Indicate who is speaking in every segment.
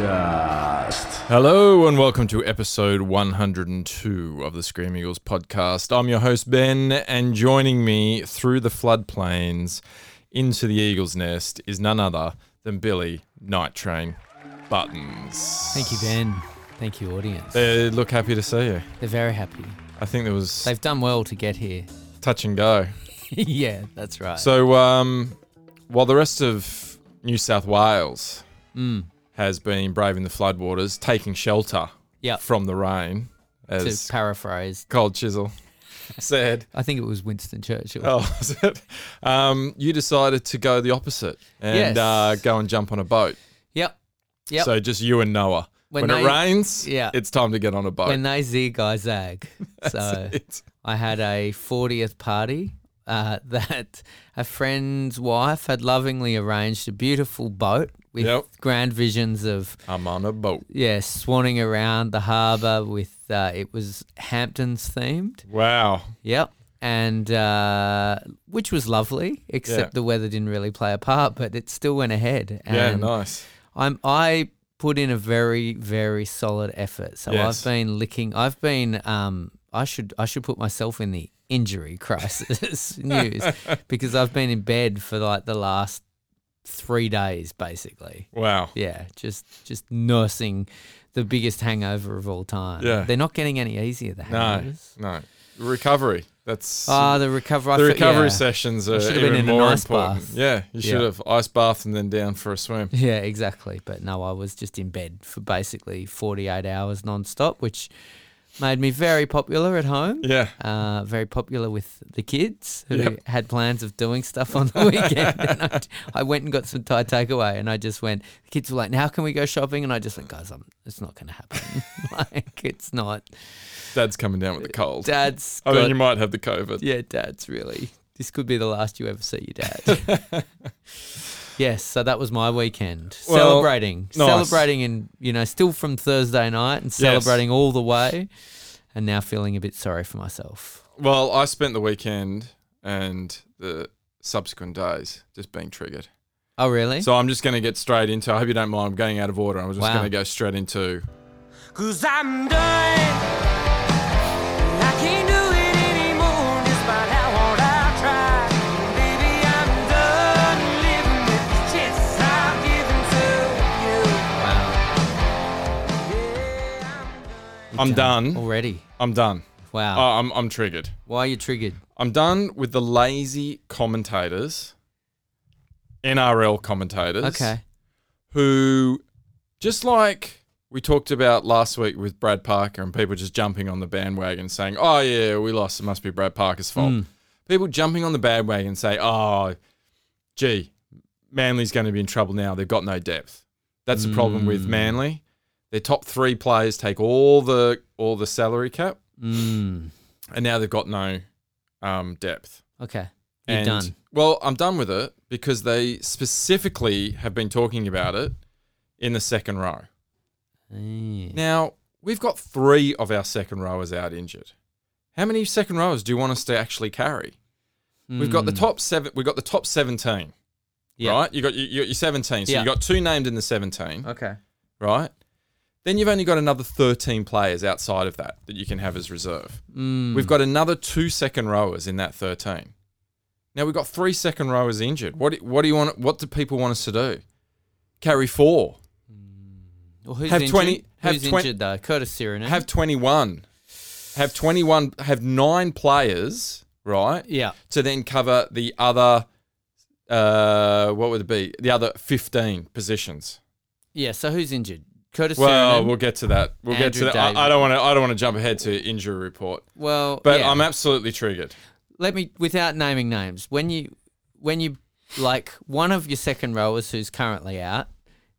Speaker 1: podcast.
Speaker 2: Hello and welcome to episode 102 of the Scream Eagles podcast. I'm your host Ben, and joining me through the floodplains into the Eagles Nest is none other than Billy Night Train Buttons.
Speaker 3: Thank you, Ben. Thank you, audience. They're,
Speaker 2: They look happy to see you.
Speaker 3: very happy.
Speaker 2: I think there was
Speaker 3: They've done well to get here.
Speaker 2: touch and go.
Speaker 3: yeah, that's right.
Speaker 2: So, um, while the rest of New South Wales
Speaker 3: mm,
Speaker 2: has been braving the floodwaters, taking shelter
Speaker 3: Yep.
Speaker 2: from the rain, as
Speaker 3: to paraphrase,
Speaker 2: Cold Chisel said.
Speaker 3: I think it was Winston Churchill.
Speaker 2: Oh, is it? Um, you decided to go the opposite and
Speaker 3: Yes.
Speaker 2: uh, go and jump on a boat.
Speaker 3: Yep. Yep.
Speaker 2: So just you and Noah. When,
Speaker 3: When
Speaker 2: it
Speaker 3: they-
Speaker 2: rains,
Speaker 3: yeah.
Speaker 2: it's time to get on a boat.
Speaker 3: When they uh, zig, I zag. So
Speaker 2: Oh. That's it.
Speaker 3: I had a 40th party uh, that a friend's wife had lovingly arranged a beautiful boat with
Speaker 2: Yep.
Speaker 3: grand visions of
Speaker 2: I'm on a boat.
Speaker 3: yeah swanning around the harbour with uh, it was Hamptons themed.
Speaker 2: Wow.
Speaker 3: Yep. And uh, which was lovely, except
Speaker 2: Yeah.
Speaker 3: the weather didn't really play a part, but it still went ahead. And
Speaker 2: yeah, nice.
Speaker 3: I'm I put in a very very solid effort. So
Speaker 2: Yes.
Speaker 3: I've been licking. I've been um I should I should put myself in the injury crisis news because I've been in bed for like the last 3 days basically.
Speaker 2: Wow.
Speaker 3: Yeah, just just nursing the biggest hangover of all time.
Speaker 2: Yeah.
Speaker 3: They're not getting any easier the
Speaker 2: No,
Speaker 3: hangovers.
Speaker 2: no. Recovery. That's
Speaker 3: Ah, the recovery. I
Speaker 2: the
Speaker 3: fe-
Speaker 2: recovery
Speaker 3: yeah.
Speaker 2: sessions are
Speaker 3: should have
Speaker 2: even
Speaker 3: been in an
Speaker 2: more
Speaker 3: ice
Speaker 2: important.
Speaker 3: bath.
Speaker 2: Yeah, you should
Speaker 3: Yeah.
Speaker 2: have ice bath and then down for a swim.
Speaker 3: Yeah, exactly. But no, I was just in bed for basically 48 hours nonstop, which made me very popular at home.
Speaker 2: Yeah.
Speaker 3: Uh, very popular with the kids who
Speaker 2: Yep.
Speaker 3: had plans of doing stuff on the weekend. and I, I went and got some Thai takeaway, and I just went. The kids were like, "Now can we go shopping?" And I just went, "Guys, I'm, it's not going to happen. like, it's not.
Speaker 2: Dad's coming down with the cold.
Speaker 3: Dad's.
Speaker 2: I
Speaker 3: got-
Speaker 2: mean, you might have the COVID.
Speaker 3: yeah, dad's really. This could be the last you ever see your dad. yes, so that was my weekend.
Speaker 2: Well,
Speaker 3: celebrating.
Speaker 2: nice.
Speaker 3: Celebrating and, you know, still from Thursday night and celebrating all the way and now feeling a bit sorry for myself.
Speaker 2: Well, I spent the weekend and the subsequent days just being triggered.
Speaker 3: Oh, really?
Speaker 2: So I'm just going to get straight into. I hope you don't mind. I'm going out of order. I'm just
Speaker 3: Wow.
Speaker 2: going to go straight into.
Speaker 4: Cause I'm done. I can't do it anymore, despite how hard I try. Baby, I'm done living with the chance I've given to you.
Speaker 3: wow.
Speaker 4: Yeah, I'm done.
Speaker 2: I'm done. Uh,
Speaker 3: Already.
Speaker 2: I'm done.
Speaker 3: Wow.
Speaker 2: I- I'm I'm triggered.
Speaker 3: Why are you triggered?
Speaker 2: I'm done with the lazy commentators, NRL commentators.
Speaker 3: Okay.
Speaker 2: Who, just like we talked about last week with Brad Parker and people just jumping on the bandwagon saying, "Oh yeah, we lost. It must be Brad Parker's fault."
Speaker 3: Mm.
Speaker 2: People jumping on the bandwagon say, "Oh, gee, Manly's going to be in trouble now. They've got no depth." That's the problem with
Speaker 3: Mm.
Speaker 2: Manly. Their top three players take all the all the salary cap,
Speaker 3: Mm.
Speaker 2: and now they've got no um, depth.
Speaker 3: Okay. You're
Speaker 2: And-
Speaker 3: done.
Speaker 2: Well, I'm done with it because they specifically have been talking about it in the second row.
Speaker 3: Yeah.
Speaker 2: Now, we've got three of our second rowers out injured. How many second rowers do you want us to actually carry? We've got the
Speaker 3: Mm.
Speaker 2: top seven. We've got the top seventeen,
Speaker 3: Yeah.
Speaker 2: right? You got you, you got your seventeen. So
Speaker 3: Yeah.
Speaker 2: you got two named in the seventeen,
Speaker 3: Okay.
Speaker 2: right? Then you've only got another thirteen players outside of that that you can have as reserve.
Speaker 3: Mm.
Speaker 2: We've got another two second rowers in that 13. Now we've got three second rowers injured. What do- what do you want? What do people want us to do? Carry four.
Speaker 3: Well, who's
Speaker 2: have
Speaker 3: injured?
Speaker 2: 20 have
Speaker 3: who's
Speaker 2: 20
Speaker 3: injured, though? Curtis Sirenin.
Speaker 2: Have 21. Have 21. Have nine players, right?
Speaker 3: yeah.
Speaker 2: To then cover the other, uh, what would it be? The other 15 positions.
Speaker 3: Yeah, so who's injured? Curtis
Speaker 2: Well,
Speaker 3: Sirenin?
Speaker 2: we'll get to that. We'll get to
Speaker 3: Andrew
Speaker 2: that. I, I
Speaker 3: David.
Speaker 2: don't want to. I don't want to jump ahead to injury report.
Speaker 3: Well,
Speaker 2: But
Speaker 3: yeah.
Speaker 2: I'm absolutely triggered.
Speaker 3: let me without naming names. When you when you like one of your second rowers who's currently out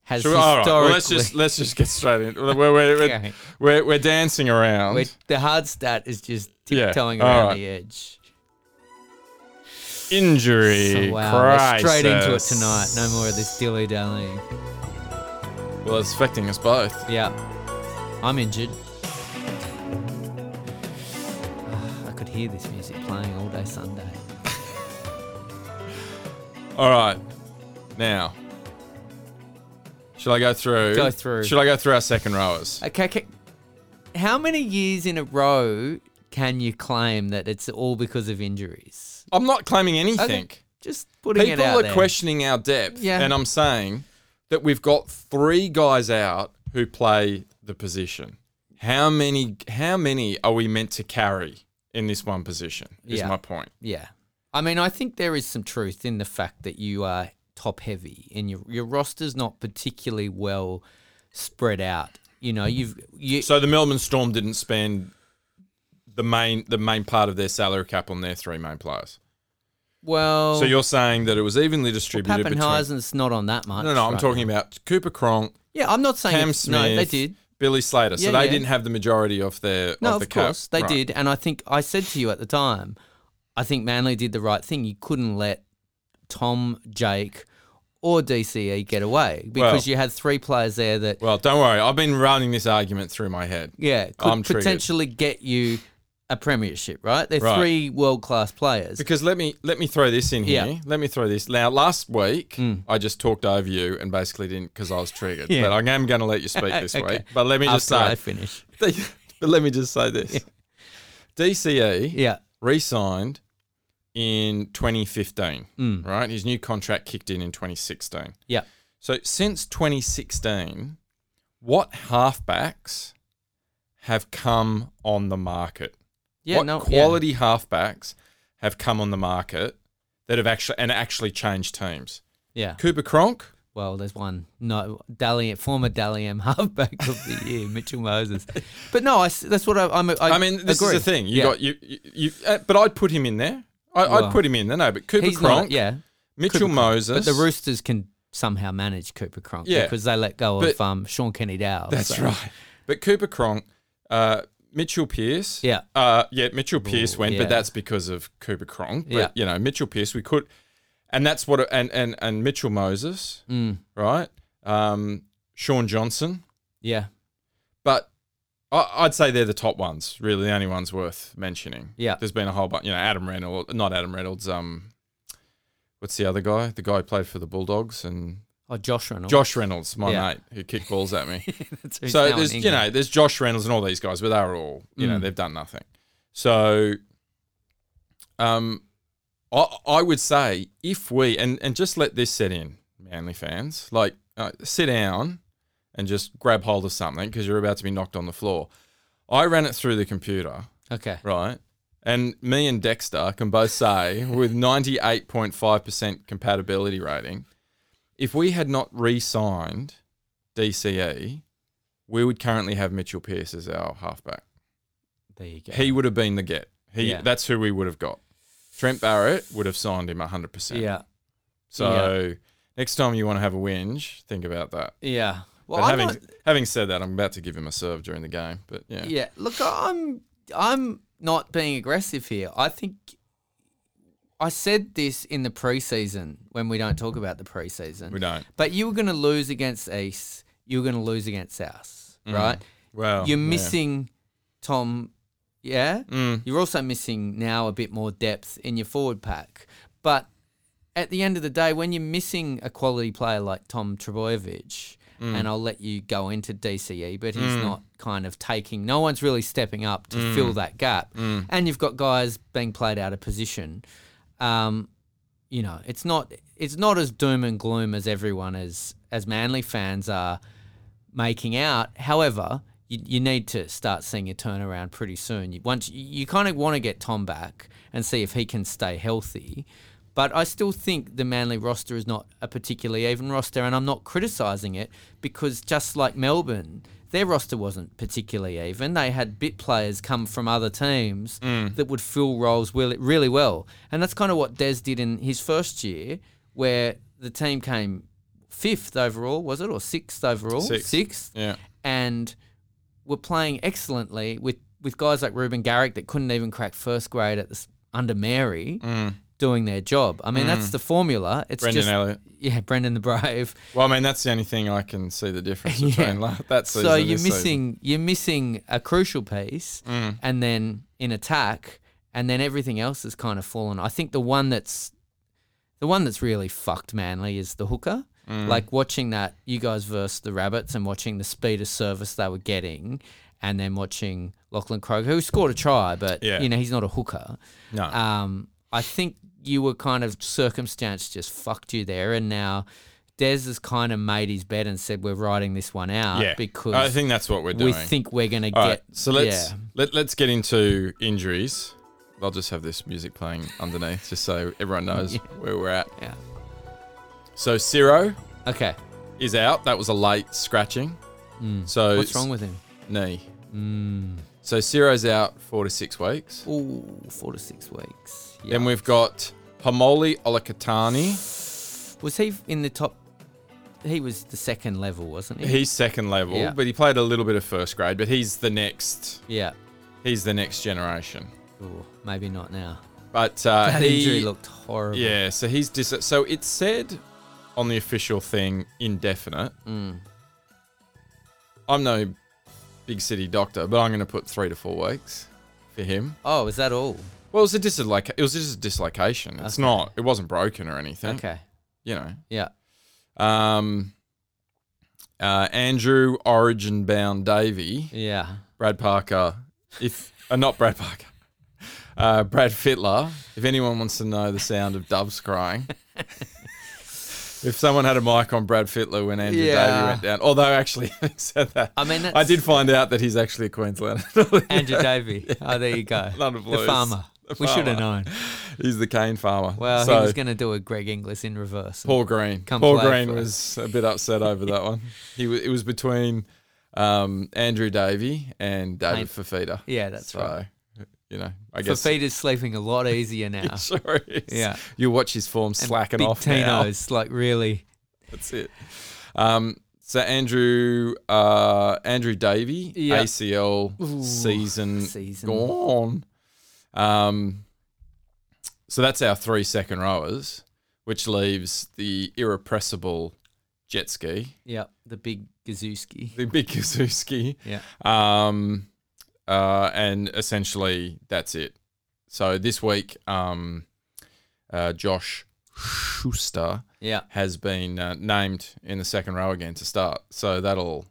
Speaker 3: has
Speaker 2: Sure, all right.
Speaker 3: historically
Speaker 2: Well, let's just let's just get straight in. We're we're, we're,
Speaker 3: Okay.
Speaker 2: we're, we're dancing around.
Speaker 3: Wait, the hard stat is just
Speaker 2: Yeah,
Speaker 3: tiptoeing
Speaker 2: all
Speaker 3: around
Speaker 2: right.
Speaker 3: the edge.
Speaker 2: Injury
Speaker 3: So, wow, we're straight into it
Speaker 2: crisis.
Speaker 3: tonight. No more of this dilly dallying.
Speaker 2: Well, it's affecting us both.
Speaker 3: Yeah, I'm injured. Ah, I could hear this music playing all day Sunday.
Speaker 2: All right. Now, should Should I go through?
Speaker 3: Go through.
Speaker 2: Should I go through our second rowers?
Speaker 3: Okay, okay. How many years in a row can you claim that it's all because of injuries?
Speaker 2: I'm not claiming anything.
Speaker 3: Just putting it
Speaker 2: People
Speaker 3: out
Speaker 2: are
Speaker 3: there.
Speaker 2: questioning our depth,
Speaker 3: Yeah.
Speaker 2: and I'm saying that we've got three guys out who play the position. How many? How many are we meant to carry in this one position? Is
Speaker 3: Yeah.
Speaker 2: my point.
Speaker 3: Yeah. I mean, I think there is some truth in the fact that you are top heavy and your your roster's not particularly well spread out. You know, you've you
Speaker 2: So the Melbourne Storm didn't spend the main the main part of their salary cap on their three main players.
Speaker 3: well
Speaker 2: So you're saying that it was evenly distributed between.
Speaker 3: Pappenhausen's not on that much.
Speaker 2: no, no, I'm
Speaker 3: right
Speaker 2: talking about Cooper Cronk,
Speaker 3: Yeah, I'm not saying
Speaker 2: Cam
Speaker 3: it's-
Speaker 2: Smith,
Speaker 3: no, they did.
Speaker 2: Billy Slater. So
Speaker 3: Yeah,
Speaker 2: they
Speaker 3: yeah.
Speaker 2: didn't have the majority of their
Speaker 3: No,
Speaker 2: of,
Speaker 3: of,
Speaker 2: the cap.
Speaker 3: course they
Speaker 2: Right.
Speaker 3: did, and I think I said to you at the time, I think Manly did the right thing. You couldn't let Tom, Jake, or DCE get away because
Speaker 2: Well-
Speaker 3: you had three players there that
Speaker 2: Well, don't worry. I've been running this argument through my head.
Speaker 3: yeah could
Speaker 2: I'm triggered.
Speaker 3: potentially get you a premiership. Right, they're
Speaker 2: Right.
Speaker 3: three world class players.
Speaker 2: Because let me let me throw this in here.
Speaker 3: Yeah. Hmm.
Speaker 2: Let me throw this. Now, last week I just talked over you and basically didn't because I was triggered.
Speaker 3: Yeah.
Speaker 2: But I am going to let you speak this
Speaker 3: Okay.
Speaker 2: week. But let me just
Speaker 3: After
Speaker 2: say,
Speaker 3: I finish,
Speaker 2: but let me just say this: DCE
Speaker 3: yeah,
Speaker 2: re-signed in 2015.
Speaker 3: Hmm.
Speaker 2: Right, his new contract kicked in in 2016.
Speaker 3: yeah,
Speaker 2: So since 2016, what halfbacks have come on the market?
Speaker 3: yeah,
Speaker 2: what
Speaker 3: no yeah.
Speaker 2: quality halfbacks have come on the market that have actually and actually changed teams?
Speaker 3: Yeah,
Speaker 2: Cooper Cronk,
Speaker 3: well, there's one no Dally, former Dally M halfback of the year, Mitchell Moses. But no, I s that's what I, I'm. I,
Speaker 2: I mean, this
Speaker 3: agree.
Speaker 2: is the thing. You
Speaker 3: Yeah.
Speaker 2: got you, you, you uh, but I'd put him in there. I,
Speaker 3: Well,
Speaker 2: I'd put him in there. No, but Cooper
Speaker 3: He's
Speaker 2: Cronk,
Speaker 3: not. Yeah,
Speaker 2: Mitchell
Speaker 3: Cooper Cronk.
Speaker 2: Moses.
Speaker 3: But the Roosters can somehow manage Cooper Cronk
Speaker 2: Yeah.
Speaker 3: because they let go of
Speaker 2: But-
Speaker 3: um, Sean Kenny Dow.
Speaker 2: That's right. But Cooper Cronk, uh, Mitchell Pearce.
Speaker 3: Yeah.
Speaker 2: Uh, yeah, Mitchell Pearce
Speaker 3: Ooh,
Speaker 2: went,
Speaker 3: yeah.
Speaker 2: but that's because of Cooper Cronk. But,
Speaker 3: Yeah.
Speaker 2: you know, Mitchell Pearce, we could, and that's what, and, and, and Mitchell Moses,
Speaker 3: mm,
Speaker 2: right? Um, Sean Johnson.
Speaker 3: Yeah.
Speaker 2: But I, I'd say they're the top ones, really, the only ones worth mentioning.
Speaker 3: Yeah.
Speaker 2: There's been a whole bunch, you know, Adam Reynolds, not Adam Reynolds, um, what's the other guy? The guy who played for the Bulldogs and
Speaker 3: Oh, Josh Reynolds.
Speaker 2: Josh Reynolds, my
Speaker 3: Yeah.
Speaker 2: mate, who kicked balls at me.
Speaker 3: That's who's
Speaker 2: So
Speaker 3: now in
Speaker 2: there's you
Speaker 3: England.
Speaker 2: know there's Josh Reynolds and all these guys, but they're all you know
Speaker 3: Mm.
Speaker 2: they've done nothing. So, um, I I would say if we and and just let this set in, Manly fans, like uh, sit down and just grab hold of something because you're about to be knocked on the floor. I ran it through the computer,
Speaker 3: Okay.
Speaker 2: right? And me and Dexter can both say with 98.5% compatibility rating, if we had not re-signed DCE, we would currently have Mitchell Pearce as our halfback.
Speaker 3: There you go.
Speaker 2: He would have been the get. He
Speaker 3: Yeah.
Speaker 2: that's who we would have got. Trent Barrett would have signed him 100%.
Speaker 3: yeah.
Speaker 2: So next time you want to have a whinge, think about that.
Speaker 3: Yeah. Well,
Speaker 2: but
Speaker 3: I'm
Speaker 2: having
Speaker 3: not,
Speaker 2: having said that, I'm about to give him a serve during the game, but yeah.
Speaker 3: yeah. Look, I'm I'm not being aggressive here. I think I said this in the preseason when we don't talk about the preseason.
Speaker 2: We don't.
Speaker 3: But you were going to lose against East. You were going to lose against South,
Speaker 2: Mm-hmm.
Speaker 3: right?
Speaker 2: Well,
Speaker 3: You're
Speaker 2: yeah.
Speaker 3: missing Tom. Yeah. You're also missing now a bit more depth in your forward pack. But at the end of the day, when you're missing a quality player like Tom Trebojevic, and I'll let you go into DCE, but he's not kind of taking, no one's really stepping up to fill that gap. And you've got guys being played out of position. Um, you know, it's not it's not as doom and gloom as everyone as as Manly fans are making out. However, you, you need to start seeing a turnaround pretty soon. You, once you, you kind of want to get Tom back and see if he can stay healthy. But I still think the Manly roster is not a particularly even roster, and I'm not criticising it because just like Melbourne, their roster wasn't particularly even. They had bit players come from other teams that would fill roles really, really well, and that's kind of what Des did in his first year, where the team came fifth overall, was it, or sixth overall?
Speaker 2: Sixth.
Speaker 3: Sixth.
Speaker 2: Yeah.
Speaker 3: And were playing excellently with, with guys like Ruben Garrick that couldn't even crack first grade at this, under Mary doing their job. I mean, that's the formula. It's
Speaker 2: Mm. Brendan
Speaker 3: just,
Speaker 2: Elliott.
Speaker 3: Yeah, Brendan the Brave.
Speaker 2: Well, I mean, that's the only thing I can see the difference
Speaker 3: Yeah.
Speaker 2: between la that season.
Speaker 3: so
Speaker 2: and
Speaker 3: you're
Speaker 2: this season.
Speaker 3: missing you're missing a crucial piece and then in attack and then everything else has kind of fallen. I think the one that's the one that's really fucked Manly is the hooker. Like watching that, you guys versus the Rabbits and watching the speed of service they were getting, and then watching Lachlan Krog, who scored a try, but
Speaker 2: Yeah.
Speaker 3: you know he's not a hooker.
Speaker 2: No.
Speaker 3: Um, I think you were kind of circumstance just fucked you there, and now Des has kind of made his bed and said we're writing this one out
Speaker 2: yeah.
Speaker 3: because
Speaker 2: I think that's what we're doing.
Speaker 3: we think we're gonna
Speaker 2: All
Speaker 3: get.
Speaker 2: right, so let's
Speaker 3: yeah.
Speaker 2: let, let's get into injuries. I'll just have this music playing underneath, just so everyone knows where we're at.
Speaker 3: Yeah.
Speaker 2: So Ciro
Speaker 3: Okay.
Speaker 2: is out. That was a late scratching. So
Speaker 3: Hmm. What's wrong with Hmm. him?
Speaker 2: knee? So Ciro's out four to six weeks.
Speaker 3: Ooh, four to six weeks. Yeah.
Speaker 2: Then we've got Pomoli Olakatani.
Speaker 3: Was he in the top? He was the second level, wasn't he?
Speaker 2: He's second level,
Speaker 3: Yeah.
Speaker 2: but he played a little bit of first grade. But he's the next.
Speaker 3: yeah.
Speaker 2: He's the next generation.
Speaker 3: Ooh, maybe not now.
Speaker 2: But uh,
Speaker 3: That
Speaker 2: he
Speaker 3: injury looked horrible.
Speaker 2: Yeah, so he's dis- so it said on the official thing indefinite.
Speaker 3: Mm.
Speaker 2: I'm no big city doctor, but I'm going to put three to four weeks for him.
Speaker 3: Oh, is that all?
Speaker 2: Well, it was a disloc- It was just a dislocation. It's
Speaker 3: Okay.
Speaker 2: not. It wasn't broken or anything.
Speaker 3: Okay.
Speaker 2: You know.
Speaker 3: Yeah.
Speaker 2: Um. Uh, Andrew Origin Bound Davy,
Speaker 3: Yeah.
Speaker 2: Brad Parker, if uh, not Brad Parker, uh, Brad Fittler. If anyone wants to know the sound of doves crying, if someone had a mic on Brad Fittler when Andrew
Speaker 3: Yeah.
Speaker 2: Davy went down, although actually having said that,
Speaker 3: I mean,
Speaker 2: I
Speaker 3: that's-
Speaker 2: did find out that he's actually a Queenslander.
Speaker 3: Andrew Davy. Oh, there you go.
Speaker 2: London
Speaker 3: the
Speaker 2: Blues.
Speaker 3: farmer.
Speaker 2: The
Speaker 3: We should have
Speaker 2: farmer.
Speaker 3: known.
Speaker 2: he's the cane farmer.
Speaker 3: Well,
Speaker 2: so
Speaker 3: he was going to do a Greg Inglis in reverse.
Speaker 2: Paul Green.
Speaker 3: Come
Speaker 2: Paul
Speaker 3: play
Speaker 2: Green
Speaker 3: for
Speaker 2: was a bit upset over that one. He was. It was between um, Andrew Davy and David Fafita.
Speaker 3: Yeah, that's
Speaker 2: so,
Speaker 3: right.
Speaker 2: You know, I guess
Speaker 3: Fafita's sleeping a lot easier now.
Speaker 2: Sure is.
Speaker 3: Yeah.
Speaker 2: You watch his form slacking
Speaker 3: Big
Speaker 2: off now.
Speaker 3: Tino's like really.
Speaker 2: That's it. Um, so Andrew uh, Andrew Davy
Speaker 3: Yeah.
Speaker 2: ACL season,
Speaker 3: season.
Speaker 2: gone. Um, so that's our three second rowers, which leaves the irrepressible jet ski,
Speaker 3: Yeah, the big Gazooski.
Speaker 2: the big Kazuski,
Speaker 3: Yeah.
Speaker 2: um, uh, and essentially that's it. So this week, um, uh, Josh Schuster
Speaker 3: Yeah.
Speaker 2: has been uh, named in the second row again to start. So that'll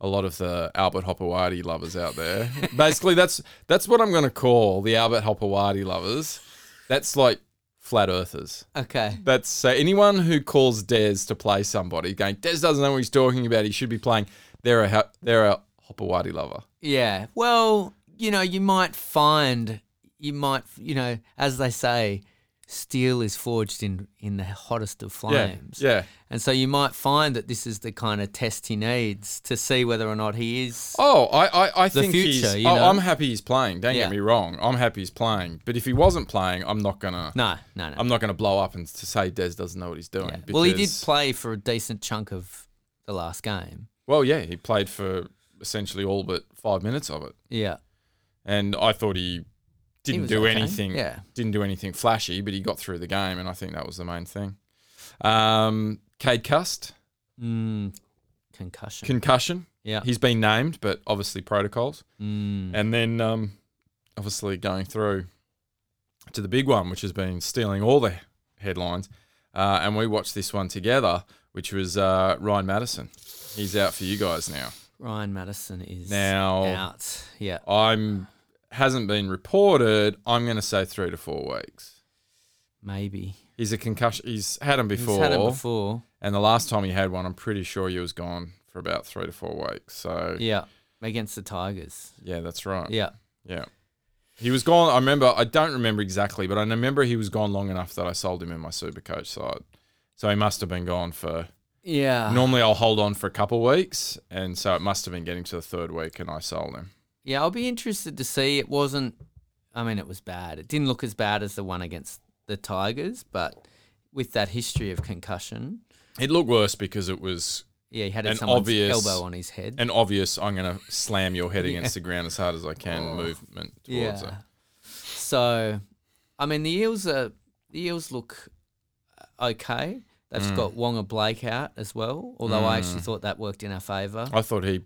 Speaker 2: a lot of the Albert Hopewadi lovers out there. Basically, that's that's what I'm going to call the Albert Hopewadi lovers. That's like flat earthers.
Speaker 3: Okay.
Speaker 2: That's so anyone who calls Dez to play somebody going Dez doesn't know what he's talking about. He should be playing. They're a ho- they're a Hopewadi lover.
Speaker 3: Yeah. Well, you know, you might find you might you know, as they say, steel is forged in in the hottest of flames.
Speaker 2: Yeah.
Speaker 3: And so you might find that this is the kind of test he needs to see whether or not he is.
Speaker 2: Oh, I, I, I think he's.
Speaker 3: future, you
Speaker 2: oh,
Speaker 3: know?
Speaker 2: I'm happy he's playing. Don't
Speaker 3: Yeah.
Speaker 2: get me wrong. I'm happy he's playing. But if he wasn't playing, I'm not gonna.
Speaker 3: No, no, no.
Speaker 2: I'm not gonna blow up and to say Des doesn't know what he's doing.
Speaker 3: Yeah. Well, he did
Speaker 2: because-
Speaker 3: play for a decent chunk of the last game.
Speaker 2: Well, yeah, he played for essentially all but five minutes of it,
Speaker 3: Yeah.
Speaker 2: and I thought he didn't
Speaker 3: was
Speaker 2: do
Speaker 3: okay,
Speaker 2: anything.
Speaker 3: yeah.
Speaker 2: Didn't do anything flashy, but he got through the game, and I think that was the main thing. Um, Cade Cust
Speaker 3: Mm, concussion.
Speaker 2: concussion.
Speaker 3: yeah.
Speaker 2: He's been named, but obviously protocols.
Speaker 3: Mm,
Speaker 2: And then um, obviously going through to the big one, which has been stealing all the headlines. Uh, and we watched this one together, which was uh, Ryan Madison. He's out for you guys now.
Speaker 3: Ryan Madison is
Speaker 2: Now-
Speaker 3: out. Yeah.
Speaker 2: I'm hasn't been reported. I'm going to say three to four weeks.
Speaker 3: Maybe.
Speaker 2: He's a concussion. He's had him
Speaker 3: He's
Speaker 2: before,
Speaker 3: had it before.
Speaker 2: and the last time he had one, I'm pretty sure he was gone for about three to four weeks. So yeah,
Speaker 3: Yeah. Against the Tigers.
Speaker 2: that's right.
Speaker 3: Yeah.
Speaker 2: yeah. He was gone. I remember. I don't remember exactly, but I remember he was gone long enough that I sold him in my super coach side. So he must have been gone for.
Speaker 3: Yeah.
Speaker 2: Normally, I'll hold on for a couple of weeks, and so it must have been getting to the third week, and I sold him.
Speaker 3: Yeah, I'll be interested to see. It wasn't. I mean, it was bad. It didn't look as bad as the one against the Tigers, but with that history of concussion,
Speaker 2: It looked worse because it was
Speaker 3: yeah, he had
Speaker 2: An
Speaker 3: someone's
Speaker 2: obvious-
Speaker 3: elbow on his head.
Speaker 2: an obvious I'm going to slam your head against the ground as hard as I can movement
Speaker 3: Oh. yeah.
Speaker 2: towards it.
Speaker 3: So, I mean, the Eels are the Eels look okay. They've
Speaker 2: Mm.
Speaker 3: got Wonga Blake out as well, although I actually thought that worked in our favour.
Speaker 2: I thought he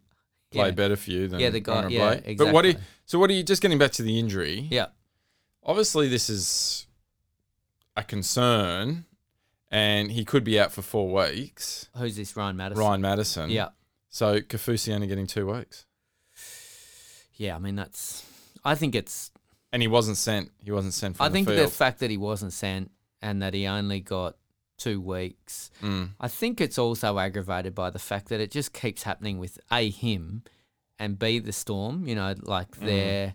Speaker 2: played
Speaker 3: Yeah.
Speaker 2: better for you than
Speaker 3: Yeah, the guy-
Speaker 2: Conor
Speaker 3: yeah,
Speaker 2: Blake. But what do you,
Speaker 3: exactly.
Speaker 2: so what are you just getting back to the injury?
Speaker 3: Yeah,
Speaker 2: Obviously this is a concern and he could be out for four weeks.
Speaker 3: Who's this? Ryan Madison.
Speaker 2: Ryan Madison.
Speaker 3: Yeah.
Speaker 2: So Kafusi only getting two weeks,
Speaker 3: Yeah. I mean, that's. I think it's.
Speaker 2: and he wasn't sent. He wasn't sent from
Speaker 3: I think
Speaker 2: the
Speaker 3: the
Speaker 2: field.
Speaker 3: fact that he wasn't sent and that he only got two weeks.
Speaker 2: Mm.
Speaker 3: I think it's also aggravated by the fact that it just keeps happening with a him, and b the storm. You know, like
Speaker 2: Mm.
Speaker 3: their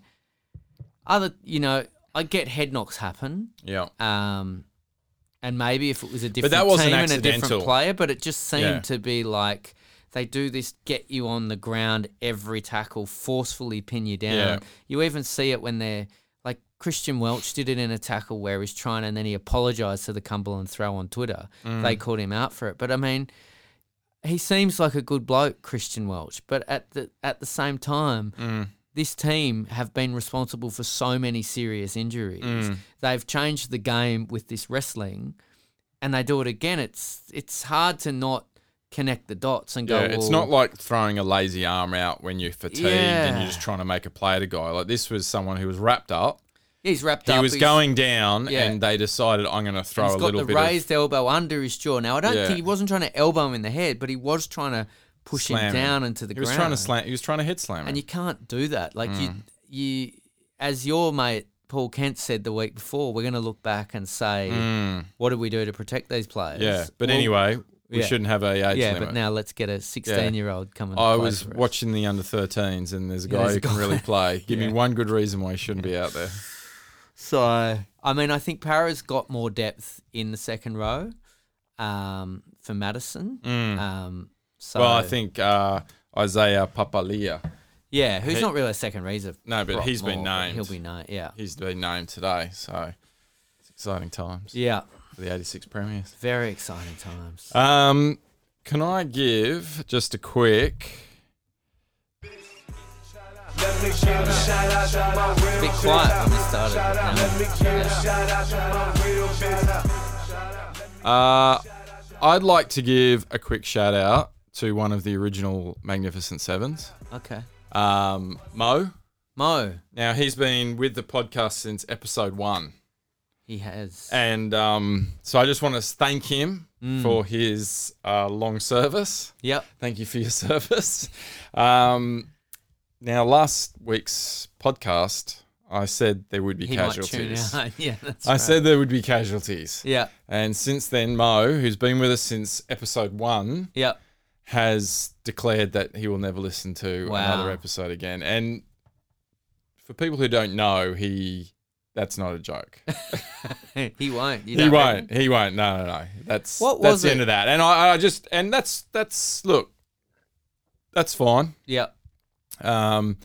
Speaker 3: other. You know, I get head knocks happen.
Speaker 2: yeah.
Speaker 3: Um, and maybe if it was a different
Speaker 2: that wasn't
Speaker 3: team and a different
Speaker 2: accidental.
Speaker 3: player, but it just seemed
Speaker 2: Yeah.
Speaker 3: to be like they do this get you on the ground every tackle, forcefully pin you down.
Speaker 2: Yeah.
Speaker 3: You even see it when they're like Christian Welch did it in a tackle where he's trying and then he apologized to the Cumberland throw on Twitter.
Speaker 2: Mm.
Speaker 3: They called him out for it. But I mean, he seems like a good bloke, Christian Welch, but at the at the same time, this team have been responsible for so many serious injuries.
Speaker 2: Mm.
Speaker 3: They've changed the game with this wrestling, and they do it again. It's it's hard to not connect the dots and go.
Speaker 2: Yeah, it's
Speaker 3: "Well,
Speaker 2: not like throwing a lazy arm out when you're fatigued and
Speaker 3: Yeah.
Speaker 2: you're just trying to make a play at a guy. Like this was someone who was wrapped up.
Speaker 3: he's wrapped
Speaker 2: He
Speaker 3: up.
Speaker 2: was
Speaker 3: he's-
Speaker 2: going down,
Speaker 3: Yeah.
Speaker 2: and they decided I'm going to throw
Speaker 3: He's
Speaker 2: a
Speaker 3: got
Speaker 2: little
Speaker 3: the
Speaker 2: bit
Speaker 3: raised elbow under his jaw. Now I don't
Speaker 2: Yeah.
Speaker 3: think he wasn't trying to elbow him in the head, but he was trying to
Speaker 2: of
Speaker 3: push him
Speaker 2: slamming.
Speaker 3: down into the
Speaker 2: He
Speaker 3: ground.
Speaker 2: was trying to slam. Mm. He was trying to hit slam.
Speaker 3: and you can't do that. Like you, you, as your mate Paul Kent said the week before, we're going to look back and say, what did we do to protect these players?
Speaker 2: Mm. yeah, but
Speaker 3: Well,
Speaker 2: anyway, we
Speaker 3: yeah.
Speaker 2: shouldn't have a age
Speaker 3: yeah.
Speaker 2: limit.
Speaker 3: But now let's get a sixteen-year-old coming.
Speaker 2: I was watching the under 13s, and there's a guy
Speaker 3: there's
Speaker 2: who
Speaker 3: a
Speaker 2: can
Speaker 3: guy.
Speaker 2: really play. Give me one good reason why he shouldn't be out there.
Speaker 3: So I mean, I think Para's got more depth in the second row um, for Madison. Um, so
Speaker 2: Mm. Well, I think uh, Isaiah Papalia,
Speaker 3: yeah, who's not really a second reason?
Speaker 2: No, but he's been named.
Speaker 3: He'll be named. Yeah.
Speaker 2: he's been named today, so it's exciting times
Speaker 3: Yeah.
Speaker 2: for the 86 Premiers.
Speaker 3: Very exciting times.
Speaker 2: Um, can I give just a quick?
Speaker 1: Let me give a shout out to my real
Speaker 3: Be quiet when we started. but now-
Speaker 1: shout out to my real bitch.
Speaker 2: Uh, I'd like to give a quick shout out to one of the original Magnificent Sevens,
Speaker 3: Okay.
Speaker 2: um, Mo.
Speaker 3: Mo,
Speaker 2: Now he's been with the podcast since episode one.
Speaker 3: he has.
Speaker 2: And um, so I just want to thank him
Speaker 3: Mm.
Speaker 2: for his uh, long service.
Speaker 3: Yep.
Speaker 2: Thank you for your service. Um, now, last week's podcast, I said there would be
Speaker 3: He
Speaker 2: casualties.
Speaker 3: might tune out. yeah, that's
Speaker 2: I
Speaker 3: right.
Speaker 2: said there would be casualties.
Speaker 3: Yeah,
Speaker 2: And since then, Mo, who's been with us since episode one,
Speaker 3: yeah.
Speaker 2: has declared that he will never listen to
Speaker 3: Wow.
Speaker 2: another episode again. And for people who don't know, he that's not a joke.
Speaker 3: He won't. You
Speaker 2: He
Speaker 3: don't
Speaker 2: won't.
Speaker 3: reckon?
Speaker 2: He won't. No, no, no. That's
Speaker 3: What
Speaker 2: that's
Speaker 3: was
Speaker 2: the
Speaker 3: it?
Speaker 2: end of that. And I, I just and that's that's look, that's fine.
Speaker 3: Yeah.
Speaker 2: Um,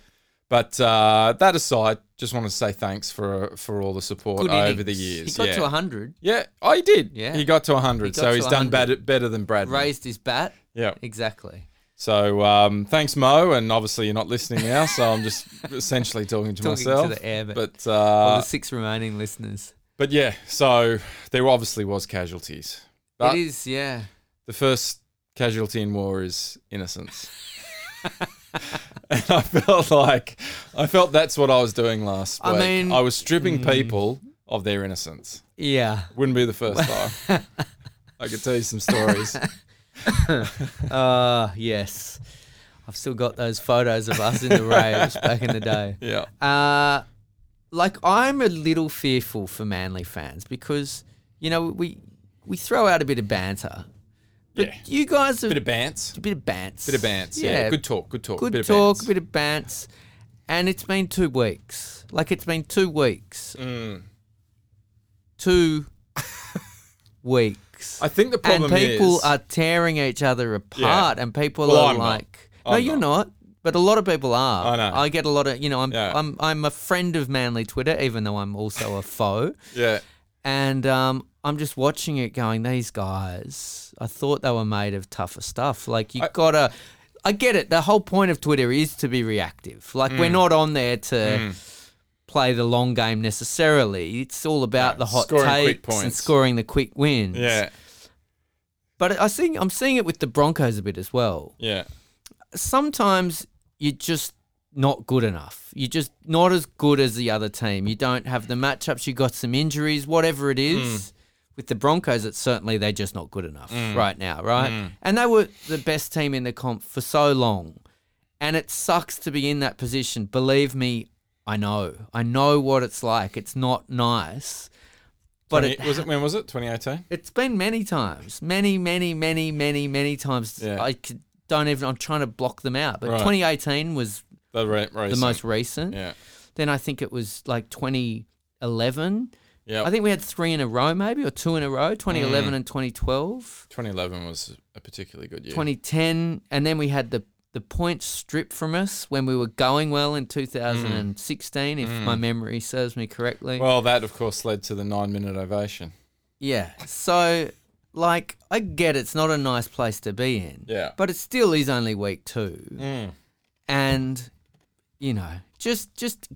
Speaker 2: but uh, that aside, just want to say thanks for for all the support
Speaker 3: Good
Speaker 2: over
Speaker 3: innings.
Speaker 2: the years.
Speaker 3: He got
Speaker 2: yeah.
Speaker 3: to 100,
Speaker 2: yeah, oh, he did.
Speaker 3: Yeah.
Speaker 2: he got to hundred,
Speaker 3: He got
Speaker 2: so
Speaker 3: to
Speaker 2: he's done
Speaker 3: 100.
Speaker 2: better better than Brad.
Speaker 3: raised his bat.
Speaker 2: Yeah.
Speaker 3: Exactly.
Speaker 2: So um, thanks, Mo, and obviously you're not listening now, so I'm just essentially talking to
Speaker 3: Talking to
Speaker 2: myself.
Speaker 3: the air, but-
Speaker 2: but
Speaker 3: Well,
Speaker 2: uh,
Speaker 3: the six remaining listeners.
Speaker 2: but yeah, so there obviously was casualties. But
Speaker 3: it is, yeah.
Speaker 2: the first casualty in war is innocence. and I felt like I felt that's what I was doing last
Speaker 3: I
Speaker 2: week.
Speaker 3: mean- mm.
Speaker 2: I was stripping people of their innocence.
Speaker 3: Yeah.
Speaker 2: Wouldn't be the first time. I could tell you some stories.
Speaker 3: Uh, yes. I've still got those photos of us in the raves back in the day.
Speaker 2: Yeah.
Speaker 3: Uh, like I'm a little fearful for Manly fans because you know we we throw out a bit of banter. But
Speaker 2: Yeah.
Speaker 3: you guys have
Speaker 2: Bit of bants.
Speaker 3: a bit of bants.
Speaker 2: Bit of bants. Yeah. Good talk. Good talk.
Speaker 3: Good
Speaker 2: bit
Speaker 3: talk,
Speaker 2: Of
Speaker 3: a
Speaker 2: bants.
Speaker 3: bit of bants. And it's been two weeks. Like it's been two weeks.
Speaker 2: Mm.
Speaker 3: Two weeks.
Speaker 2: I think the
Speaker 3: and
Speaker 2: problem
Speaker 3: people
Speaker 2: is
Speaker 3: are tearing each other apart and people
Speaker 2: Well,
Speaker 3: are
Speaker 2: I'm not.
Speaker 3: like No,
Speaker 2: I'm
Speaker 3: you're not. But a lot of people are.
Speaker 2: I know.
Speaker 3: I get a lot of you know, I'm
Speaker 2: Yeah.
Speaker 3: I'm I'm a friend of Manly Twitter, even though I'm also a foe.
Speaker 2: yeah.
Speaker 3: And um, I'm just watching it going, these guys, I thought they were made of tougher stuff. Like, you gotta, I get it. The whole point of Twitter is to be reactive. Like,
Speaker 2: Mm.
Speaker 3: we're not on there to play the long game necessarily. It's all about the hot
Speaker 2: scoring quick
Speaker 3: takes and
Speaker 2: points.
Speaker 3: scoring the quick wins.
Speaker 2: Yeah.
Speaker 3: But I think I'm seeing it with the Broncos a bit as well
Speaker 2: Yeah.
Speaker 3: sometimes you're just not good enough. You're just not as good as the other team. You don't have the matchups. You got some injuries, whatever it is. with the Broncos, it's certainly they're just not good enough right now, right? And they were the best team in the comp for so long. And it sucks to be in that position. Believe me, I know. I know what it's like. It's not nice. But it,
Speaker 2: was it when was it? 2018.
Speaker 3: it's been many times, many, many, many, many, many times.
Speaker 2: Yeah.
Speaker 3: I could, don't even. I'm trying to block them out. But
Speaker 2: Right.
Speaker 3: 2018 was
Speaker 2: The, ra-
Speaker 3: the
Speaker 2: racing.
Speaker 3: most recent.
Speaker 2: Yeah.
Speaker 3: Then I think it was like 2011.
Speaker 2: Yeah.
Speaker 3: I think we had three in a row, maybe or two in a row. 2011
Speaker 2: Mm.
Speaker 3: and 2012,
Speaker 2: 2011 was a particularly good year.
Speaker 3: 2010, and then we had the the points stripped from us when we were going well in 2016, if my memory serves me correctly.
Speaker 2: Mm. Well, that of course led to the nine-minute ovation.
Speaker 3: Yeah. So, like, I get it's not a nice place to be in.
Speaker 2: Yeah.
Speaker 3: But it still is only week two,
Speaker 2: Mm.
Speaker 3: and you know, just just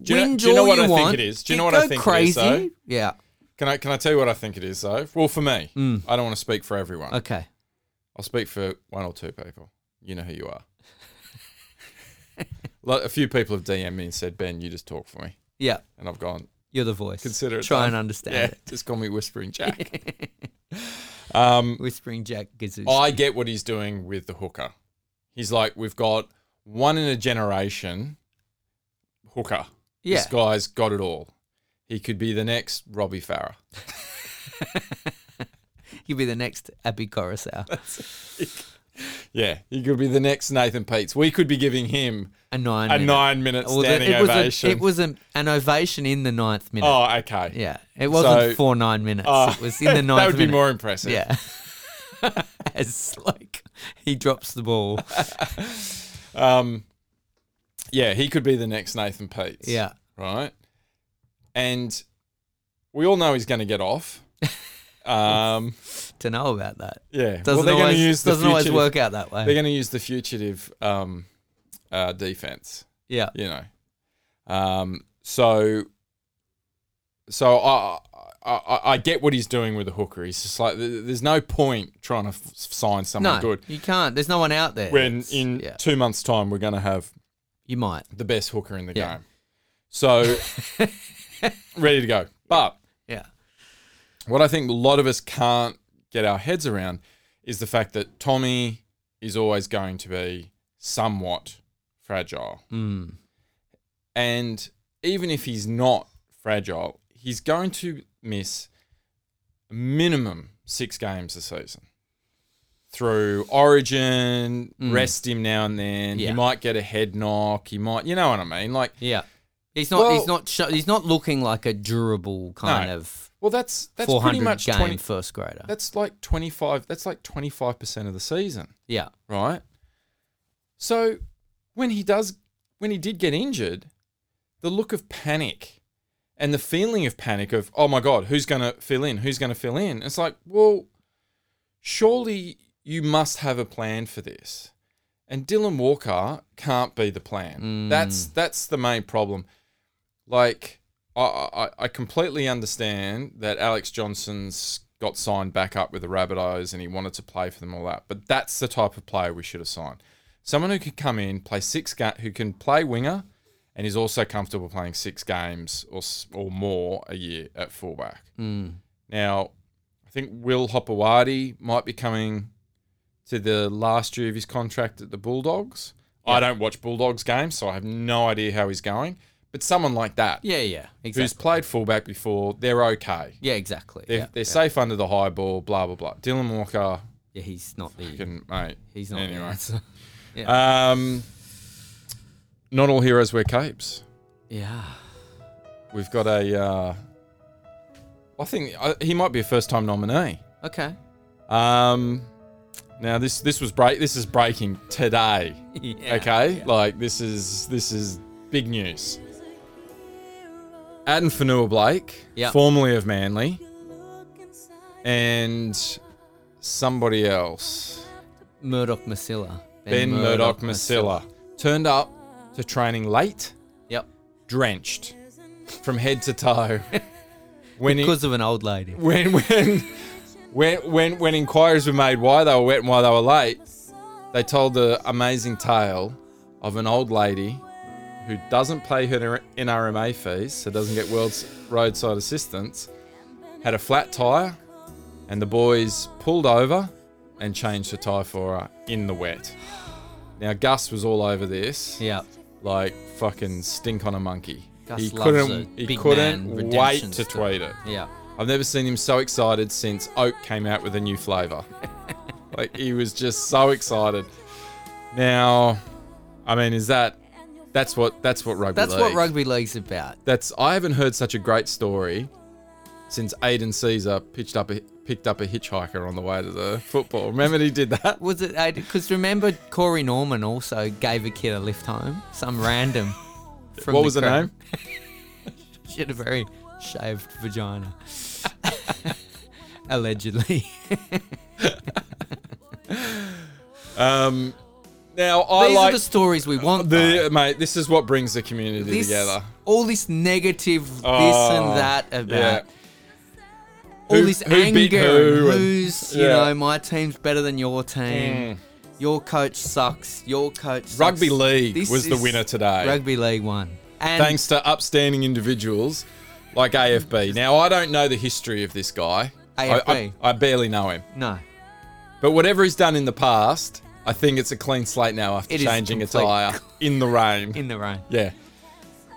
Speaker 2: Do you know-
Speaker 3: whinge
Speaker 2: do you know
Speaker 3: all
Speaker 2: what I think
Speaker 3: want.
Speaker 2: it is? Do you
Speaker 3: Get-
Speaker 2: know what
Speaker 3: go
Speaker 2: I think it is,
Speaker 3: crazy.
Speaker 2: though?
Speaker 3: Yeah.
Speaker 2: Can I can I tell you what I think it is though? Well, for me, I don't want to speak for everyone.
Speaker 3: Mm. Okay.
Speaker 2: I'll speak for one or two people. You know who you are. Like, a few people have DM'd me and said, "Ben, you just talk for me,"
Speaker 3: Yeah.
Speaker 2: and I've gone,
Speaker 3: You're the voice.
Speaker 2: "Consider it."
Speaker 3: Try
Speaker 2: done."
Speaker 3: and understand
Speaker 2: Yeah,
Speaker 3: it.
Speaker 2: just call me Whispering Jack. um,
Speaker 3: Whispering Jack Gizzard.
Speaker 2: I get what he's doing with the hooker. He's like, "We've got one in a generation hooker.
Speaker 3: yeah.
Speaker 2: This guy's got it all. He could be the next Robbie Farah."
Speaker 3: You'll be the next Abby Coruscant.
Speaker 2: Yeah, he could be the next Nathan Peets. We could be giving him
Speaker 3: A nine.
Speaker 2: a
Speaker 3: minute.
Speaker 2: nine-minute
Speaker 3: Well, the-
Speaker 2: standing
Speaker 3: it was a-
Speaker 2: ovation.
Speaker 3: it was an- an ovation in the ninth minute.
Speaker 2: oh, okay.
Speaker 3: Yeah, it wasn't
Speaker 2: So-
Speaker 3: for nine minutes.
Speaker 2: Oh,
Speaker 3: it was in the ninth
Speaker 2: that would be
Speaker 3: minute.
Speaker 2: more impressive.
Speaker 3: Yeah. As like he drops the ball.
Speaker 2: Um, yeah, he could be the next Nathan Peets.
Speaker 3: Yeah.
Speaker 2: Right. And we all know he's going to get off. Um,
Speaker 3: To know about that.
Speaker 2: yeah.
Speaker 3: Doesn't
Speaker 2: well, they're going
Speaker 3: always
Speaker 2: to use the
Speaker 3: doesn't always
Speaker 2: fugitive-
Speaker 3: work eh? out that way.
Speaker 2: They're going to use the fugitive um, uh, defense.
Speaker 3: yeah.
Speaker 2: you know. Um, so, so I, I I I get what he's doing with the hooker. He's just like, th- there's no point trying to f- sign someone
Speaker 3: No,
Speaker 2: good
Speaker 3: you can't. There's no one out there.
Speaker 2: when
Speaker 3: It's-
Speaker 2: in
Speaker 3: yeah,
Speaker 2: two months' time we're going to have
Speaker 3: you might.
Speaker 2: the best hooker in the
Speaker 3: Yeah.
Speaker 2: game. So, ready to go. But
Speaker 3: Yeah.
Speaker 2: what I think a lot of us can't get our heads around is the fact that Tommy is always going to be somewhat fragile.
Speaker 3: Mm.
Speaker 2: And even if he's not fragile, he's going to miss minimum six games a season through Origin, rest him now and then.
Speaker 3: Mm. Yeah.
Speaker 2: He might get a head knock. He might, you know what I mean? Like,
Speaker 3: Yeah. He's not.
Speaker 2: Well-
Speaker 3: he's not. Show, he's not looking like a durable kind
Speaker 2: No.
Speaker 3: of
Speaker 2: well, that's that's pretty
Speaker 3: 400
Speaker 2: much
Speaker 3: game
Speaker 2: 20,
Speaker 3: first grader.
Speaker 2: That's like twenty five. That's like twenty five percent of the season,
Speaker 3: Yeah.
Speaker 2: right? So when he does, when he did get injured, the look of panic and the feeling of panic of oh my god who's going to fill in who's going to fill in it's like well surely you must have a plan for this and dylan walker can't be the plan that's that's the main problem like I, I i completely understand that alex johnson's got signed back up with the rabbitohs and he wanted to play for them all that but that's the type of player we should have signed someone who could come in play six ga- who can play winger and he's also comfortable playing six games or s- or more a year at fullback. Now, I think Will Hopewadi might be coming to the last year of his contract at the Bulldogs. I don't watch Bulldogs games, so I have no idea how he's going. But someone like that,
Speaker 3: Yeah. Yeah.
Speaker 2: who's
Speaker 3: Exactly.
Speaker 2: played fullback before, they're okay.
Speaker 3: Yeah. Exactly.
Speaker 2: They're,
Speaker 3: yeah.
Speaker 2: they're safe under the high ball, blah, blah, blah. Dylan Walker,
Speaker 3: yeah. He's not the.
Speaker 2: can, mate.
Speaker 3: He's not the
Speaker 2: Anyway.
Speaker 3: answer.
Speaker 2: Um, not all heroes wear capes.
Speaker 3: Yeah.
Speaker 2: We've got a. Uh, I think uh, he might be a first-time nominee.
Speaker 3: Okay.
Speaker 2: Um, now this this was break. This is breaking today.
Speaker 3: Yeah.
Speaker 2: Okay, like this is this is big news. Adam Fanua Blake,
Speaker 3: Yeah.
Speaker 2: formerly of Manly, and somebody else,
Speaker 3: Murdoch Masilla.
Speaker 2: Ben, Murdoch Masilla, turned up to training late,
Speaker 3: Yep.
Speaker 2: drenched from head to toe. When he-
Speaker 3: Because of an old lady.
Speaker 2: when when when when when inquiries were made why they were wet and why they were late, they told the amazing tale of an old lady who doesn't pay her NRMA fees, so doesn't get world's roadside assistance, had a flat tire, and the boys pulled over and changed the tie for her in the wet. Now Gus was all over this,
Speaker 3: Yeah.
Speaker 2: like fucking stink on a monkey.
Speaker 3: Gus
Speaker 2: he
Speaker 3: loves
Speaker 2: couldn't,
Speaker 3: a
Speaker 2: he
Speaker 3: big man
Speaker 2: couldn't wait
Speaker 3: redemption
Speaker 2: to
Speaker 3: story.
Speaker 2: tweet it.
Speaker 3: Yeah.
Speaker 2: I've never seen him so excited since Oak came out with a new flavour. like he was just so excited. Now, I mean, is that that's what that's what rugby?
Speaker 3: That's what
Speaker 2: league-
Speaker 3: rugby league's about.
Speaker 2: That's I haven't heard such a great story since Aiden Caesar pitched up a, picked up a hitchhiker on the way to the football. Remember he did that?
Speaker 3: Was it? Because remember, Corey Norman also gave a kid a lift home. Some random. From
Speaker 2: what was the
Speaker 3: crowd.
Speaker 2: name?
Speaker 3: She had a very shaved vagina. Allegedly.
Speaker 2: Um, now I
Speaker 3: These
Speaker 2: like
Speaker 3: are the stories we want. though.
Speaker 2: the mate. This is what brings the community
Speaker 3: this,
Speaker 2: together.
Speaker 3: All this negative, this
Speaker 2: Oh,
Speaker 3: and that about.
Speaker 2: yeah.
Speaker 3: All
Speaker 2: Who-
Speaker 3: this
Speaker 2: who beat
Speaker 3: anger
Speaker 2: who
Speaker 3: and
Speaker 2: and-
Speaker 3: who's, you
Speaker 2: yeah. Mm.
Speaker 3: know, my team's better than your team. Your coach sucks. Your coach sucks.
Speaker 2: Rugby league
Speaker 3: This
Speaker 2: was the
Speaker 3: is-
Speaker 2: winner today.
Speaker 3: Rugby league won. And
Speaker 2: thanks to upstanding individuals like AFB. Now, I don't know the history of this guy. I-
Speaker 3: AFB.
Speaker 2: I, I barely know him.
Speaker 3: No.
Speaker 2: But whatever he's done in the past, I think it's a clean slate now after
Speaker 3: It is
Speaker 2: changing a
Speaker 3: complete-
Speaker 2: tyre in the rain.
Speaker 3: In the rain.
Speaker 2: yeah.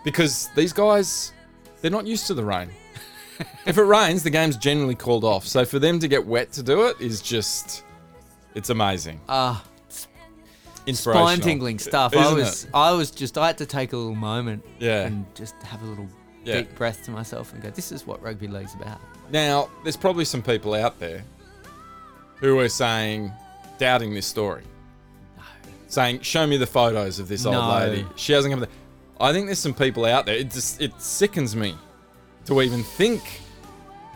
Speaker 2: Because these guys, they're not used to the rain. if it rains, the game's generally called off. So for them to get wet to do it is just, it's amazing.
Speaker 3: Ah.
Speaker 2: Inspirational.
Speaker 3: spine tingling stuff. I
Speaker 2: Isn't
Speaker 3: was
Speaker 2: it?
Speaker 3: I was just I had to take a little moment
Speaker 2: Yeah.
Speaker 3: and just have a little
Speaker 2: Yeah.
Speaker 3: deep breath to myself and go, This is what rugby league's about.
Speaker 2: Now, there's probably some people out there who are saying, doubting this story. Saying, show me the photos of this
Speaker 3: No.
Speaker 2: old lady. She hasn't come. I think there's some people out there. It just it sickens me to even think.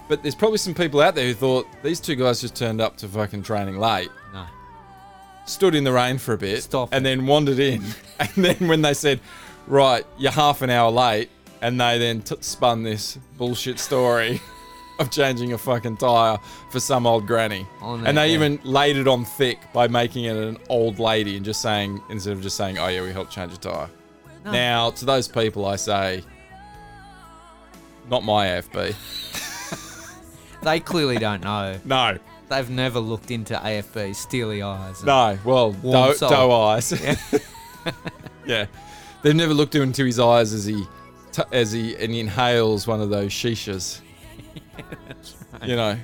Speaker 2: But there's probably some people out there who thought these two guys just turned up to fucking training late,
Speaker 3: No.
Speaker 2: stood in the rain for a bit,
Speaker 3: Stop
Speaker 2: and
Speaker 3: it.
Speaker 2: then wandered in. and then when they said, "Right, you're half an hour late," and they then t- spun this bullshit story of changing a fucking tire for some old granny,
Speaker 3: On
Speaker 2: and
Speaker 3: it,
Speaker 2: they
Speaker 3: yeah.
Speaker 2: even laid it on thick by making it an old lady and just saying instead of just saying, "Oh yeah, we helped change a tire."
Speaker 3: No.
Speaker 2: Now to those people, I say, not my AFB.
Speaker 3: They clearly don't know.
Speaker 2: No,
Speaker 3: They've never looked into AFB steely eyes. and-
Speaker 2: no. Well,
Speaker 3: Warm
Speaker 2: doe,
Speaker 3: soul.
Speaker 2: doe eyes. Yeah. they've never looked into his eyes as he t- as he and he inhales one of those shishas. You know,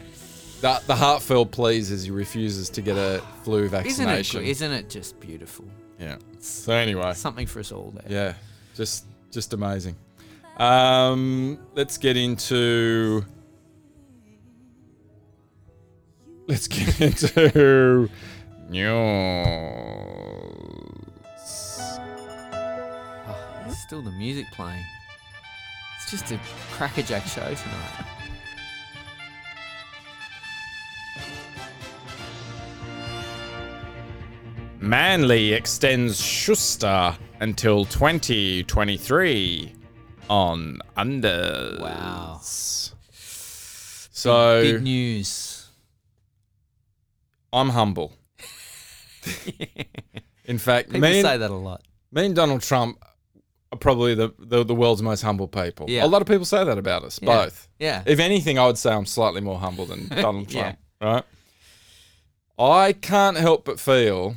Speaker 2: the, the heartfelt pleas as he refuses to get a flu
Speaker 3: Isn't it gr-
Speaker 2: vaccination.
Speaker 3: isn't it just beautiful?
Speaker 2: yeah. So anyway,
Speaker 3: Something for us all there.
Speaker 2: yeah, just just amazing. Um, let's get into let's get into news.
Speaker 3: Oh, there's still the music playing. It's just a crackerjack show tonight.
Speaker 2: Manly extends Schuster until 2023 on under.
Speaker 3: Wow.
Speaker 2: So
Speaker 3: Big news.
Speaker 2: I'm humble. In fact,
Speaker 3: People
Speaker 2: me and,
Speaker 3: say that a lot.
Speaker 2: me and Donald Trump are probably the, the, the world's most humble people.
Speaker 3: Yeah.
Speaker 2: A lot of people say that about us,
Speaker 3: Yeah.
Speaker 2: both.
Speaker 3: Yeah.
Speaker 2: If anything, I would say I'm slightly more humble than Donald
Speaker 3: Yeah.
Speaker 2: Trump, right? I can't help but feel,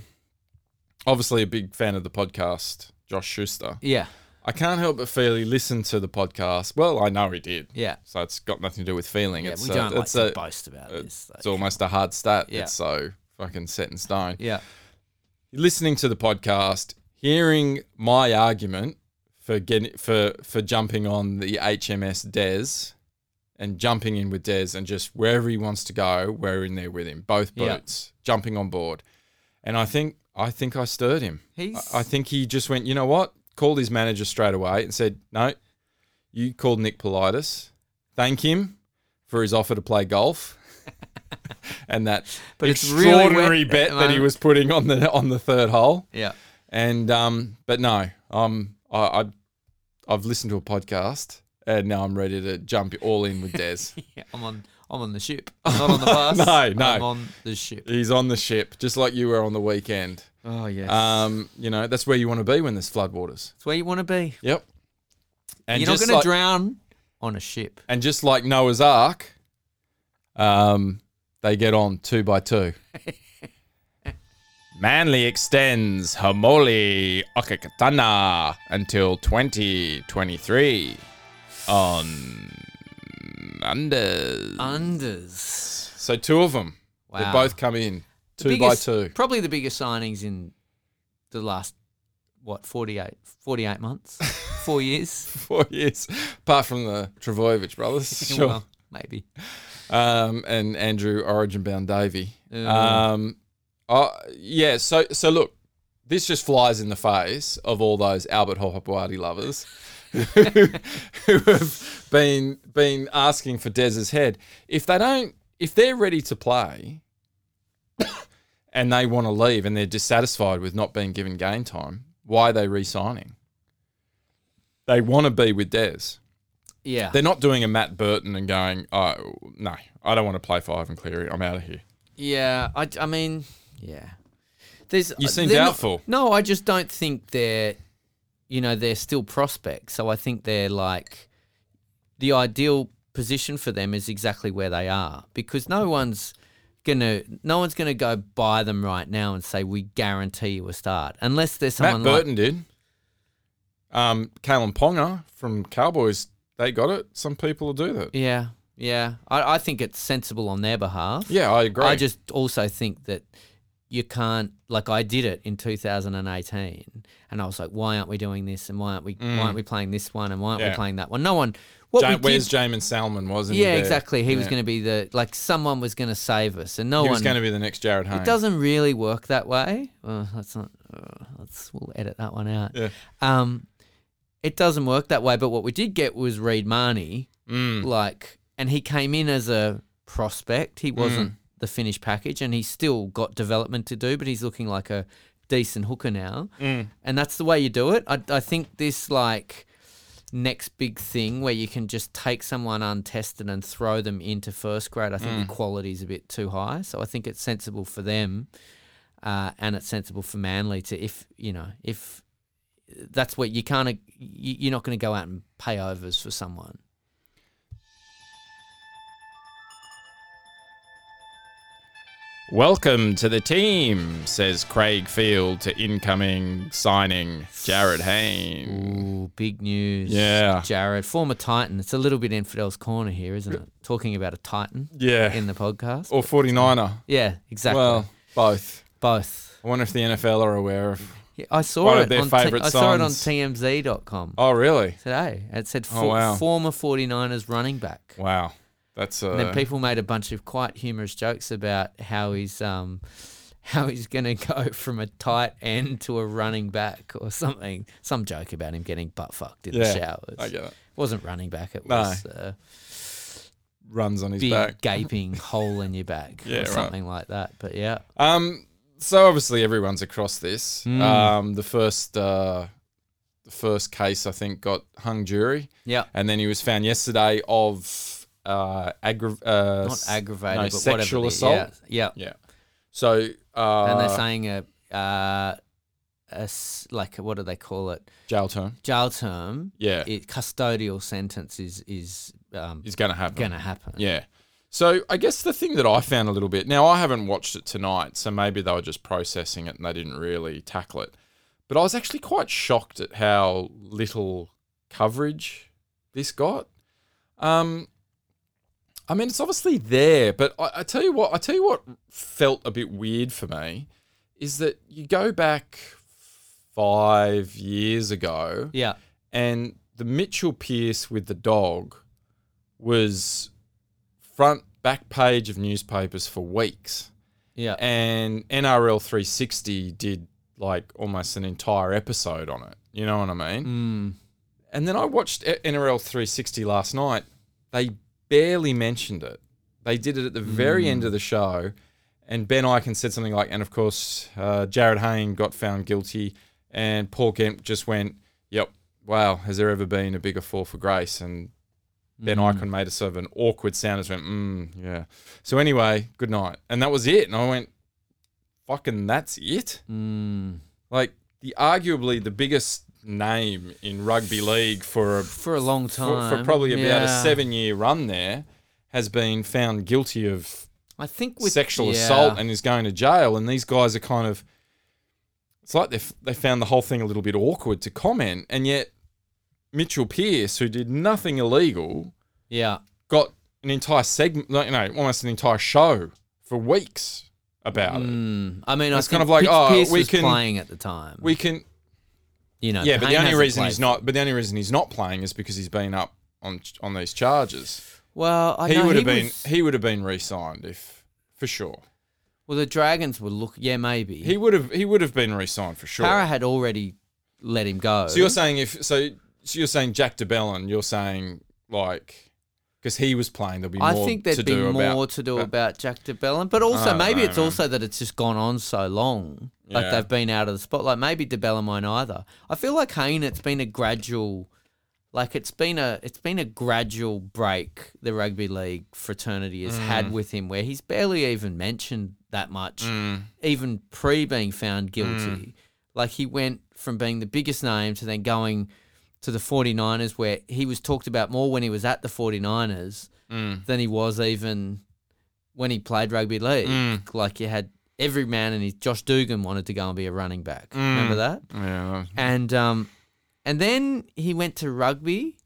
Speaker 2: obviously, a big fan of the podcast, Josh Schuster.
Speaker 3: yeah.
Speaker 2: I can't help but feel he listened to the podcast. Well, I know he did.
Speaker 3: Yeah.
Speaker 2: So it's got nothing to do with feeling.
Speaker 3: Yeah,
Speaker 2: it's
Speaker 3: we
Speaker 2: a-
Speaker 3: don't like
Speaker 2: it's
Speaker 3: to
Speaker 2: a-
Speaker 3: boast about this.
Speaker 2: it's
Speaker 3: though.
Speaker 2: almost a hard stat.
Speaker 3: Yeah.
Speaker 2: It's so fucking set in stone.
Speaker 3: yeah.
Speaker 2: Listening to the podcast, hearing my argument for getting for for jumping on the HMS Des and jumping in with Des and just wherever he wants to go, we're in there with him. Both
Speaker 3: Yeah.
Speaker 2: boats jumping on board, and I think I think I stirred him.
Speaker 3: He's-
Speaker 2: I, I think he just went. You know what? Called his manager straight away and said, "No, you called Nick Politis. Thank him for his offer to play golf." And that
Speaker 3: But it's really wet
Speaker 2: extraordinary
Speaker 3: at the
Speaker 2: bet that he
Speaker 3: moment.
Speaker 2: was putting on the on the third hole.
Speaker 3: Yeah.
Speaker 2: And um, but no, um, I, I I've listened to a podcast and now I'm ready to jump all in with Des.
Speaker 3: Yeah, I'm on. I'm on the ship. I'm not on the bus.
Speaker 2: No, no.
Speaker 3: I'm on the ship.
Speaker 2: He's on the ship, just like you were on the weekend.
Speaker 3: Oh yes.
Speaker 2: Um, you know that's where you want to be when there's floodwaters.
Speaker 3: it's where you want to be.
Speaker 2: Yep. And
Speaker 3: You're not
Speaker 2: just
Speaker 3: going to
Speaker 2: like-
Speaker 3: drown on a ship.
Speaker 2: And just like Noah's Ark, um, They get on two by two. Manly extends Hamoli Okakatana until 2023 on Unders.
Speaker 3: Unders.
Speaker 2: So two of them. They
Speaker 3: Uh, Wow.
Speaker 2: both come in two
Speaker 3: biggest-
Speaker 2: by two.
Speaker 3: Probably the biggest signings in the last, what, 48, 48 months? Four years?
Speaker 2: Four years, apart from the Travojevic brothers, sure.
Speaker 3: Well, maybe.
Speaker 2: um, and Andrew Origin Bound Davy.
Speaker 3: Ooh.
Speaker 2: Um, uh, yeah. So so look, this just flies in the face of all those Albert Hopperwadi lovers who, who have been been asking for Dez's head. If they don't, if they're ready to play. And they want to leave, and they're dissatisfied with not being given game time. Why are they re-signing? They want to be with Des.
Speaker 3: Yeah.
Speaker 2: They're not doing a Matt Burton and going, oh, no, I don't want to play five and Cleary. I'm out of here.
Speaker 3: Yeah, I, I mean, yeah. There's uh,
Speaker 2: You seem
Speaker 3: they're not-
Speaker 2: doubtful.
Speaker 3: no, I just don't think they're, you know, they're still prospects. So I think they're like the ideal position for them is exactly where they are because no one's gonna no one's gonna go buy them right now and say we guarantee you a start unless there's someone
Speaker 2: Matt
Speaker 3: like
Speaker 2: Burton did. Um, Kalen Ponga from Cowboys, they got it. Some people will do that.
Speaker 3: yeah yeah I, I think it's sensible on their behalf
Speaker 2: Yeah, I agree.
Speaker 3: I just also think that you can't like I did it in 2018 and I was like why aren't we doing this and why aren't we why aren't we playing this one and why aren't
Speaker 2: Mm. Yeah.
Speaker 3: we playing that one no one what
Speaker 2: Ja-
Speaker 3: we
Speaker 2: where's
Speaker 3: did,
Speaker 2: Jamin Salmon, wasn't he?
Speaker 3: yeah
Speaker 2: there?
Speaker 3: exactly he was
Speaker 2: Yeah.
Speaker 3: going to be the like someone was going to save us and no
Speaker 2: He
Speaker 3: one
Speaker 2: was going to be the next Jared Haynes.
Speaker 3: it doesn't really work that way well, that's not uh, let's we'll edit that one out
Speaker 2: Yeah.
Speaker 3: um it doesn't work that way but what we did get was Reed Marnie
Speaker 2: Mm.
Speaker 3: like and he came in as a prospect he wasn't the finished package and he's still got development to do but he's looking like a decent hooker now and that's the way you do it I, I think this like next big thing where you can just take someone untested and throw them into first grade i think the quality's a bit too high so i think it's sensible for them uh, and it's sensible for manly to if you know if that's what you can't you- you're not going to go out and pay overs for someone
Speaker 2: Welcome to the team, says Craig Field to incoming signing Jared Haynes.
Speaker 3: Ooh, big news.
Speaker 2: Yeah.
Speaker 3: Jared, former Titan. It's a little bit Infidel's Corner here, isn't it? Talking about a Titan
Speaker 2: Yeah.
Speaker 3: in the podcast.
Speaker 2: or 49er.
Speaker 3: yeah, exactly.
Speaker 2: Well, both.
Speaker 3: Both.
Speaker 2: I wonder if the NFL are aware of.
Speaker 3: Yeah, I saw
Speaker 2: One
Speaker 3: it
Speaker 2: of their
Speaker 3: on
Speaker 2: favourite
Speaker 3: I saw it on
Speaker 2: songs.
Speaker 3: tmz.com
Speaker 2: Oh, really?
Speaker 3: today. It said
Speaker 2: Oh,
Speaker 3: for,
Speaker 2: wow.
Speaker 3: former 49ers running back.
Speaker 2: Wow. That's uh,
Speaker 3: And then people made a bunch of quite humorous jokes about how he's um how he's gonna go from a tight end to a running back or something. Some joke about him getting butt fucked in
Speaker 2: Yeah,
Speaker 3: the showers.
Speaker 2: I get it.
Speaker 3: wasn't running back. It
Speaker 2: No.
Speaker 3: was uh, a
Speaker 2: runs on his
Speaker 3: big
Speaker 2: back.
Speaker 3: gaping hole in your back
Speaker 2: Yeah,
Speaker 3: or
Speaker 2: right.
Speaker 3: something like that. But yeah,
Speaker 2: Um, so obviously everyone's across this.
Speaker 3: Hmm.
Speaker 2: Um, the first, uh, the first case I think got hung jury,
Speaker 3: yeah,
Speaker 2: and then he was found yesterday of uh, aggra- uh
Speaker 3: not
Speaker 2: s-
Speaker 3: aggravated,
Speaker 2: no,
Speaker 3: but
Speaker 2: sexual
Speaker 3: whatever.
Speaker 2: assault.
Speaker 3: the- Yeah, yeah.
Speaker 2: Yeah. So uh,
Speaker 3: and they're saying a, uh, a s- like what do they call it?
Speaker 2: jail term.
Speaker 3: Jail term.
Speaker 2: Yeah.
Speaker 3: it, custodial sentence is is um,
Speaker 2: Is going to happen.
Speaker 3: going to happen.
Speaker 2: Yeah. So I guess the thing that I found a little bit now I haven't watched it tonight, so maybe they were just processing it and they didn't really tackle it. But I was actually quite shocked at how little coverage this got. Um, I mean, it's obviously there, but I, I tell you what, I tell you what felt a bit weird for me is that you go back five years ago,
Speaker 3: yeah,
Speaker 2: and the Mitchell Pierce with the dog was front back page of newspapers for weeks.
Speaker 3: yeah.
Speaker 2: And NRL 360 did like almost an entire episode on it. You know what I mean?
Speaker 3: Mm.
Speaker 2: And then I watched E- NRL 360 last night. They barely mentioned it. They did it at the very end of the show. And Ben Eichen said something like, and of course, uh, Jared Hayne got found guilty. And Paul Kemp just went, yep, wow, has there ever been a bigger fall for grace? And Ben Eichen made a sort of an awkward sound and just went, mm, yeah. So anyway, good night. And that was it. And I went, fucking, that's it?
Speaker 3: Mm.
Speaker 2: Like, the arguably the biggest name in rugby league for a
Speaker 3: For a long
Speaker 2: for,
Speaker 3: time,
Speaker 2: for probably about a
Speaker 3: Yeah.
Speaker 2: seven year run there, has been found guilty of
Speaker 3: I think with
Speaker 2: sexual
Speaker 3: yeah.
Speaker 2: assault and is going to jail. And these guys are kind of, it's like they f- they found the whole thing a little bit awkward to comment. And yet, Mitchell Pearce, who did nothing illegal,
Speaker 3: yeah,
Speaker 2: got an entire segment, no, no almost an entire show for weeks about
Speaker 3: Mm.
Speaker 2: it.
Speaker 3: I mean,
Speaker 2: It's kind
Speaker 3: I think
Speaker 2: of like,
Speaker 3: Pitch
Speaker 2: oh,
Speaker 3: Pierce
Speaker 2: we
Speaker 3: was
Speaker 2: can-
Speaker 3: playing at the time.
Speaker 2: We can,
Speaker 3: you know,
Speaker 2: yeah, but the
Speaker 3: Payne
Speaker 2: only
Speaker 3: hasn't
Speaker 2: reason he's
Speaker 3: played.
Speaker 2: not, but the only reason he's not playing is because he's been up on on these charges.
Speaker 3: Well, I
Speaker 2: he
Speaker 3: know
Speaker 2: would have been,
Speaker 3: was-
Speaker 2: he would have been re-signed if, for sure.
Speaker 3: well, the Dragons would look. Yeah, maybe.
Speaker 2: He would have, he would have been re-signed for sure.
Speaker 3: Para had already let him go.
Speaker 2: So you're saying if so, so you're saying Jack DeBellin, you're saying like because he was playing, there'll be more
Speaker 3: I think
Speaker 2: to
Speaker 3: there'd be
Speaker 2: do
Speaker 3: more
Speaker 2: about.
Speaker 3: to do about Jack DeBellin, but also
Speaker 2: Oh,
Speaker 3: maybe
Speaker 2: no,
Speaker 3: it's
Speaker 2: no.
Speaker 3: also that it's just gone on so long, like
Speaker 2: Yeah.
Speaker 3: they've been out of the spotlight. Maybe DeBellin won't either. I feel like Hayne, it's been a gradual, like it's been a it's been a gradual break the rugby league fraternity has
Speaker 2: Mm.
Speaker 3: had with him, where he's barely even mentioned that much,
Speaker 2: Mm.
Speaker 3: even pre being found guilty. Like he went from being the biggest name to then going to the 49ers where he was talked about more when he was at the 49ers
Speaker 2: Mm.
Speaker 3: than he was even when he played rugby league.
Speaker 2: Mm.
Speaker 3: Like you had every man and his Josh Dugan wanted to go and be a running back.
Speaker 2: Mm.
Speaker 3: Remember that?
Speaker 2: yeah,
Speaker 3: And um and then he went to rugby.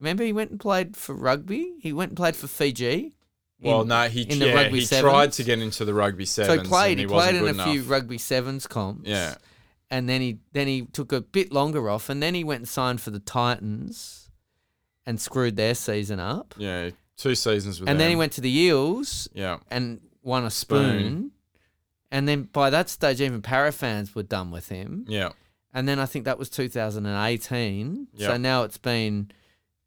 Speaker 3: Remember he went and played for rugby? He went and played for Fiji.
Speaker 2: well,
Speaker 3: in-
Speaker 2: no, he
Speaker 3: in the
Speaker 2: yeah,
Speaker 3: rugby
Speaker 2: he
Speaker 3: sevens.
Speaker 2: tried to get into the rugby
Speaker 3: So
Speaker 2: sevens.
Speaker 3: he played.
Speaker 2: and
Speaker 3: He,
Speaker 2: he
Speaker 3: played
Speaker 2: wasn't
Speaker 3: in a
Speaker 2: good
Speaker 3: few
Speaker 2: enough.
Speaker 3: rugby sevens comps.
Speaker 2: Yeah.
Speaker 3: and then he then he took a bit longer off, and then he went and signed for the Titans, and screwed their season up.
Speaker 2: Yeah, two seasons with
Speaker 3: and then he
Speaker 2: them.
Speaker 3: went to the Eels
Speaker 2: Yeah,
Speaker 3: and won a spoon.
Speaker 2: Spoon.
Speaker 3: And then by that stage, even para fans were done with him.
Speaker 2: yeah,
Speaker 3: And then I think that was 2018. So
Speaker 2: Yep.
Speaker 3: now it's been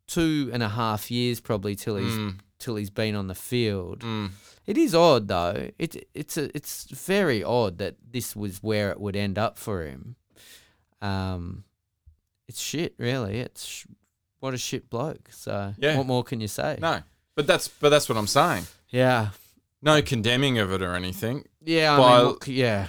Speaker 3: two and a half years probably till he's
Speaker 2: Mm.
Speaker 3: till he's been on the field. It is odd though. It it's a, it's very odd that this was where it would end up for him. Um, it's shit, really. It's sh- what a shit bloke. So
Speaker 2: Yeah.
Speaker 3: what more can you say?
Speaker 2: no, but that's but that's what I'm saying.
Speaker 3: Yeah,
Speaker 2: No condemning of it or anything.
Speaker 3: yeah. I
Speaker 2: By-
Speaker 3: mean, what c- yeah.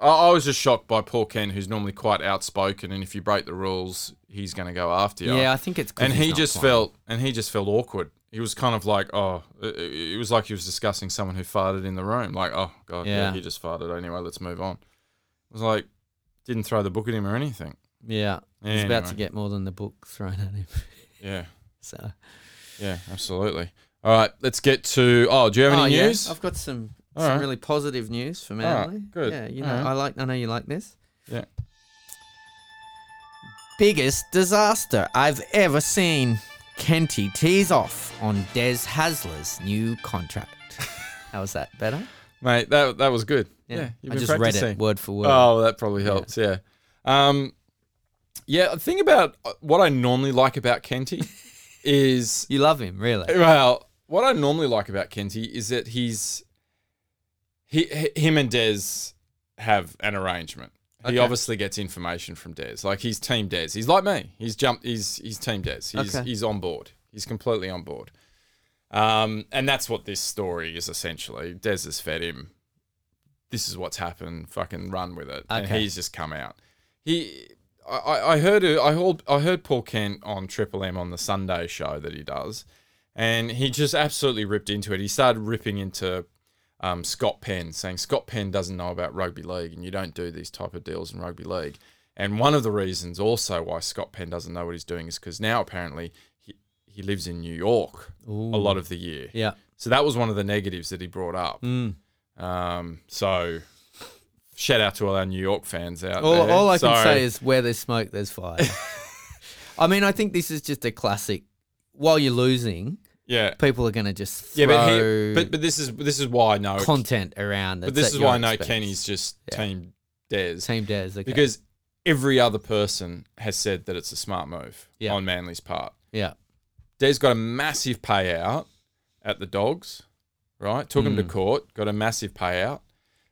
Speaker 2: I, I was just shocked by Paul Ken, who's normally quite outspoken, and if you break the rules, he's going to go after you.
Speaker 3: Yeah, I think it's. 'cause
Speaker 2: and
Speaker 3: he's
Speaker 2: he
Speaker 3: not
Speaker 2: just
Speaker 3: playing.
Speaker 2: felt and he just felt awkward he was kind of like oh it- it it was like he was discussing someone who farted in the room like oh god yeah,
Speaker 3: Yeah.
Speaker 2: he just farted anyway let's move on it was like didn't throw the book at him or anything
Speaker 3: Yeah, he's about to
Speaker 2: Anyway.
Speaker 3: get more than the book thrown at him.
Speaker 2: yeah
Speaker 3: So.
Speaker 2: yeah absolutely all right let's get to oh do you have
Speaker 3: Oh,
Speaker 2: any
Speaker 3: yeah,
Speaker 2: news
Speaker 3: I've got some
Speaker 2: All
Speaker 3: some
Speaker 2: right.
Speaker 3: really positive news for me.
Speaker 2: All right, good.
Speaker 3: Yeah, you know,
Speaker 2: All right.
Speaker 3: I like. I know you like this.
Speaker 2: yeah
Speaker 3: Biggest disaster I've ever seen. Kenty tees off on Des Hasler's new contract. How was that? Better?
Speaker 2: mate that that was good yeah, you've
Speaker 3: I
Speaker 2: been
Speaker 3: just read
Speaker 2: practicing.
Speaker 3: it word for word.
Speaker 2: Oh, that probably helps. Yeah. Um, yeah. The thing about uh, what I normally like about Kenty is
Speaker 3: You love him, really?
Speaker 2: well, what I normally like about Kenty is that he's he h- him and Dez have an arrangement.
Speaker 3: Okay.
Speaker 2: He obviously gets information from Dez. Like he's team Dez. He's like me. He's jumped. He's he's team Dez. He's
Speaker 3: Okay.
Speaker 2: he's on board. He's completely on board. Um, and that's what this story is essentially. Dez has fed him. This is what's happened. Fucking run with it. And
Speaker 3: Okay.
Speaker 2: he's just come out. He, I- I, I heard, I heard, I heard Paul Kent on Triple M on the Sunday show that he does, and he just absolutely ripped into it. He started ripping into um, Scott Penn, saying Scott Penn doesn't know about rugby league, and you don't do these type of deals in rugby league. And one of the reasons also why Scott Penn doesn't know what he's doing is because now apparently he, he lives in New York a lot of the year.
Speaker 3: Yeah.
Speaker 2: So that was one of the negatives that he brought up.
Speaker 3: Hmm.
Speaker 2: Um, so shout out to all our New York fans out
Speaker 3: All,
Speaker 2: there.
Speaker 3: all I can
Speaker 2: Sorry.
Speaker 3: say is where there's smoke, there's fire. I mean, I think this is just a classic. While you're losing,
Speaker 2: yeah,
Speaker 3: people are going to just throw
Speaker 2: yeah, but, he, but but this is this is why I know.
Speaker 3: content around.
Speaker 2: but
Speaker 3: that's
Speaker 2: this
Speaker 3: at
Speaker 2: is
Speaker 3: your
Speaker 2: why I know
Speaker 3: expense.
Speaker 2: Kenny's just team Des
Speaker 3: team Des okay.
Speaker 2: because every other person has said that it's a smart move
Speaker 3: Yeah.
Speaker 2: on Manly's part.
Speaker 3: yeah,
Speaker 2: Des got a massive payout at the Dogs, right? Took
Speaker 3: Hmm.
Speaker 2: him to court, got a massive payout.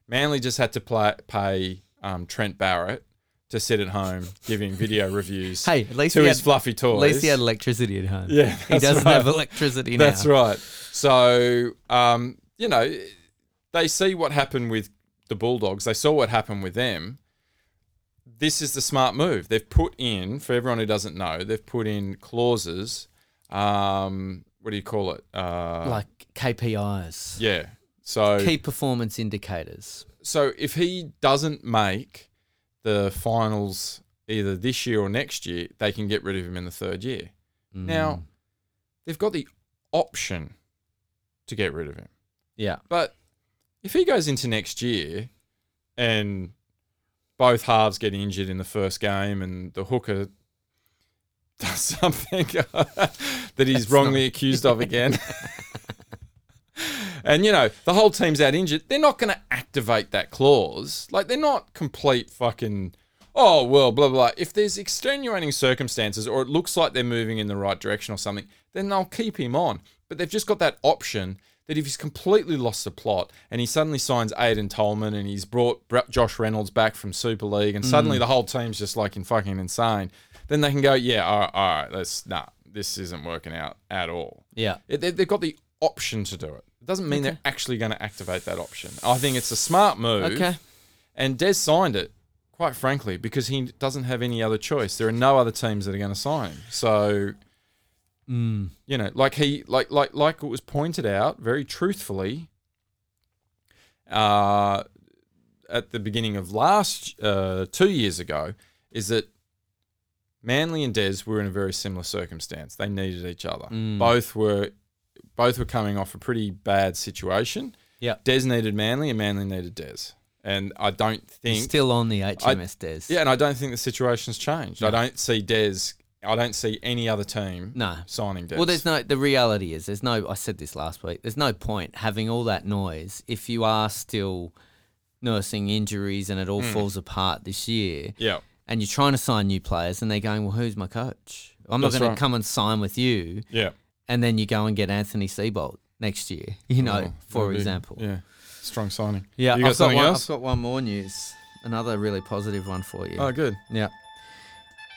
Speaker 2: Manly just had to play, pay um, Trent Barrett to sit at home giving video reviews
Speaker 3: Hey, at least
Speaker 2: to
Speaker 3: he
Speaker 2: his
Speaker 3: had-
Speaker 2: fluffy toys.
Speaker 3: at least he had electricity at home.
Speaker 2: Yeah,
Speaker 3: he
Speaker 2: that's
Speaker 3: doesn't
Speaker 2: right.
Speaker 3: have electricity now.
Speaker 2: That's right. So, um, you know, they see what happened with the Bulldogs. They saw what happened with them. This is the smart move. They've put in, for everyone who doesn't know, they've put in clauses. Um, what do you call it? Uh,
Speaker 3: Like KPIs.
Speaker 2: yeah. So
Speaker 3: Key performance indicators.
Speaker 2: so if he doesn't make the finals either this year or next year, they can get rid of him in the third year.
Speaker 3: Mm.
Speaker 2: Now, they've got the option to get rid of him.
Speaker 3: Yeah.
Speaker 2: But if he goes into next year and both halves get injured in the first game and the hooker does something that he's wrongly accused of again. And you know the whole team's out injured. They're not going to activate that clause. Like they're not complete fucking. Oh well, blah blah. blah. If there's extenuating circumstances, or it looks like they're moving in the right direction or something, then they'll keep him on. But they've just got that option that if he's completely lost the plot and he suddenly signs Aidan Tolman and he's brought Br- Josh Reynolds back from Super League and suddenly the whole team's just like in fucking insane, then they can go, yeah, all right, all right, let's nah, this isn't working out at all.
Speaker 3: Yeah.
Speaker 2: It, they, they've got the option to do it. It doesn't mean they're actually going to activate that option. I think it's a smart move.
Speaker 3: Okay.
Speaker 2: And Des signed it, quite frankly, because he doesn't have any other choice. There are no other teams that are going to sign him. So,
Speaker 3: Mm.
Speaker 2: you know, like he, like, like, like it was pointed out very truthfully uh, at the beginning of last, uh, two years ago, is that Manly and Des were in a very similar circumstance. They needed each other.
Speaker 3: Mm.
Speaker 2: Both were both were coming off a pretty bad situation.
Speaker 3: Yeah.
Speaker 2: Des needed Manly and Manly needed Des. And I don't think
Speaker 3: Still on the HMS Des.
Speaker 2: Yeah, and I don't think the situation's changed. I don't see Des I don't see any other team
Speaker 3: No.
Speaker 2: signing Des.
Speaker 3: Well, there's no. The reality is, there's no. I said this last week. There's no point having all that noise if you are still nursing injuries and it all falls apart this year.
Speaker 2: Hmm. Yeah.
Speaker 3: And you're trying to sign new players, and they're going, "Well, who's my coach? I'm not
Speaker 2: That's
Speaker 3: going
Speaker 2: right.
Speaker 3: to come and sign with you."
Speaker 2: Yeah.
Speaker 3: And then you go and get Anthony Seabolt next year. You know,
Speaker 2: Oh,
Speaker 3: for
Speaker 2: maybe.
Speaker 3: example.
Speaker 2: Yeah. Strong signing.
Speaker 3: Yeah,
Speaker 2: You got
Speaker 3: I've got
Speaker 2: something
Speaker 3: one.
Speaker 2: else?
Speaker 3: I've got one more news. Another really positive one for you.
Speaker 2: Oh good.
Speaker 3: Yeah.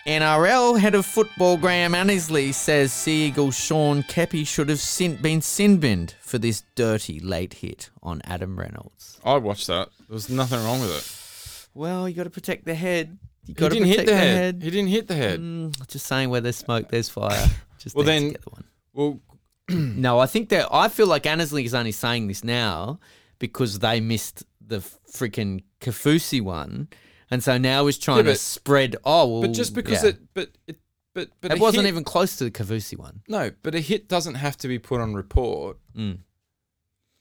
Speaker 3: NRL head of football Graham Annesley says Sea Eagle Sean Kepi should have sin- been sin binned for this dirty late hit on Adam Reynolds.
Speaker 2: I watched that. There was nothing wrong with it.
Speaker 3: Well, you got to protect the head. You
Speaker 2: He
Speaker 3: got to
Speaker 2: didn't
Speaker 3: protect
Speaker 2: hit the head. He didn't hit the head.
Speaker 3: Mm, just saying, where there's smoke, there's fire. Just
Speaker 2: Well,
Speaker 3: well, then,
Speaker 2: then- Well,
Speaker 3: no, I think that I feel like Annesley is only saying this now because they missed the freaking Kafusi one, and so now he's trying to
Speaker 2: but-
Speaker 3: spread. Oh, well,
Speaker 2: but just because
Speaker 3: yeah.
Speaker 2: it but it but but
Speaker 3: it
Speaker 2: a
Speaker 3: wasn't
Speaker 2: hit-
Speaker 3: even close to the Kafusi one.
Speaker 2: No, but a hit doesn't have to be put on report.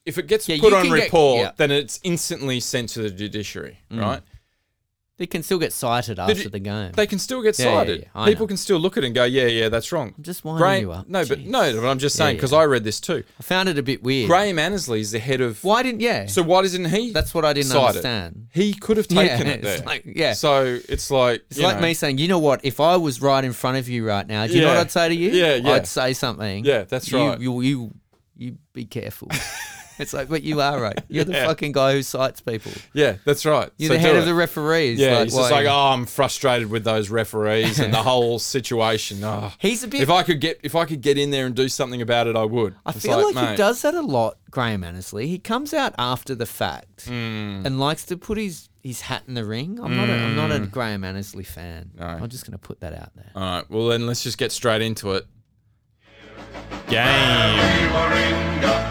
Speaker 2: If it gets
Speaker 3: Mm. Yeah,
Speaker 2: put
Speaker 3: you
Speaker 2: on
Speaker 3: can get-
Speaker 2: report,
Speaker 3: yeah. Mm.
Speaker 2: then it's instantly sent to the judiciary, right?
Speaker 3: They can still get cited
Speaker 2: The
Speaker 3: after
Speaker 2: ju-
Speaker 3: the game.
Speaker 2: They can still get
Speaker 3: Yeah, yeah,
Speaker 2: cited.
Speaker 3: yeah, I
Speaker 2: People
Speaker 3: know.
Speaker 2: can still look at it and go, yeah, yeah, that's wrong.
Speaker 3: I'm just winding you up.
Speaker 2: No, but
Speaker 3: Jeez.
Speaker 2: no, but I'm just
Speaker 3: Yeah,
Speaker 2: saying because
Speaker 3: yeah.
Speaker 2: I read this too.
Speaker 3: I found it a bit weird.
Speaker 2: Graham Annesley is the head of.
Speaker 3: Why didn't yeah?
Speaker 2: So why doesn't he?
Speaker 3: That's what I didn't
Speaker 2: cite it?
Speaker 3: understand.
Speaker 2: He could have
Speaker 3: Yeah,
Speaker 2: taken it there.
Speaker 3: it's like- yeah.
Speaker 2: So it's like
Speaker 3: it's
Speaker 2: you
Speaker 3: like
Speaker 2: know,
Speaker 3: me saying, you know what? If I was right in front of you right now, do you know what
Speaker 2: Yeah.
Speaker 3: I'd say to you?
Speaker 2: Yeah, yeah.
Speaker 3: I'd say something.
Speaker 2: Yeah, that's
Speaker 3: You-
Speaker 2: right.
Speaker 3: You you you be careful. it's like, but you are right. You're
Speaker 2: Yeah.
Speaker 3: the fucking guy who cites people.
Speaker 2: Yeah, that's right.
Speaker 3: You're
Speaker 2: So
Speaker 3: the
Speaker 2: do
Speaker 3: head
Speaker 2: it.
Speaker 3: of the referees.
Speaker 2: Yeah,
Speaker 3: like,
Speaker 2: he's just
Speaker 3: why-
Speaker 2: like, oh, I'm frustrated with those referees and the whole situation. Oh.
Speaker 3: He's a bit-
Speaker 2: If I could get, if I could get in there and do something about it, I would.
Speaker 3: I
Speaker 2: It's
Speaker 3: feel like,
Speaker 2: mate,
Speaker 3: he does that a lot, Graham Annesley. He comes out after the fact
Speaker 2: Hmm.
Speaker 3: and likes to put his, his hat in the ring. I'm not a, I'm not
Speaker 2: Hmm.
Speaker 3: a Graham Annesley fan. I'm just going to put that out there.
Speaker 2: All right, well then, let's just get straight into it. Game.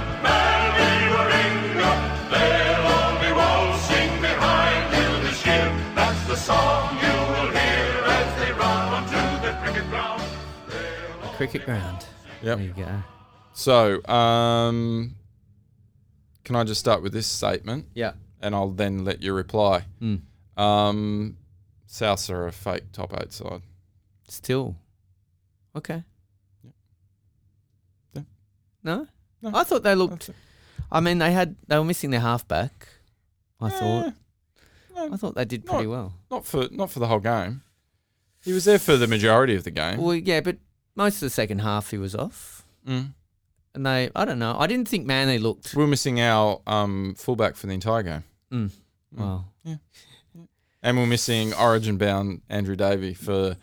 Speaker 3: Cricket ground.
Speaker 2: Yep.
Speaker 3: There you go.
Speaker 2: So, um, can I just start with this statement,
Speaker 3: Yeah.
Speaker 2: and I'll then let you reply.
Speaker 3: Hmm.
Speaker 2: Um, Souths are a fake top eight side.
Speaker 3: Still. Okay.
Speaker 2: Yeah.
Speaker 3: No? I thought they looked. I mean, they had they were missing their halfback. I thought. I thought they did pretty
Speaker 2: not-
Speaker 3: well.
Speaker 2: Not for, not for the whole game. He was there for the majority of the game.
Speaker 3: Well, yeah, but most of the second half he was off,
Speaker 2: Mm.
Speaker 3: and they I don't know. I didn't think Manly looked
Speaker 2: We We're missing our um, fullback for the entire game. Hmm.
Speaker 3: well.
Speaker 2: And we're missing origin bound Andrew Davey for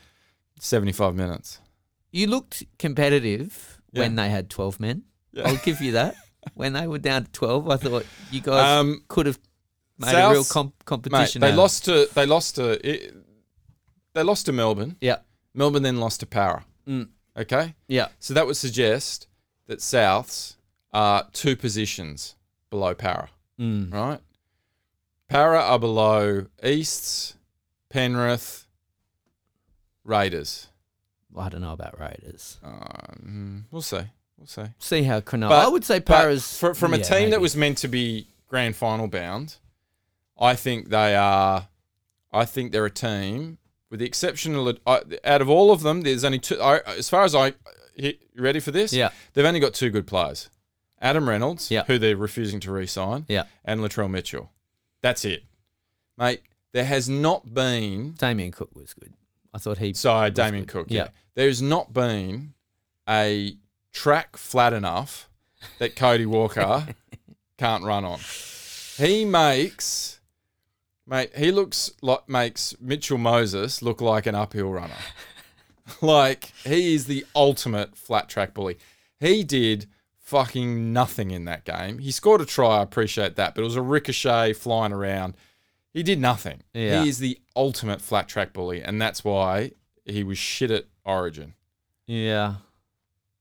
Speaker 2: 75 minutes.
Speaker 3: You looked competitive when
Speaker 2: Yeah.
Speaker 3: they had 12 men.
Speaker 2: Yeah.
Speaker 3: I'll give you that. when they were down to 12, I thought you guys
Speaker 2: Um,
Speaker 3: could have made a
Speaker 2: South-
Speaker 3: real comp-
Speaker 2: Mate,
Speaker 3: competition.
Speaker 2: they
Speaker 3: out of it.
Speaker 2: lost to they lost to it, they lost to Melbourne.
Speaker 3: Yeah,
Speaker 2: Melbourne then lost to Para.
Speaker 3: Mm.
Speaker 2: Okay?
Speaker 3: yeah.
Speaker 2: So that would suggest that Souths are two positions below Para,
Speaker 3: Mm.
Speaker 2: right? Para are below Easts, Penrith, Raiders.
Speaker 3: I don't know about Raiders.
Speaker 2: Um, we'll see. We'll see.
Speaker 3: See how Cronulla.
Speaker 2: But-
Speaker 3: I would say
Speaker 2: but
Speaker 3: Paris
Speaker 2: fr- from a team that was meant to be grand final bound. I think they are. I think they're a team with the exception of I- out of all of them. There's only two. I, as far as I, you ready for this?
Speaker 3: Yeah.
Speaker 2: They've only got two good players: Adam Reynolds,
Speaker 3: Yeah.
Speaker 2: who they're refusing to re-sign,
Speaker 3: Yeah.
Speaker 2: and Latrell Mitchell. That's it, mate. There has not been
Speaker 3: Damien Cook was good. I thought he.
Speaker 2: so Damien
Speaker 3: good.
Speaker 2: Cook.
Speaker 3: Yeah.
Speaker 2: Yeah. There's not been a track flat enough that Cody Walker can't run on. He makes mate, he looks like makes Mitchell Moses look like an uphill runner. like he is the ultimate flat track bully. He did fucking nothing in that game. He scored a try, I appreciate that, but it was a ricochet flying around. He did nothing.
Speaker 3: Yeah.
Speaker 2: He is the ultimate flat track bully, and that's why he was shit at Origin.
Speaker 3: yeah.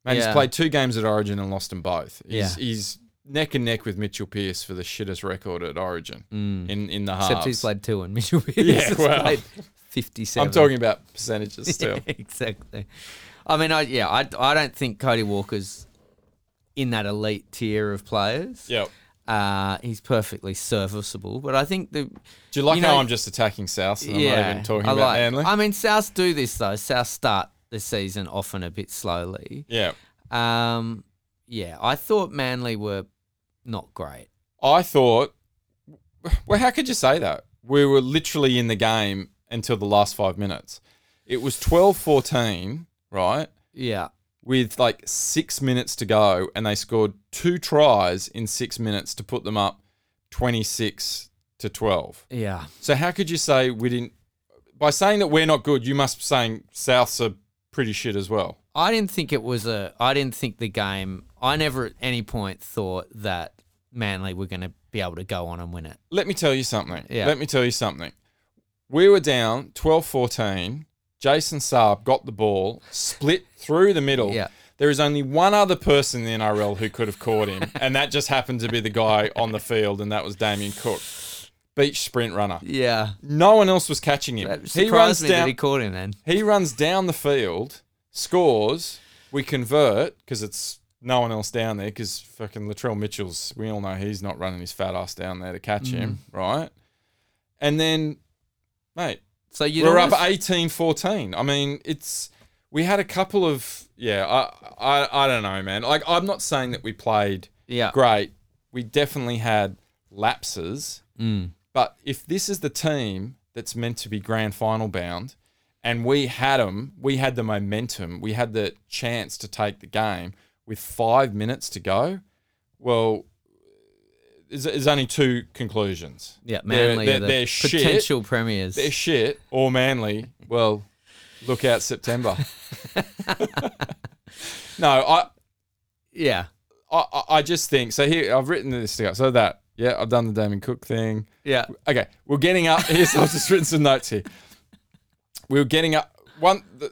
Speaker 2: Man,
Speaker 3: Yeah.
Speaker 2: he's played two games at Origin and lost them both. He's,
Speaker 3: Yeah.
Speaker 2: he's neck and neck with Mitchell Pearce for the shittest record at Origin
Speaker 3: Mm.
Speaker 2: in, in the halves.
Speaker 3: Except he's played two and Mitchell Pearce
Speaker 2: Yeah,
Speaker 3: has
Speaker 2: well.
Speaker 3: played 57.
Speaker 2: I'm talking about percentages still.
Speaker 3: exactly. I mean, I yeah, I, I don't think Cody Walker's in that elite tier of players.
Speaker 2: yep.
Speaker 3: Uh, he's perfectly serviceable, but I think the
Speaker 2: Do you like
Speaker 3: You know-
Speaker 2: how I'm just attacking South and I'm not even talking
Speaker 3: I
Speaker 2: about
Speaker 3: like-
Speaker 2: Manly?
Speaker 3: I mean, South do this though. South start the season often a bit slowly.
Speaker 2: yeah.
Speaker 3: Um, yeah, I thought Manly were not great.
Speaker 2: I thought, well, how could you say that? We were literally in the game until the last five minutes. It was 12 14, right?
Speaker 3: Yeah,
Speaker 2: With like six minutes to go, and they scored two tries in six minutes to put them up 26 to 12.
Speaker 3: yeah,
Speaker 2: So, how could you say we didn't? By saying that we're not good, you must be saying Souths are pretty shit as well.
Speaker 3: I didn't think it was a. I didn't think the game. I never at any point thought that Manly were going to be able to go on and win it.
Speaker 2: let me tell you something.
Speaker 3: Yeah.
Speaker 2: Let me tell you something. We were down 12 14. Jason Saab got the ball, split through the middle.
Speaker 3: Yeah.
Speaker 2: There is only one other person in the NRL who could have caught him, and that just happened to be the guy on the field, and that was Damien Cook, beach sprint runner.
Speaker 3: Yeah,
Speaker 2: No one else was catching him.
Speaker 3: that
Speaker 2: He
Speaker 3: surprised
Speaker 2: runs,
Speaker 3: me that
Speaker 2: down,
Speaker 3: he caught him then.
Speaker 2: he runs down the field, scores, we convert because it's no one else down there because fucking Latrell Mitchell's, we all know he's not running his fat ass down there to catch him, right? And then, mate,
Speaker 3: So you
Speaker 2: we're
Speaker 3: don't
Speaker 2: up
Speaker 3: wanna-
Speaker 2: 18 14. I mean, it's, we had a couple of, yeah, I, I, I don't know, man. Like, I'm not saying that we played
Speaker 3: yeah,
Speaker 2: great. We definitely had lapses.
Speaker 3: Mm.
Speaker 2: But if this is the team that's meant to be grand final bound, and we had them, we had the momentum, we had the chance to take the game with five minutes to go. Well, there's, there's only two conclusions.
Speaker 3: yeah.
Speaker 2: They're-
Speaker 3: Manly
Speaker 2: they're,
Speaker 3: are the
Speaker 2: they're shit.
Speaker 3: potential premiers.
Speaker 2: They're shit or Manly. Well, look out September. no, I,
Speaker 3: yeah,
Speaker 2: I I- I just think so. Here I've written this out. So that yeah, I've done the Damien Cook thing.
Speaker 3: yeah,
Speaker 2: Okay, we're getting up. Here's I've just written some notes here. We were getting up. One, the,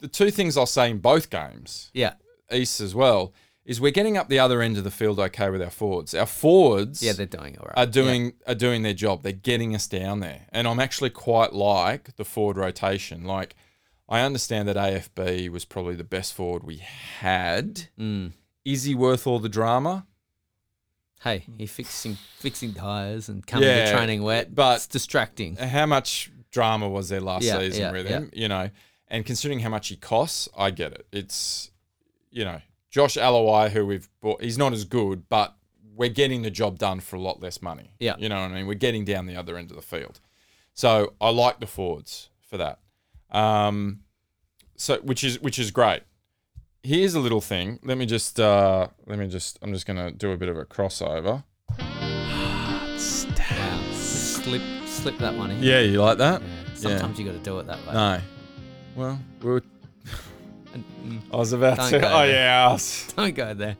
Speaker 2: the two things I'll say in both games,
Speaker 3: yeah,
Speaker 2: East as well, is we're getting up the other end of the field okay with our forwards. Our forwards
Speaker 3: yeah. They're doing all right.
Speaker 2: are doing are doing their job. They're getting us down there, and I'm actually quite like the forward rotation. Like, I understand that AFB was probably the best forward we had.
Speaker 3: Mm.
Speaker 2: Is he worth all the drama?
Speaker 3: Hey, he fixing fixing tires and coming to
Speaker 2: Yeah,
Speaker 3: training wet,
Speaker 2: but- Uh,
Speaker 3: it's distracting.
Speaker 2: how much drama was there last
Speaker 3: Yeah,
Speaker 2: season
Speaker 3: yeah,
Speaker 2: with him? You know, and considering how much he costs, I get it. It's you know Josh Alawai, who we've bought, he's not as good, but we're getting the job done for a lot less money.
Speaker 3: Yeah.
Speaker 2: you know what I mean. We're getting down the other end of the field, so I like the forwards for that. Um, so which is which is great. Here's a little thing. Let me just uh, let me just I'm just gonna do a bit of a crossover.
Speaker 3: Slip slip that one in.
Speaker 2: Yeah, you like that?
Speaker 3: Yeah. Sometimes you got to do it that way.
Speaker 2: No. Well, we were
Speaker 3: And- mm,
Speaker 2: I was about
Speaker 3: Don't
Speaker 2: to.
Speaker 3: go
Speaker 2: Oh
Speaker 3: there.
Speaker 2: yeah. I was-
Speaker 3: don't go there.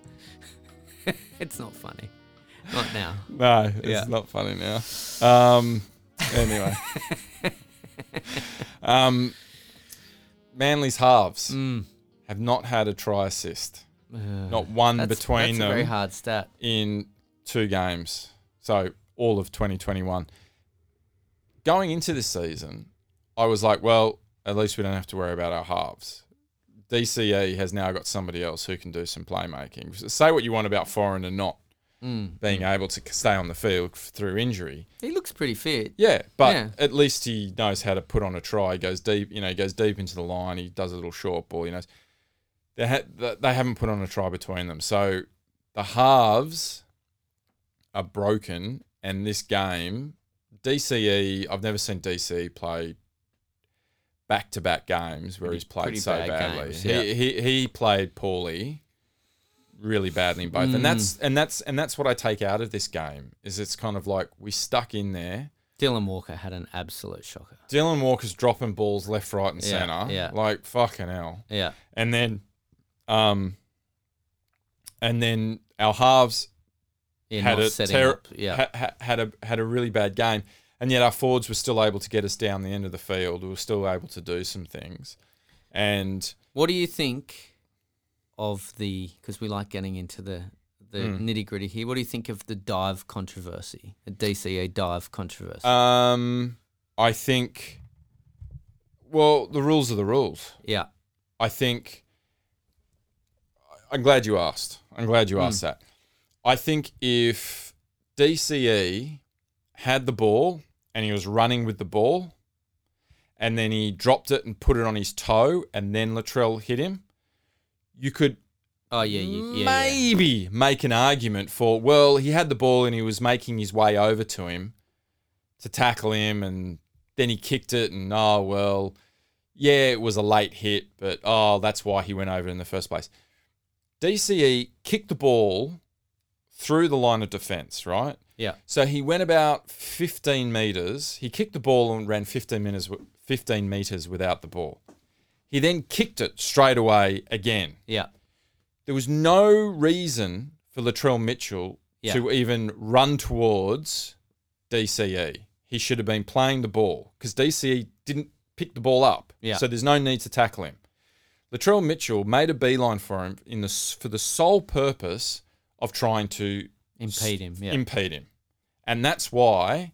Speaker 3: it's not funny. Not now.
Speaker 2: no, it's
Speaker 3: Yeah.
Speaker 2: not funny now. Um. Anyway. um. Manly's halves
Speaker 3: Mm.
Speaker 2: have not had a try assist.
Speaker 3: Uh,
Speaker 2: Not one
Speaker 3: that's,
Speaker 2: between
Speaker 3: that's a
Speaker 2: them
Speaker 3: very hard stat.
Speaker 2: in two games, so all of 2021. Going into this season, I was like, well, at least we don't have to worry about our halves. DCE has now got somebody else who can do some playmaking. Say what you want about foreign and not being able to stay on the field through injury.
Speaker 3: He looks pretty fit.
Speaker 2: Yeah, but
Speaker 3: Yeah.
Speaker 2: at least he knows how to put on a try. He goes deep, you know, he goes deep into the line. He does a little short ball. You know, they ha- th- they haven't put on a try between them. So the halves are broken, and this game, DCE. I've never seen DCE play back to back games where
Speaker 3: Pretty-
Speaker 2: he's played
Speaker 3: pretty
Speaker 2: so
Speaker 3: bad
Speaker 2: badly.
Speaker 3: games,
Speaker 2: he,
Speaker 3: yeah.
Speaker 2: he he played poorly, really badly in both,
Speaker 3: Mm.
Speaker 2: and that's and that's and that's what I take out of this game is it's kind of like we stuck in there.
Speaker 3: Dylan Walker had an absolute shocker.
Speaker 2: Dylan Walker's dropping balls left, right, and
Speaker 3: Yeah,
Speaker 2: center.
Speaker 3: yeah.
Speaker 2: Like fucking hell.
Speaker 3: Yeah.
Speaker 2: And then, um, and then our halves
Speaker 3: Yeah,
Speaker 2: had
Speaker 3: not
Speaker 2: a
Speaker 3: setting
Speaker 2: ter-
Speaker 3: up. Yeah.
Speaker 2: ha- ha- had a had a really bad game, and yet our forwards were still able to get us down the end of the field. We were still able to do some things, and
Speaker 3: What do you think of the? Because we like getting into the the
Speaker 2: Hmm.
Speaker 3: nitty gritty here. What do you think of the dive controversy? The DCA E dive controversy.
Speaker 2: um, I think, well, the rules are the rules.
Speaker 3: yeah.
Speaker 2: I think I'm glad you asked. I'm glad you asked that. I think if DCE had the ball and he was running with the ball and then he dropped it and put it on his toe and then Latrell hit him, you could
Speaker 3: Oh yeah. You, yeah, yeah.
Speaker 2: maybe make an argument for, well, he had the ball and he was making his way over to him to tackle him and then he kicked it and oh well, yeah, it was a late hit, but oh, that's why he went over in the first place. DCE kicked the ball through the line of defense, right?
Speaker 3: Yeah.
Speaker 2: So he went about 15 meters. He kicked the ball and ran 15 minutes, 15 meters without the ball. He then kicked it straight away again
Speaker 3: Yeah.
Speaker 2: there was no reason for Latrell Mitchell
Speaker 3: Yeah.
Speaker 2: to even run towards DCE. He should have been playing the ball because DCE E didn't pick the ball up.
Speaker 3: Yeah.
Speaker 2: So there's no need to tackle him. Latrell Mitchell made a beeline for him in the s- for the sole purpose of trying to
Speaker 3: Impede him. Yeah.
Speaker 2: impede him. And that's why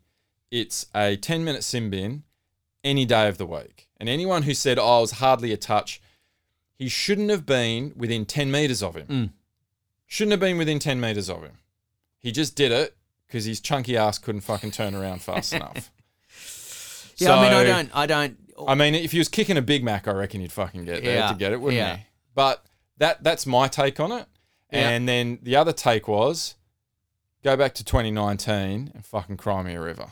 Speaker 2: it's a 10 minute sim bin any day of the week. And anyone who said, oh, it was hardly a touch, he shouldn't have been within 10 meters of him.
Speaker 3: Mm.
Speaker 2: Shouldn't have been within 10 meters of him. He just did it because his chunky ass couldn't fucking turn around fast enough.
Speaker 3: yeah. I mean, I
Speaker 2: So-
Speaker 3: don't. I don't.
Speaker 2: I mean, if he was kicking a Big Mac, I reckon he'd fucking get there
Speaker 3: Yeah,
Speaker 2: to get it, wouldn't
Speaker 3: yeah.
Speaker 2: he? But that that's my take on it.
Speaker 3: Yeah.
Speaker 2: And then the other take was go back to 2019 and fucking cry me a river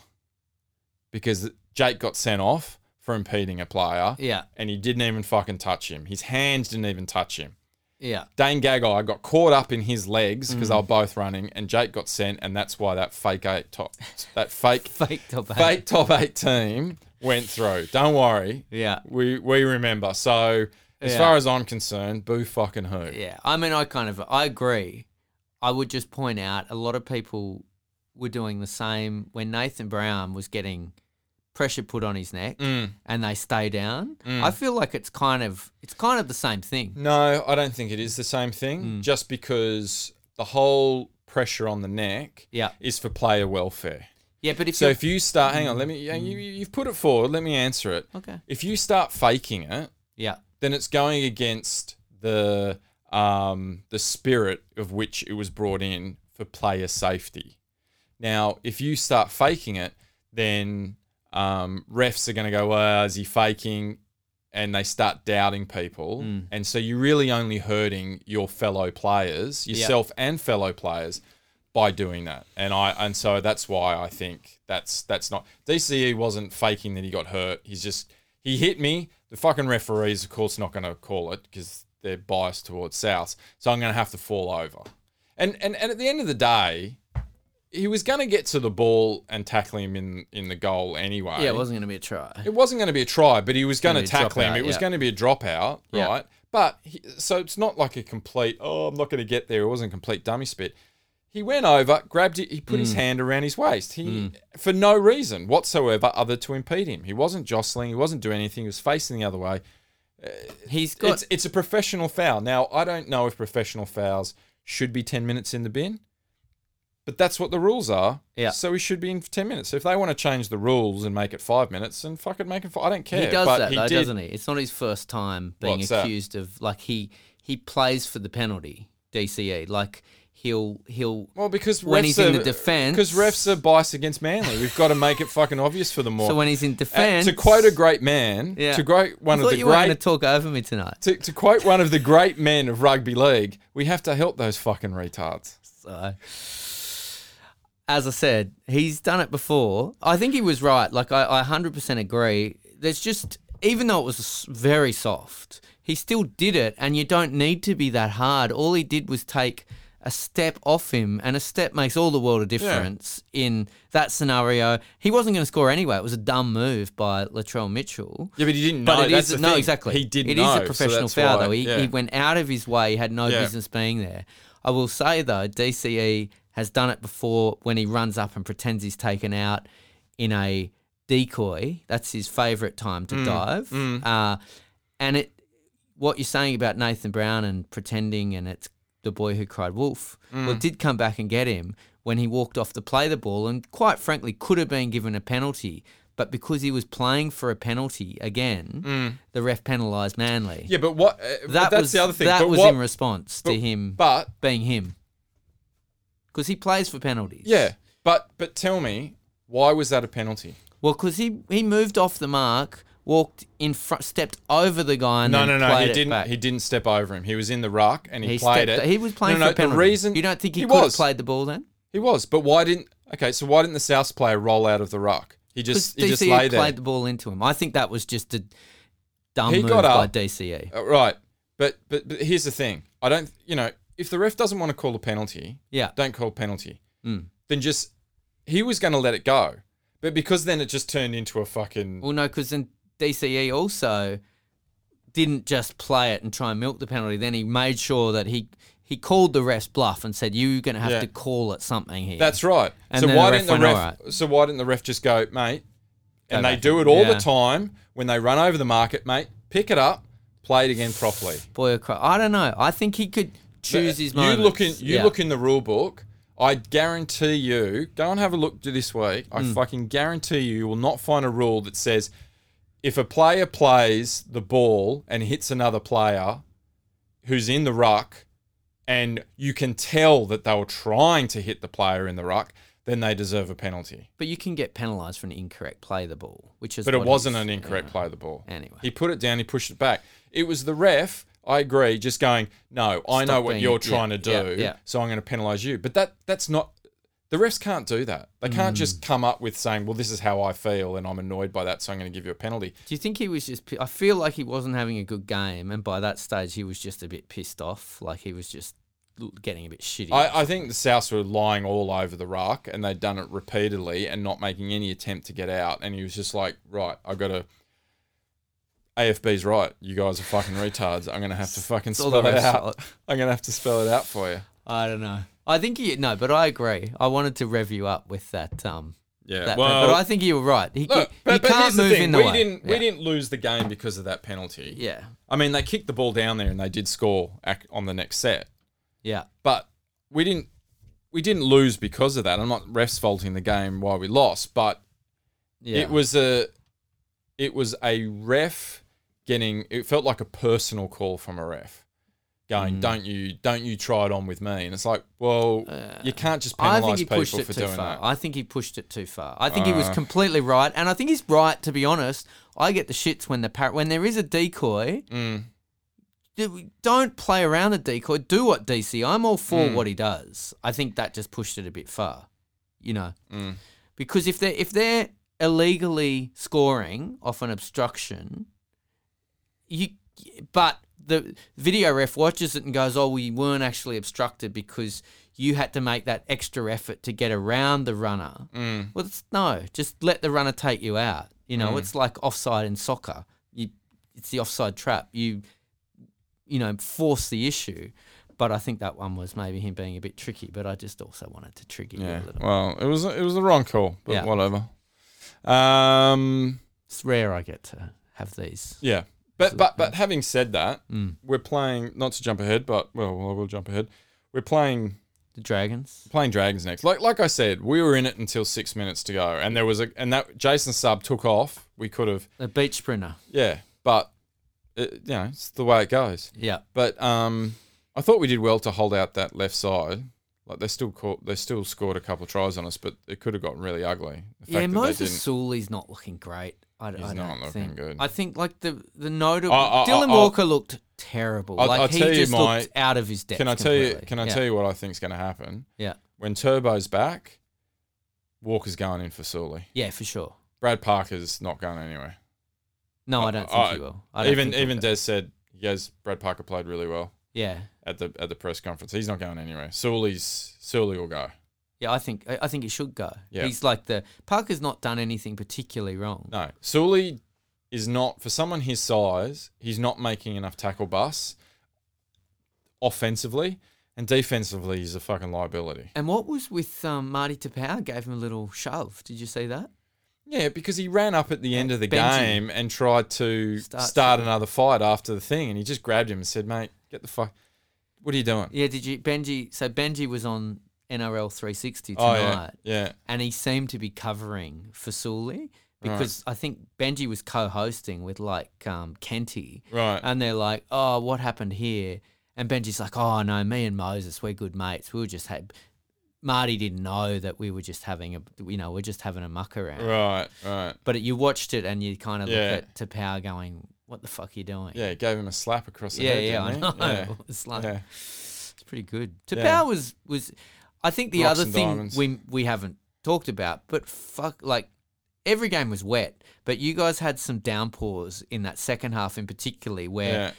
Speaker 2: because Jake got sent off for impeding a player
Speaker 3: Yeah.
Speaker 2: and he didn't even fucking touch him. His hands didn't even touch him.
Speaker 3: Yeah.
Speaker 2: Dane Gagai got caught up in his legs because
Speaker 3: Mm.
Speaker 2: they were both running, and Jake got sent, and that's why that fake eight top, that fake
Speaker 3: Fake top. eight.
Speaker 2: fake top eight team went through. Don't worry,
Speaker 3: Yeah.
Speaker 2: we we remember. So as
Speaker 3: Yeah.
Speaker 2: far as I'm concerned, boo fucking who?
Speaker 3: Yeah, I mean, I kind of I agree. I would just point out a lot of people were doing the same when Nathan Brown was getting pressure put on his neck
Speaker 2: Mm.
Speaker 3: and they stay down. I feel like it's kind of it's kind of the same thing.
Speaker 2: No, I don't think it is the same thing.
Speaker 3: Mm.
Speaker 2: Just because the whole pressure on the neck
Speaker 3: Yeah,
Speaker 2: is for player welfare.
Speaker 3: yeah, but if
Speaker 2: So
Speaker 3: you Mm.
Speaker 2: if you start, hang on, let me. You, you- you've put it forward. Let me answer it.
Speaker 3: okay,
Speaker 2: If you start faking it,
Speaker 3: yeah,
Speaker 2: then it's going against the um, the spirit of which it was brought in for player safety. Now, if you start faking it, then um, refs are going to go, "Well, is he faking?" And they start doubting people, and so you're really only hurting your fellow players, yourself and fellow players, by doing that. And I and so that's why I think that's that's not DCE wasn't faking that he got hurt. He's just he hit me. The fucking referees, of course, not going to call it because they're biased towards South. So I'm going to have to fall over. And and and at the end of the day, he was going to get to the ball and tackle him in in the goal anyway.
Speaker 3: yeah, it wasn't going to be a try.
Speaker 2: It wasn't going to be a try, but he was going to
Speaker 3: Gonna be a
Speaker 2: tackle him.
Speaker 3: dropout,
Speaker 2: It was
Speaker 3: yeah.
Speaker 2: going to be a dropout,
Speaker 3: Yeah.
Speaker 2: right? But he, so it's not like a complete. Oh, I'm not going to get there. It wasn't a complete dummy spit. He went over, grabbed it. He put
Speaker 3: Mm.
Speaker 2: his hand around his waist. He for no reason whatsoever, other to impede him. He wasn't jostling. He wasn't doing anything. He was facing the other way. Uh,
Speaker 3: He's got
Speaker 2: It's it's a professional foul. Now I don't know if professional fouls should be ten minutes in the bin. But that's what the rules are.
Speaker 3: Yeah.
Speaker 2: So we should be in for ten minutes. So if they want to change the rules and make it five minutes, then fuck it, make it five. I don't care.
Speaker 3: he does
Speaker 2: but
Speaker 3: that
Speaker 2: he
Speaker 3: though,
Speaker 2: did-
Speaker 3: doesn't he? It's not his first time being
Speaker 2: What's that?
Speaker 3: accused of like he he plays for the penalty DCE. Like he'll he'll
Speaker 2: Well, because
Speaker 3: when
Speaker 2: refs
Speaker 3: he's in
Speaker 2: are-
Speaker 3: the defence-
Speaker 2: because refs are biased against Manly. We've got to make it fucking obvious for them all.
Speaker 3: so when he's in
Speaker 2: Uh,
Speaker 3: defence.
Speaker 2: to quote a great man,
Speaker 3: Yeah.
Speaker 2: to quote one
Speaker 3: I
Speaker 2: of
Speaker 3: thought
Speaker 2: the
Speaker 3: you were going to
Speaker 2: great
Speaker 3: talk over me tonight.
Speaker 2: to, to quote one of the great men of rugby league, we have to help those fucking retards.
Speaker 3: So, as I said, he's done it before. I think he was right. Like, I, I 100% agree. There's just, even though it was s- very soft, he still did it, and you don't need to be that hard. All he did was take a step off him, and a step makes all the world a difference in that scenario. He wasn't going to score anyway. It was a dumb move by Latrell Mitchell.
Speaker 2: Yeah, but he didn't know.
Speaker 3: But it
Speaker 2: That's
Speaker 3: is
Speaker 2: the
Speaker 3: no,
Speaker 2: thing.
Speaker 3: exactly.
Speaker 2: He did
Speaker 3: It is
Speaker 2: know.
Speaker 3: a professional
Speaker 2: so that's
Speaker 3: foul,
Speaker 2: why-
Speaker 3: though. He,
Speaker 2: yeah.
Speaker 3: he went out of his way. He had no
Speaker 2: Yeah.
Speaker 3: business being there. I will say though, DCE has done it before when he runs up and pretends he's taken out in a decoy. That's his favourite time
Speaker 2: Mm.
Speaker 3: to dive. Uh, and it, what you're saying about Nathan Brown and pretending, and it's the boy who cried wolf.
Speaker 2: Mm.
Speaker 3: Well, it did come back and get him when he walked off to play the ball, and quite frankly, could have been given a penalty. But because he was playing for a penalty again, the ref penalised Manly.
Speaker 2: Mm. Yeah, but what? Uh, but
Speaker 3: that
Speaker 2: that's
Speaker 3: was
Speaker 2: the other thing.
Speaker 3: That
Speaker 2: but
Speaker 3: was
Speaker 2: what,
Speaker 3: in response to
Speaker 2: but-
Speaker 3: him
Speaker 2: But
Speaker 3: being him, because he plays for penalties.
Speaker 2: yeah, but but tell me, why was that a penalty?
Speaker 3: Well, because he he moved off the mark, walked in front, stepped over the guy, and
Speaker 2: No,
Speaker 3: then
Speaker 2: no, no.
Speaker 3: played
Speaker 2: He
Speaker 3: it
Speaker 2: didn't.
Speaker 3: back.
Speaker 2: He didn't step over him. He was in the ruck and he,
Speaker 3: He
Speaker 2: played
Speaker 3: stepped-
Speaker 2: it.
Speaker 3: He was playing
Speaker 2: no, no,
Speaker 3: for a penalty.
Speaker 2: The reason
Speaker 3: you don't think he,
Speaker 2: he
Speaker 3: could have
Speaker 2: was.
Speaker 3: played the ball then?
Speaker 2: He was, but why didn't? Okay, so why didn't the Souths player roll out of the ruck? He
Speaker 3: Because
Speaker 2: just he just
Speaker 3: DCE
Speaker 2: lay
Speaker 3: played
Speaker 2: there.
Speaker 3: the ball into him. I think that was just a dumb
Speaker 2: He
Speaker 3: move
Speaker 2: got
Speaker 3: by E.
Speaker 2: up.
Speaker 3: DCE.
Speaker 2: Uh, right, but, but but here's the thing. I don't. You know, if the ref doesn't want to call a penalty,
Speaker 3: Yeah. Mm.
Speaker 2: don't call penalty. Then just he was going to let it go, but because then it just turned into a fucking.
Speaker 3: Well, no, because then DCE also didn't just play it and try and milk the penalty. Then he made sure that he he called the ref's bluff and said, "You're going to have
Speaker 2: Yeah.
Speaker 3: to call it something here."
Speaker 2: That's right.
Speaker 3: And
Speaker 2: so
Speaker 3: then
Speaker 2: why
Speaker 3: the ref
Speaker 2: didn't the ref?
Speaker 3: went, "Alright."
Speaker 2: So why didn't the ref just go, mate? And
Speaker 3: Go
Speaker 2: they
Speaker 3: back
Speaker 2: do
Speaker 3: in.
Speaker 2: it all
Speaker 3: Yeah.
Speaker 2: the time when they run over the market, mate. Pick it up, play it again properly.
Speaker 3: boy. or cry- I don't know. I think he could choose his moments.
Speaker 2: You look in. You
Speaker 3: Yeah.
Speaker 2: look in the rule book. I guarantee you. Go and have a look to this week.
Speaker 3: Mm.
Speaker 2: I fucking guarantee you, you will not find a rule that says if a player plays the ball and hits another player who's in the ruck, and you can tell that they were trying to hit the player in the ruck, then they deserve a penalty.
Speaker 3: but you can get penalised for an incorrect play of the ball, which is.
Speaker 2: But it
Speaker 3: what
Speaker 2: wasn't
Speaker 3: he's-
Speaker 2: an incorrect
Speaker 3: yeah.
Speaker 2: play of the ball.
Speaker 3: Anyway.
Speaker 2: he put it down. He pushed it back. It was the ref. I agree. Just going. No, I know
Speaker 3: Stop
Speaker 2: what
Speaker 3: being-
Speaker 2: you're
Speaker 3: yeah,
Speaker 2: trying to do.
Speaker 3: yeah, yeah.
Speaker 2: So I'm going to penalise you. But that that's not. The refs can't do that. They can't
Speaker 3: Mm.
Speaker 2: just come up with saying, "Well, this is how I feel, and I'm annoyed by that, so I'm going to give you a penalty."
Speaker 3: Do you think he was just? pi- I feel like he wasn't having a good game, and by that stage, he was just a bit pissed off. Like he was just l- getting a bit shitty.
Speaker 2: I, I think the Souths were lying all over the ruck, and they'd done it repeatedly and not making any attempt to get out. And he was just like, "Right, I got to." AFB's right. You guys are fucking retards. I'm going to have to fucking
Speaker 3: all the
Speaker 2: spell it
Speaker 3: ref's
Speaker 2: out.
Speaker 3: fault.
Speaker 2: I'm going to have to spell it out for you.
Speaker 3: I don't know. I think you no, but I agree. I wanted to rev you up with that. Um,
Speaker 2: Yeah,
Speaker 3: that
Speaker 2: well,
Speaker 3: but I think you were right. He,
Speaker 2: look,
Speaker 3: he,
Speaker 2: but,
Speaker 3: he
Speaker 2: but
Speaker 3: can't
Speaker 2: here's
Speaker 3: move
Speaker 2: the thing.
Speaker 3: in the
Speaker 2: we
Speaker 3: way.
Speaker 2: didn't
Speaker 3: yeah.
Speaker 2: we didn't lose the game because of that penalty.
Speaker 3: Yeah,
Speaker 2: I mean they kicked the ball down there and they did score ac- on the next set,
Speaker 3: yeah.
Speaker 2: but we didn't we didn't lose because of that. I'm not refs faulting the game why we lost, but
Speaker 3: yeah.
Speaker 2: it was a it was a ref getting it felt like a personal call from a ref.
Speaker 3: Mm.
Speaker 2: Going, don't you, don't you try it on with me? And it's like, well, you can't just
Speaker 3: Uh, I think
Speaker 2: penalise
Speaker 3: he
Speaker 2: people
Speaker 3: pushed it
Speaker 2: for
Speaker 3: too
Speaker 2: doing
Speaker 3: far.
Speaker 2: that. Uh.
Speaker 3: I think he pushed it too far. I think he was completely right, and I think he's right. To be honest, I get the shits when the par- when there is a decoy.
Speaker 2: Mm.
Speaker 3: d- Don't play around the decoy. Do what DC. I'm all for
Speaker 2: Mm.
Speaker 3: what he does. I think that just pushed it a bit far, you know,
Speaker 2: Mm.
Speaker 3: because if they are if they're illegally scoring off an obstruction, you but the video ref watches it and goes, "Oh, we weren't actually obstructed because you had to make that extra effort to get around the runner." Mm. Well, it's, no, just let the runner take you out. You know, it's like offside in soccer. You, it's the offside trap. You, you know, force the issue. But I think that one was maybe him being a bit tricky. But I just also wanted to trigger
Speaker 2: Yeah.
Speaker 3: you a little.
Speaker 2: Well, it was it was the wrong call, but
Speaker 3: Yeah.
Speaker 2: whatever. Um.
Speaker 3: It's rare I get to have these. Mm.
Speaker 2: Yeah. But but but having said that, we're playing. Not to jump ahead, but well, I will jump ahead. We're playing
Speaker 3: the Dragons.
Speaker 2: playing Dragons next. Like like I said, we were in it until six minutes to go, and there was a and that Jason sub took off. We could have,
Speaker 3: The beach sprinter.
Speaker 2: yeah, but it, you know it's the way it goes.
Speaker 3: Yeah.
Speaker 2: But um, I thought we did well to hold out that left side. Like they still caught, they still scored a couple of tries on us, but it could have gotten really ugly. The fact
Speaker 3: Yeah,
Speaker 2: that they
Speaker 3: Moses
Speaker 2: didn't.
Speaker 3: Sully's not looking great. I, d-
Speaker 2: He's
Speaker 3: I don't
Speaker 2: not looking
Speaker 3: think.
Speaker 2: good.
Speaker 3: I think like the the notable
Speaker 2: I- I-
Speaker 3: Dylan
Speaker 2: I-
Speaker 3: Walker looked terrible.
Speaker 2: I'll-
Speaker 3: like
Speaker 2: I'll
Speaker 3: he
Speaker 2: tell you
Speaker 3: just
Speaker 2: my-
Speaker 3: looked out of his depth.
Speaker 2: Can I tell you?
Speaker 3: completely.
Speaker 2: Can I
Speaker 3: yeah.
Speaker 2: tell you what I think's going to happen
Speaker 3: Yeah,
Speaker 2: when Turbo's back? Walker's going in for Sully.
Speaker 3: yeah, for sure.
Speaker 2: Brad Parker's not going anywhere.
Speaker 3: No, I,
Speaker 2: I-
Speaker 3: don't think
Speaker 2: I-
Speaker 3: he will. I don't
Speaker 2: even
Speaker 3: think he'll
Speaker 2: even
Speaker 3: go.
Speaker 2: Des said, "Yes, Brad Parker played really well."
Speaker 3: yeah,
Speaker 2: at the at the press conference. He's not going anywhere. Sully's Sully will go.
Speaker 3: yeah. I think I, I think he should go.
Speaker 2: Yeah.
Speaker 3: He's like the Parker's not done anything particularly wrong.
Speaker 2: No, Sully is not for someone his size. He's not making enough tackle busts offensively and defensively. He's a fucking liability.
Speaker 3: And what was with um, Marty Tapau? Gave him a little shove. Did you see that?
Speaker 2: Yeah, because he ran up at the end of the
Speaker 3: Benji.
Speaker 2: game and tried to
Speaker 3: Start
Speaker 2: start, another fight after the thing, and he just grabbed him and said, "Mate, get the fuck. What are you doing?"
Speaker 3: Yeah. Did you Benji? So Benji was on NRL 360
Speaker 2: Oh
Speaker 3: tonight.
Speaker 2: yeah, yeah.
Speaker 3: and he seemed to be covering for Sully because I think Benji was co-hosting with like um, Kenty,
Speaker 2: Right.
Speaker 3: And they're like, "Oh, what happened here?" And Benji's like, "Oh no, me and Moses, we're good mates. We were just had Marty didn't know that we were just having a, you know, we're just having a muck around."
Speaker 2: Right, right.
Speaker 3: But you watched it and you kind of
Speaker 2: Yeah.
Speaker 3: look at Tapau going, "What the fuck are you doing?"
Speaker 2: Yeah, gave him a slap across the
Speaker 3: yeah,
Speaker 2: head.
Speaker 3: yeah, I
Speaker 2: didn't
Speaker 3: know.
Speaker 2: he? Yeah.
Speaker 3: It's like
Speaker 2: yeah.
Speaker 3: it's pretty good. Tapau
Speaker 2: Yeah.
Speaker 3: was was, I think the
Speaker 2: Rocks
Speaker 3: other
Speaker 2: and
Speaker 3: thing
Speaker 2: diamonds.
Speaker 3: we we haven't talked about, but fuck, like every game was wet, but you guys had some downpours in that second half, in particularly where
Speaker 2: yeah.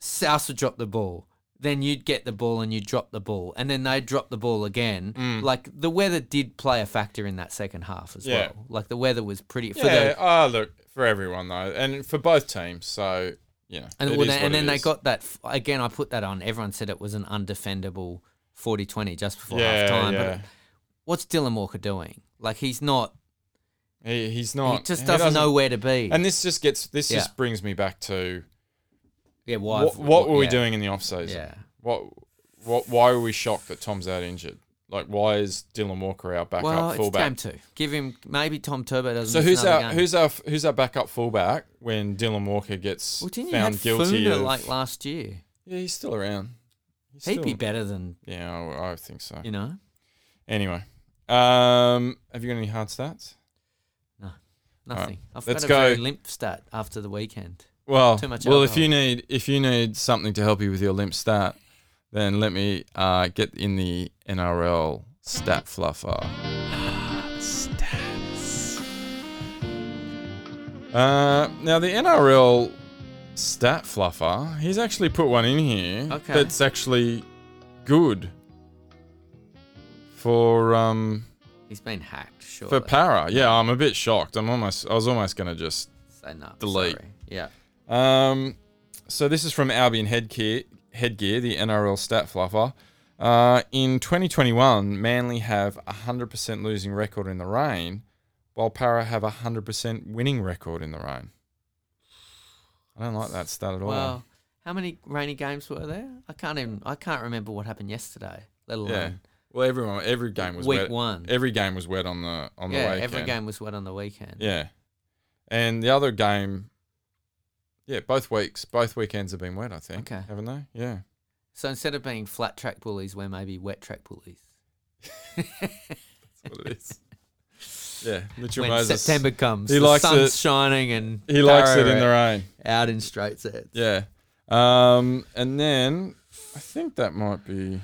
Speaker 3: South would drop the ball. Then you'd get the ball and you'd drop the ball, and then they'd drop the ball again. Like the weather did play a factor in that second half as
Speaker 2: Mm. Yeah.
Speaker 3: well. Like the weather was pretty for
Speaker 2: yeah.
Speaker 3: the
Speaker 2: ah, look for everyone though, and for both teams. So you know,
Speaker 3: And,
Speaker 2: it
Speaker 3: well,
Speaker 2: is
Speaker 3: then,
Speaker 2: what
Speaker 3: and
Speaker 2: it
Speaker 3: then they
Speaker 2: is.
Speaker 3: got that. f- Again, I put that on. Everyone said it was an undefendable 40 20 just before
Speaker 2: yeah,
Speaker 3: half time.
Speaker 2: yeah.
Speaker 3: what's Dylan Walker doing? Like, he's not,
Speaker 2: He, he's not.
Speaker 3: he just doesn't, know where to be.
Speaker 2: And this just gets. This
Speaker 3: Yeah.
Speaker 2: just brings me back to
Speaker 3: yeah, why?
Speaker 2: what, what were we
Speaker 3: yeah.
Speaker 2: doing in the off season?
Speaker 3: Yeah.
Speaker 2: What, what? Why were we shocked that Tom's out injured? Like, why is Dylan Walker our backup
Speaker 3: Well, it's
Speaker 2: fullback?
Speaker 3: game two. Give him, maybe Tom Turbo doesn't
Speaker 2: So
Speaker 3: miss
Speaker 2: who's
Speaker 3: another
Speaker 2: our
Speaker 3: game.
Speaker 2: who's our who's our backup fullback when Dylan Walker gets
Speaker 3: well, didn't you
Speaker 2: found
Speaker 3: have
Speaker 2: guilty?
Speaker 3: Funa
Speaker 2: of,
Speaker 3: like last year?
Speaker 2: yeah, he's still around. He's
Speaker 3: He'd be
Speaker 2: still-
Speaker 3: better than,
Speaker 2: Yeah, I, I think so.
Speaker 3: you know?
Speaker 2: Anyway, um, have you got any hard stats?
Speaker 3: Nothing. I've
Speaker 2: let's
Speaker 3: got a very
Speaker 2: go.
Speaker 3: limp stat after the weekend.
Speaker 2: Well,
Speaker 3: Too much
Speaker 2: well, if
Speaker 3: alcohol.
Speaker 2: you need if you need something to help you with your limp stat, then let me uh, get in the NRL stat fluffer. Stats. Uh, now the NRL stat fluffer, he's actually put one in here
Speaker 3: Okay.
Speaker 2: that's actually good for um
Speaker 3: He's been hacked, sure.
Speaker 2: for para. Yeah, I'm a bit shocked. I'm almost I was almost gonna just
Speaker 3: so, no,
Speaker 2: delete.
Speaker 3: sorry. Yeah.
Speaker 2: Um, so this is from Albion Headgear, Headgear, the NRL stat fluffer. Uh, in 2021, Manly have a 100% losing record in the rain, while Para have a 100% winning record in the rain. I don't like that stat at all.
Speaker 3: Well, how many rainy games were there? I can't even. I can't remember what happened yesterday. Let alone.
Speaker 2: yeah. Well, everyone, every game was
Speaker 3: Week
Speaker 2: wet.
Speaker 3: one.
Speaker 2: Every game was wet on the on the
Speaker 3: Yeah,
Speaker 2: weekend.
Speaker 3: every game was wet on the weekend.
Speaker 2: Yeah, and the other game. Yeah, both weeks, both weekends have been wet. I think.
Speaker 3: Okay.
Speaker 2: Haven't they? Yeah.
Speaker 3: So instead of being flat track bullies, we're maybe wet track bullies.
Speaker 2: That's what it is. Yeah, Mitchell
Speaker 3: When
Speaker 2: Moses.
Speaker 3: September comes,
Speaker 2: he
Speaker 3: the
Speaker 2: likes it-
Speaker 3: sun's shining and
Speaker 2: He likes it
Speaker 3: Parra
Speaker 2: in the
Speaker 3: are
Speaker 2: rain.
Speaker 3: out in straight sets.
Speaker 2: Yeah. Um, and then I think that might be.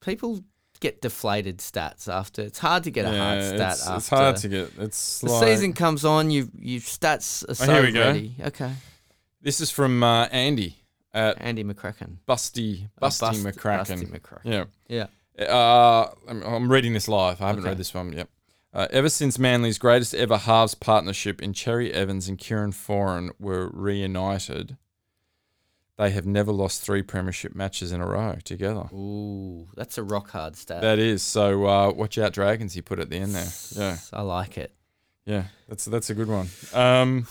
Speaker 3: People get deflated stats after. It's hard to get a
Speaker 2: yeah,
Speaker 3: hard stat
Speaker 2: it's,
Speaker 3: after.
Speaker 2: it's hard to get. It's
Speaker 3: the
Speaker 2: like,
Speaker 3: season comes on, you you stats are so
Speaker 2: Oh, here we go.
Speaker 3: ready. Okay,
Speaker 2: This is from uh, Andy at
Speaker 3: Andy McCracken,
Speaker 2: Busty Busty
Speaker 3: Bust-
Speaker 2: McCracken.
Speaker 3: Busty McCracken.
Speaker 2: Yeah.
Speaker 3: Yeah,
Speaker 2: Uh, I'm, I'm reading this live. I haven't
Speaker 3: Okay.
Speaker 2: read this one. Yep. Uh, ever since Manly's greatest ever halves partnership in Cherry Evans and Kieran Foran were reunited, they have never lost three premiership matches in a row together.
Speaker 3: ooh, that's a rock hard stat.
Speaker 2: That is so. Uh, watch out, dragons! He put at the end there. Yeah,
Speaker 3: I like it.
Speaker 2: yeah. That's that's a good one. Um,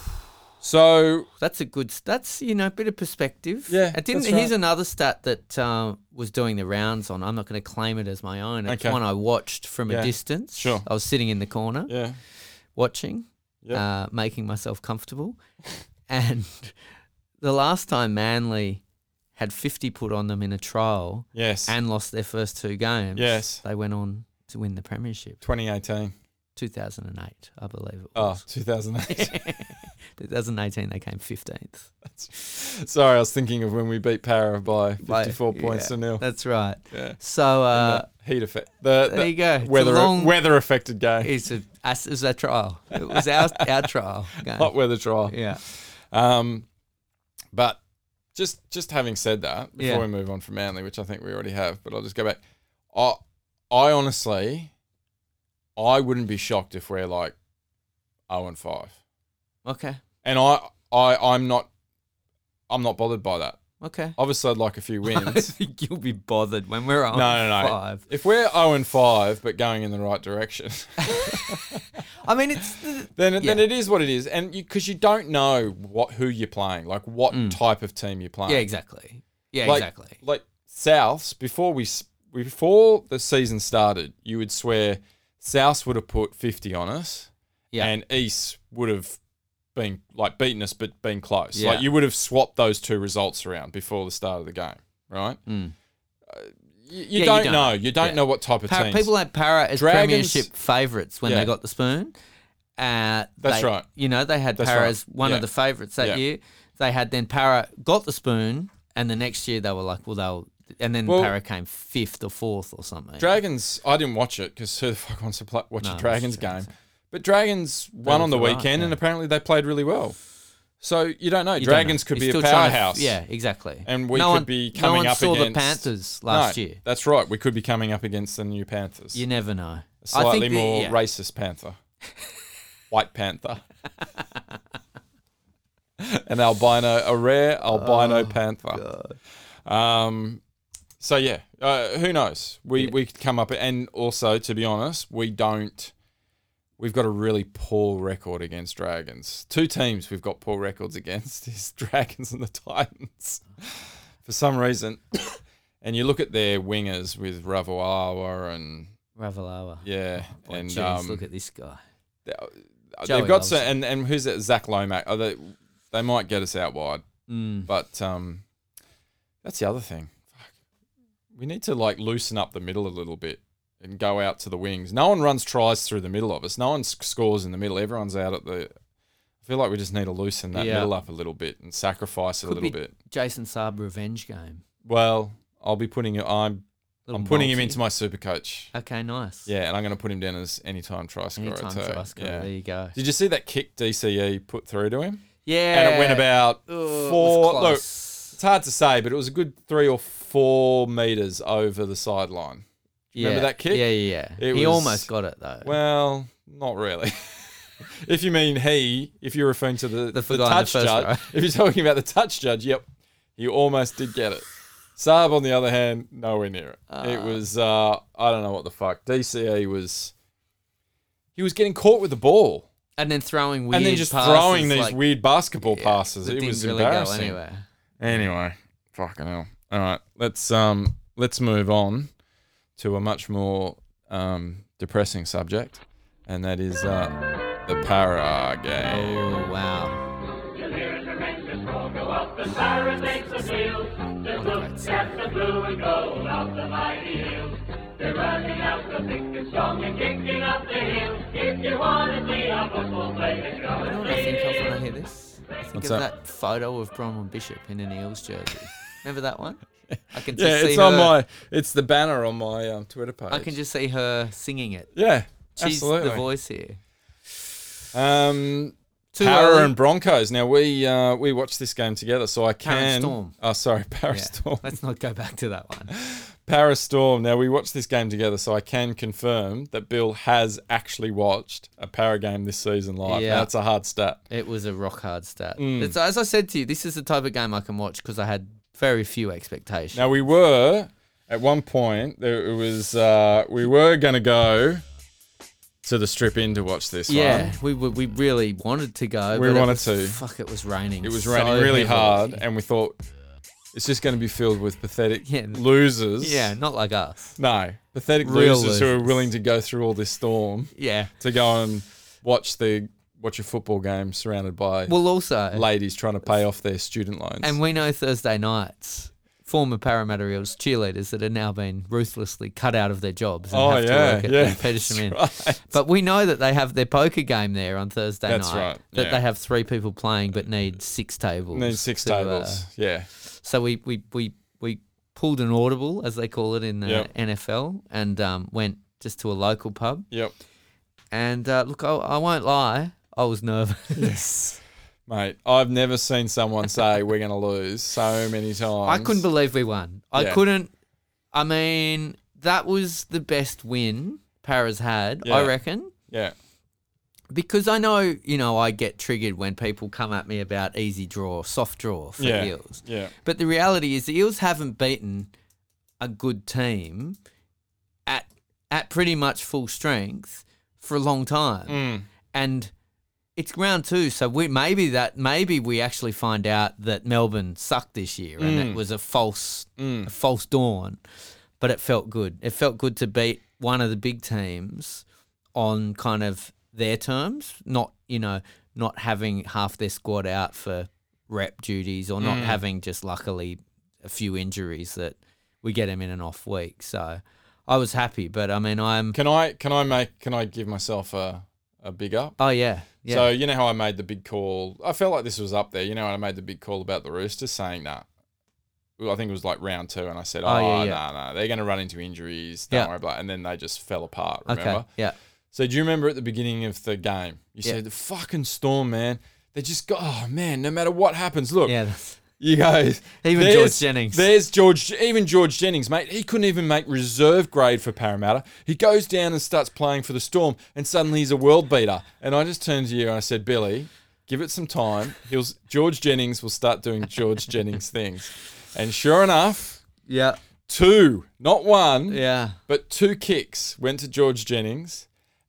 Speaker 2: So
Speaker 3: That's a good. s- That's you know, a bit of perspective.
Speaker 2: Yeah,
Speaker 3: It didn't.
Speaker 2: that's right.
Speaker 3: Here's another stat that uh, was doing the rounds on. I'm not going to claim it as my own. It's
Speaker 2: Okay.
Speaker 3: one I watched from
Speaker 2: Yeah,
Speaker 3: a distance.
Speaker 2: sure.
Speaker 3: I was sitting in the corner
Speaker 2: yeah,
Speaker 3: watching,
Speaker 2: Yeah.
Speaker 3: uh, making myself comfortable, and the last time Manly had 50 put on them in a trial
Speaker 2: yes,
Speaker 3: and lost their first two games.
Speaker 2: Yes.
Speaker 3: they went on to win the premiership.
Speaker 2: 2018.
Speaker 3: 2008, I believe it
Speaker 2: Oh,
Speaker 3: was.
Speaker 2: 2008.
Speaker 3: 2018, they came 15th.
Speaker 2: Sorry, I was thinking of when we beat Para by 54
Speaker 3: Like,
Speaker 2: points
Speaker 3: yeah,
Speaker 2: to nil.
Speaker 3: That's right.
Speaker 2: Yeah.
Speaker 3: So uh,
Speaker 2: The heat effect. The,
Speaker 3: there
Speaker 2: the
Speaker 3: you go. It's a
Speaker 2: Weather
Speaker 3: long-
Speaker 2: weather affected game.
Speaker 3: it's a us- it was a trial. It was our our trial. game.
Speaker 2: Hot weather trial.
Speaker 3: uh, Yeah.
Speaker 2: Um, but just just having said that, before
Speaker 3: Yeah.
Speaker 2: we move on from Manly, which I think we already have, but I'll just go back. I I honestly, I wouldn't be shocked if we're like zero and five,
Speaker 3: Okay.
Speaker 2: and I I I'm not I'm not bothered by that.
Speaker 3: Okay.
Speaker 2: Obviously, I'd like a few
Speaker 3: I
Speaker 2: wins.
Speaker 3: think you'll be bothered when we're on
Speaker 2: no, no, no.
Speaker 3: five.
Speaker 2: If we're zero and five, but going in the right direction,
Speaker 3: I mean, it's the,
Speaker 2: then then
Speaker 3: Yeah.
Speaker 2: it is what it is, and because you, don't know what who you're playing, like what type of team you're playing.
Speaker 3: Mm. yeah, exactly. Yeah,
Speaker 2: like,
Speaker 3: exactly.
Speaker 2: Like Souths before we s- before the season started, you would swear Souths would have put fifty on us,
Speaker 3: Yeah.
Speaker 2: and East would have been like beaten us, but been close.
Speaker 3: Yeah.
Speaker 2: Like you would have swapped those two results around before the start of the game, right?
Speaker 3: Mm.
Speaker 2: Uh, you, you,
Speaker 3: Yeah, you
Speaker 2: don't
Speaker 3: don't.
Speaker 2: know. You don't
Speaker 3: Yeah.
Speaker 2: know what type of
Speaker 3: Para,
Speaker 2: teams.
Speaker 3: people had Para as
Speaker 2: Dragons-
Speaker 3: premiership favourites when
Speaker 2: Yeah.
Speaker 3: they got the spoon. Uh,
Speaker 2: That's
Speaker 3: they-
Speaker 2: right.
Speaker 3: You know, they had
Speaker 2: That's
Speaker 3: Para
Speaker 2: right.
Speaker 3: as one
Speaker 2: Yeah.
Speaker 3: of the favourites that
Speaker 2: Yeah.
Speaker 3: year. They had then Para got the spoon, and the next year they were like, well, they'll. And then
Speaker 2: Well-
Speaker 3: Para came fifth or fourth or something.
Speaker 2: Dragons. I didn't watch it because who the fuck wants to play, watch
Speaker 3: No,
Speaker 2: a
Speaker 3: that's
Speaker 2: Dragons
Speaker 3: true,
Speaker 2: game?
Speaker 3: that's
Speaker 2: But Dragons won
Speaker 3: were
Speaker 2: on the
Speaker 3: alright,
Speaker 2: weekend, and
Speaker 3: yeah.
Speaker 2: apparently they played really well. So you don't know.
Speaker 3: You don't know.
Speaker 2: Dragons could
Speaker 3: You're
Speaker 2: be a
Speaker 3: still trying to-
Speaker 2: powerhouse.
Speaker 3: yeah, exactly.
Speaker 2: And we
Speaker 3: no
Speaker 2: could
Speaker 3: one,
Speaker 2: be
Speaker 3: no
Speaker 2: coming
Speaker 3: one
Speaker 2: up
Speaker 3: saw the
Speaker 2: against-
Speaker 3: Panthers last
Speaker 2: No,
Speaker 3: year.
Speaker 2: That's right. We could be coming up against the new Panthers.
Speaker 3: You never know.
Speaker 2: A slightly
Speaker 3: the-
Speaker 2: more
Speaker 3: yeah.
Speaker 2: racist Panther, white Panther, an albino, a rare albino Panther. Um, so yeah, uh, who knows? We we could come up, and also to be honest, we don't. We've got a really poor record against Dragons. Two teams we've got poor records against is Dragons and the Titans. For some reason, and you look at their wingers with Ravoawa and
Speaker 3: Ravalawa.
Speaker 2: yeah,
Speaker 3: Boy,
Speaker 2: and
Speaker 3: geez,
Speaker 2: um,
Speaker 3: Oh,
Speaker 2: uh,
Speaker 3: look at this guy.
Speaker 2: they've
Speaker 3: Joey
Speaker 2: got some,
Speaker 3: loves it.
Speaker 2: and and who's it? Zach Lomax. Oh, they they might get us out wide,
Speaker 3: Mm.
Speaker 2: but um, that's the other thing. Fuck. We need to like loosen up the middle a little bit and go out to the wings. No one runs tries through the middle of us. No one sc- scores in the middle. Everyone's out at the. I feel like we just need to loosen that
Speaker 3: Yeah.
Speaker 2: middle up a little bit and sacrifice a
Speaker 3: Could
Speaker 2: little
Speaker 3: be-
Speaker 2: bit.
Speaker 3: Jason Saab revenge game.
Speaker 2: Well, I'll be putting it. I'm
Speaker 3: Little
Speaker 2: I'm putting him
Speaker 3: multi.
Speaker 2: into my super coach.
Speaker 3: Okay, nice.
Speaker 2: Yeah, and I'm going to put him down as anytime try scorer
Speaker 3: Anytime
Speaker 2: too.
Speaker 3: for us, guys.
Speaker 2: Yeah.
Speaker 3: There you go.
Speaker 2: Did you see that kick DCE put through to him?
Speaker 3: Yeah.
Speaker 2: And it went about
Speaker 3: Oh, it was
Speaker 2: four. Look,
Speaker 3: close.
Speaker 2: it's hard to say, but it was a good three or four meters over the sideline.
Speaker 3: yeah.
Speaker 2: remember that kick?
Speaker 3: Yeah, yeah, yeah.
Speaker 2: It was-
Speaker 3: he almost got it though.
Speaker 2: Well, not really. if you mean he, if you're referring to the, the,
Speaker 3: guy in the
Speaker 2: touch
Speaker 3: first
Speaker 2: judge,
Speaker 3: row.
Speaker 2: if you're talking about the touch judge, yep, he almost did get it. Saab, on the other hand, nowhere near it.
Speaker 3: Ah.
Speaker 2: it was, uh, I don't know what the fuck. DCE was, he was getting caught with the ball.
Speaker 3: and then throwing weird
Speaker 2: and then just
Speaker 3: passes,
Speaker 2: throwing these
Speaker 3: like,
Speaker 2: weird basketball
Speaker 3: yeah,
Speaker 2: passes.
Speaker 3: that
Speaker 2: It
Speaker 3: didn't
Speaker 2: was
Speaker 3: really go
Speaker 2: embarrassing. anyway.
Speaker 3: anywhere.
Speaker 2: fucking hell. All right, let's um let's move on to a much more um depressing subject, and that is uh the para game.
Speaker 3: Oh wow.
Speaker 5: You hear a tremendous roar go up, and Cyrus makes a seal. The
Speaker 3: What a
Speaker 5: blue
Speaker 3: great
Speaker 5: caps the blue and gold of the mighty hill. They're running out the thickest song and kicking up the hill. If you want to see a football player, go
Speaker 3: You know
Speaker 5: and
Speaker 3: what I
Speaker 5: see
Speaker 3: think of when I
Speaker 5: it.
Speaker 3: hear this? I think
Speaker 2: What's
Speaker 3: of
Speaker 2: that?
Speaker 3: that? photo of Bronwyn Bishop in an Eels jersey. Remember that one? I can just
Speaker 2: Yeah,
Speaker 3: see
Speaker 2: it's
Speaker 3: her.
Speaker 2: on my it's the banner on my um, Twitter page.
Speaker 3: I can just see her singing it.
Speaker 2: yeah,
Speaker 3: She's
Speaker 2: absolutely.
Speaker 3: the voice here.
Speaker 2: Um,
Speaker 3: Too
Speaker 2: Para
Speaker 3: early.
Speaker 2: and Broncos. Now we uh, we watched this game together, so I
Speaker 3: Para
Speaker 2: can.
Speaker 3: Storm.
Speaker 2: Oh, sorry,
Speaker 3: Yeah,
Speaker 2: Parastorm.
Speaker 3: Let's not go back to that one.
Speaker 2: Parastorm. Now we watched this game together, so I can confirm that Bill has actually watched a para game this season live.
Speaker 3: Yeah.
Speaker 2: Now, that's a hard stat.
Speaker 3: It was a rock hard start.
Speaker 2: Mm.
Speaker 3: It's, as I said to you, this is the type of game I can watch because I had very few expectations.
Speaker 2: Now we were at one point there it was uh, we were gonna go to the strip inn to watch this
Speaker 3: Yeah,
Speaker 2: one.
Speaker 3: we, we we really wanted to go.
Speaker 2: We
Speaker 3: but it
Speaker 2: wanted
Speaker 3: was-
Speaker 2: to.
Speaker 3: Fuck, it was raining.
Speaker 2: It was
Speaker 3: so
Speaker 2: raining really
Speaker 3: heavily.
Speaker 2: hard, and we thought it's just going to be filled with pathetic
Speaker 3: Yeah.
Speaker 2: losers.
Speaker 3: Yeah, not like us.
Speaker 2: No, pathetic
Speaker 3: Real
Speaker 2: losers, who are
Speaker 3: losers.
Speaker 2: willing to go through all this storm
Speaker 3: Yeah.
Speaker 2: to go and watch the watch a football game surrounded by
Speaker 3: Well, also,
Speaker 2: ladies trying to pay off their student loans.
Speaker 3: and we know Thursday nights, former Parramatta Eels cheerleaders that are now being ruthlessly cut out of their jobs and
Speaker 2: Oh,
Speaker 3: have
Speaker 2: yeah,
Speaker 3: to work at
Speaker 2: yeah,
Speaker 3: the Petersham Inn.
Speaker 2: that's right.
Speaker 3: But we know that they have their poker game there on Thursday
Speaker 2: That's
Speaker 3: night.
Speaker 2: right,
Speaker 3: That
Speaker 2: yeah.
Speaker 3: they have three people playing but need six tables.
Speaker 2: need six
Speaker 3: to, uh,
Speaker 2: tables. yeah.
Speaker 3: So we we we we pulled an audible, as they call it in uh, the
Speaker 2: Yep.
Speaker 3: NFL, and um, went just to a local pub.
Speaker 2: Yep.
Speaker 3: And uh, look, I, I won't lie, I was nervous.
Speaker 2: Mate, I've never seen someone say we're going to lose so many
Speaker 3: I
Speaker 2: times.
Speaker 3: couldn't believe we won. I
Speaker 2: Yeah.
Speaker 3: couldn't. I mean, that was the best win Paras had,
Speaker 2: Yeah.
Speaker 3: I reckon.
Speaker 2: Yeah.
Speaker 3: Because I know, you know, I get triggered when people come at me about easy draw, soft draw for
Speaker 2: Yeah.
Speaker 3: Eels.
Speaker 2: Yeah.
Speaker 3: But the reality is the Eels haven't beaten a good team at at pretty much full strength for a long time. And it's round two, so we maybe that maybe we actually find out that Melbourne sucked this year and it was a false a false dawn. But it felt good. It felt good to beat one of the big teams on kind of their terms, not you know, not having half their squad out for rep duties or not having just luckily a few injuries that we get him in an off week. So I was happy, but I mean I'm
Speaker 2: Can I can I make can I give myself a a big up?
Speaker 3: oh yeah. Yeah.
Speaker 2: So you know how I made the big call. I felt like this was up there. You know, when I made the big call about the Roosters saying nah. Well, I think it was like round two, and I said, "Oh, no, no,
Speaker 3: yeah, yeah.
Speaker 2: they're going to run into injuries. Don't
Speaker 3: Yeah.
Speaker 2: worry about." It. And then they just fell apart.
Speaker 3: okay.
Speaker 2: Remember?
Speaker 3: Yeah.
Speaker 2: So do you remember at the beginning of the game, you
Speaker 3: Yeah.
Speaker 2: said the fucking storm, man. They just go, oh man, no matter what happens, look,
Speaker 3: Yeah. that's-
Speaker 2: you guys.
Speaker 3: Even George
Speaker 2: there's-
Speaker 3: Jennings.
Speaker 2: There's George, even George Jennings, mate. He couldn't even make reserve grade for Parramatta. He goes down and starts playing for the Storm, and suddenly he's a world beater. And I just turned to you and I said, Billy, give it some time. He'll George Jennings will start doing George Jennings things. And sure enough,
Speaker 3: Yeah.
Speaker 2: two, not one,
Speaker 3: Yeah.
Speaker 2: but two kicks went to George Jennings,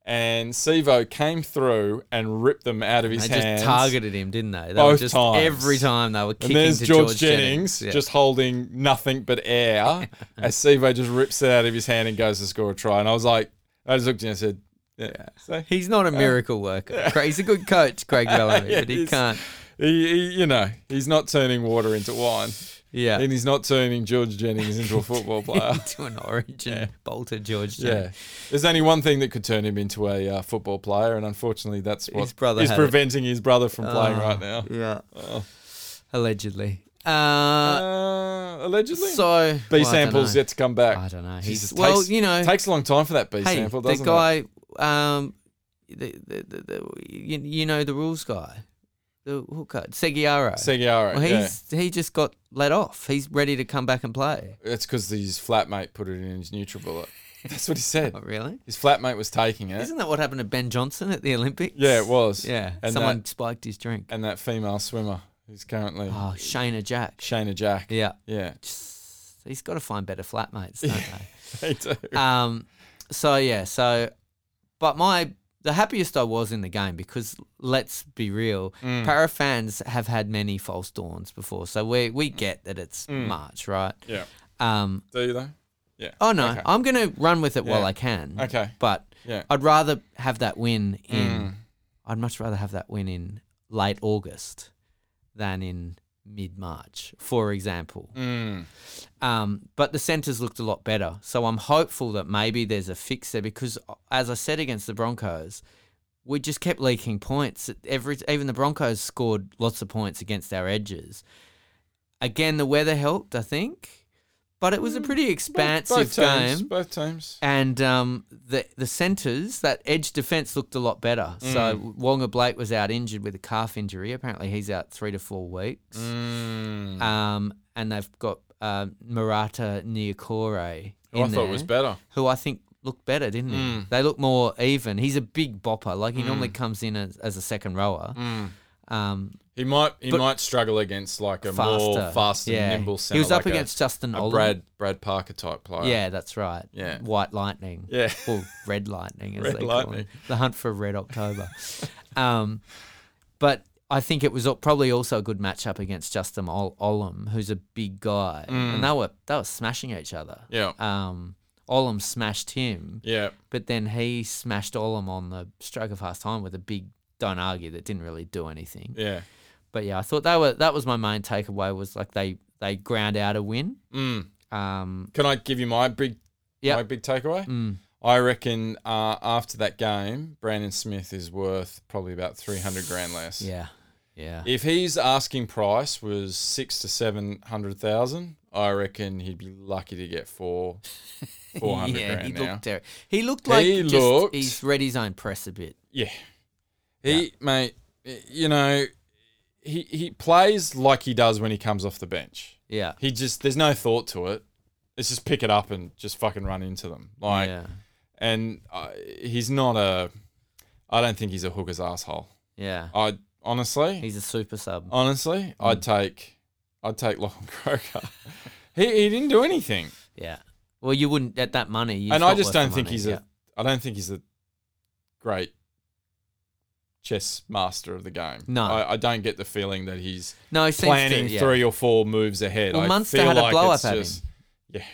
Speaker 2: and Sevo came through and ripped them out of his
Speaker 3: They
Speaker 2: hands.
Speaker 3: just targeted him, didn't they? They were
Speaker 2: Both
Speaker 3: just
Speaker 2: times.
Speaker 3: every time they were kicking
Speaker 2: And there's
Speaker 3: to
Speaker 2: George,
Speaker 3: George,
Speaker 2: Jennings,
Speaker 3: Yeah.
Speaker 2: just holding nothing but air as Sevo just rips it out of his hand and goes to score a try. And I was like, I just looked at him and said, yeah. So he,
Speaker 3: He's not a miracle worker. Cra He's a good coach, Craig Bellamy,
Speaker 2: Yeah,
Speaker 3: but
Speaker 2: he
Speaker 3: he
Speaker 2: is.
Speaker 3: can't.
Speaker 2: he- you know, he's not turning water into wine.
Speaker 3: Yeah.
Speaker 2: And he's not turning George Jennings into a football player.
Speaker 3: to an origin bolter George
Speaker 2: Yeah.
Speaker 3: Jennings.
Speaker 2: There's only one thing that could turn him into a uh, football player. And unfortunately, that's what
Speaker 3: His brother
Speaker 2: is
Speaker 3: had it.
Speaker 2: preventing his brother from playing
Speaker 3: Oh.
Speaker 2: right now.
Speaker 3: Yeah.
Speaker 2: Oh.
Speaker 3: Allegedly. Uh,
Speaker 2: Uh, allegedly.
Speaker 3: so
Speaker 2: B
Speaker 3: well, I
Speaker 2: sample's
Speaker 3: dunno.
Speaker 2: yet to come back.
Speaker 3: I don't know. He's-
Speaker 2: Jesus,
Speaker 3: well,
Speaker 2: takes-
Speaker 3: you know-
Speaker 2: takes a long time for that B
Speaker 3: Hey,
Speaker 2: sample,
Speaker 3: the
Speaker 2: doesn't it?
Speaker 3: guy, um, the, the, the, the, you, you know the rules guy, the hooker Seguiaro.
Speaker 2: Seguiaro.
Speaker 3: Well,
Speaker 2: yeah.
Speaker 3: he's he just got let off. He's ready to come back and play.
Speaker 2: It's because his flatmate put it in his NutriBullet. That's what he said.
Speaker 3: Oh, really?
Speaker 2: His flatmate was taking it.
Speaker 3: Isn't that what happened to Ben Johnson at the Olympics?
Speaker 2: yeah, it was.
Speaker 3: Yeah,
Speaker 2: And
Speaker 3: someone
Speaker 2: that,
Speaker 3: spiked his drink.
Speaker 2: and that female swimmer who's currently
Speaker 3: Oh, Shayna Jack.
Speaker 2: Shayna Jack.
Speaker 3: yeah,
Speaker 2: Yeah.
Speaker 3: he's got to find better flatmates, don't
Speaker 2: They
Speaker 3: they?
Speaker 2: do.
Speaker 3: um, so yeah, so but my the happiest I was in the game because let's be real,
Speaker 2: Mm.
Speaker 3: para fans have had many false dawns before, so we we get that it's
Speaker 2: Mm.
Speaker 3: March, right?
Speaker 2: yeah.
Speaker 3: Um,
Speaker 2: Do you though? Yeah.
Speaker 3: oh no,
Speaker 2: Okay.
Speaker 3: I'm gonna run with it while
Speaker 2: Yeah.
Speaker 3: I can.
Speaker 2: Okay.
Speaker 3: but
Speaker 2: Yeah. Mm.
Speaker 3: I'd rather have that win in. I'd much rather have that win in late August than in mid March, for example.
Speaker 2: Mm.
Speaker 3: Um, but the centres looked a lot better. So I'm hopeful that maybe there's a fix there because, as I said against the Broncos, we just kept leaking points. Every even the Broncos scored lots of points against our edges. Again, the weather helped, I think, but it was a pretty expansive
Speaker 2: Mm, Both teams.
Speaker 3: game.
Speaker 2: Both teams.
Speaker 3: And um, the the centres that edge defence looked a lot better. So
Speaker 2: Mm.
Speaker 3: Wonga Blake was out injured with a calf injury. Apparently he's out three to four weeks.
Speaker 2: Mm.
Speaker 3: Um, and they've got um Murata Niokore
Speaker 2: Who Oh, I
Speaker 3: in
Speaker 2: thought
Speaker 3: there,
Speaker 2: was Mm. better.
Speaker 3: who I think looked better, didn't he?
Speaker 2: Mm.
Speaker 3: They look more even. He's a big bopper. Like he normally comes in as, as a second rower. Um,
Speaker 2: He might he
Speaker 3: But-
Speaker 2: might struggle against like a
Speaker 3: faster,
Speaker 2: more faster,
Speaker 3: yeah.
Speaker 2: nimble center.
Speaker 3: He was up
Speaker 2: like a-
Speaker 3: against Justin
Speaker 2: a,
Speaker 3: Olin.
Speaker 2: Brad Brad Parker type player.
Speaker 3: Yeah, that's right.
Speaker 2: Yeah.
Speaker 3: White lightning.
Speaker 2: Yeah.
Speaker 3: Well, red lightning, as
Speaker 2: Red
Speaker 3: they call
Speaker 2: lightning.
Speaker 3: it. The hunt for red October. um, but I think it was al- probably also a good matchup against Justin Ol- Olam, who's a big guy, and they were they were smashing each other.
Speaker 2: Mm. Yeah.
Speaker 3: Um, Olam smashed him,
Speaker 2: Yeah.
Speaker 3: but then he smashed Olam on the stroke of half time with a big don't argue that didn't really do anything.
Speaker 2: Yeah.
Speaker 3: But yeah, I thought that were that was my main takeaway was like they they ground out a win.
Speaker 2: Mm.
Speaker 3: Um,
Speaker 2: Can I give you my big
Speaker 3: Yep.
Speaker 2: my big takeaway?
Speaker 3: Mm.
Speaker 2: I reckon uh, after that game, Brandon Smith is worth probably about three hundred grand less.
Speaker 3: yeah, yeah.
Speaker 2: If his asking price was six to seven hundred thousand, I reckon he'd be lucky to get four four hundred grand
Speaker 3: he
Speaker 2: now.
Speaker 3: looked ter- He looked like
Speaker 2: He
Speaker 3: just,
Speaker 2: looked-
Speaker 3: he's read his own press a bit.
Speaker 2: Yeah. He, mate, y- you know, he he plays like he does when he comes off the bench.
Speaker 3: Yeah.
Speaker 2: He just there's no thought to it. It's just pick it up and just fucking run into them. Like,
Speaker 3: yeah.
Speaker 2: and uh, he's not a. I don't think he's a hooker's asshole.
Speaker 3: Yeah.
Speaker 2: I honestly,
Speaker 3: He's Mm. a super sub.
Speaker 2: Oh. honestly, I'd take, I'd take Lachlan Croker. he he didn't do anything,
Speaker 3: Yeah. Well, you wouldn't at that money. he's
Speaker 2: and I
Speaker 3: not
Speaker 2: just
Speaker 3: worth the
Speaker 2: don't think
Speaker 3: money,
Speaker 2: he's
Speaker 3: yeah.
Speaker 2: a. I don't think he's a great chess master of the game.
Speaker 3: No.
Speaker 2: I, I don't get the feeling that he's
Speaker 3: No, he seems
Speaker 2: planning
Speaker 3: to, yeah.
Speaker 2: three or four moves ahead.
Speaker 3: Well,
Speaker 2: I
Speaker 3: Munster
Speaker 2: feel
Speaker 3: had a
Speaker 2: like
Speaker 3: blow
Speaker 2: it's
Speaker 3: up at him.
Speaker 2: just,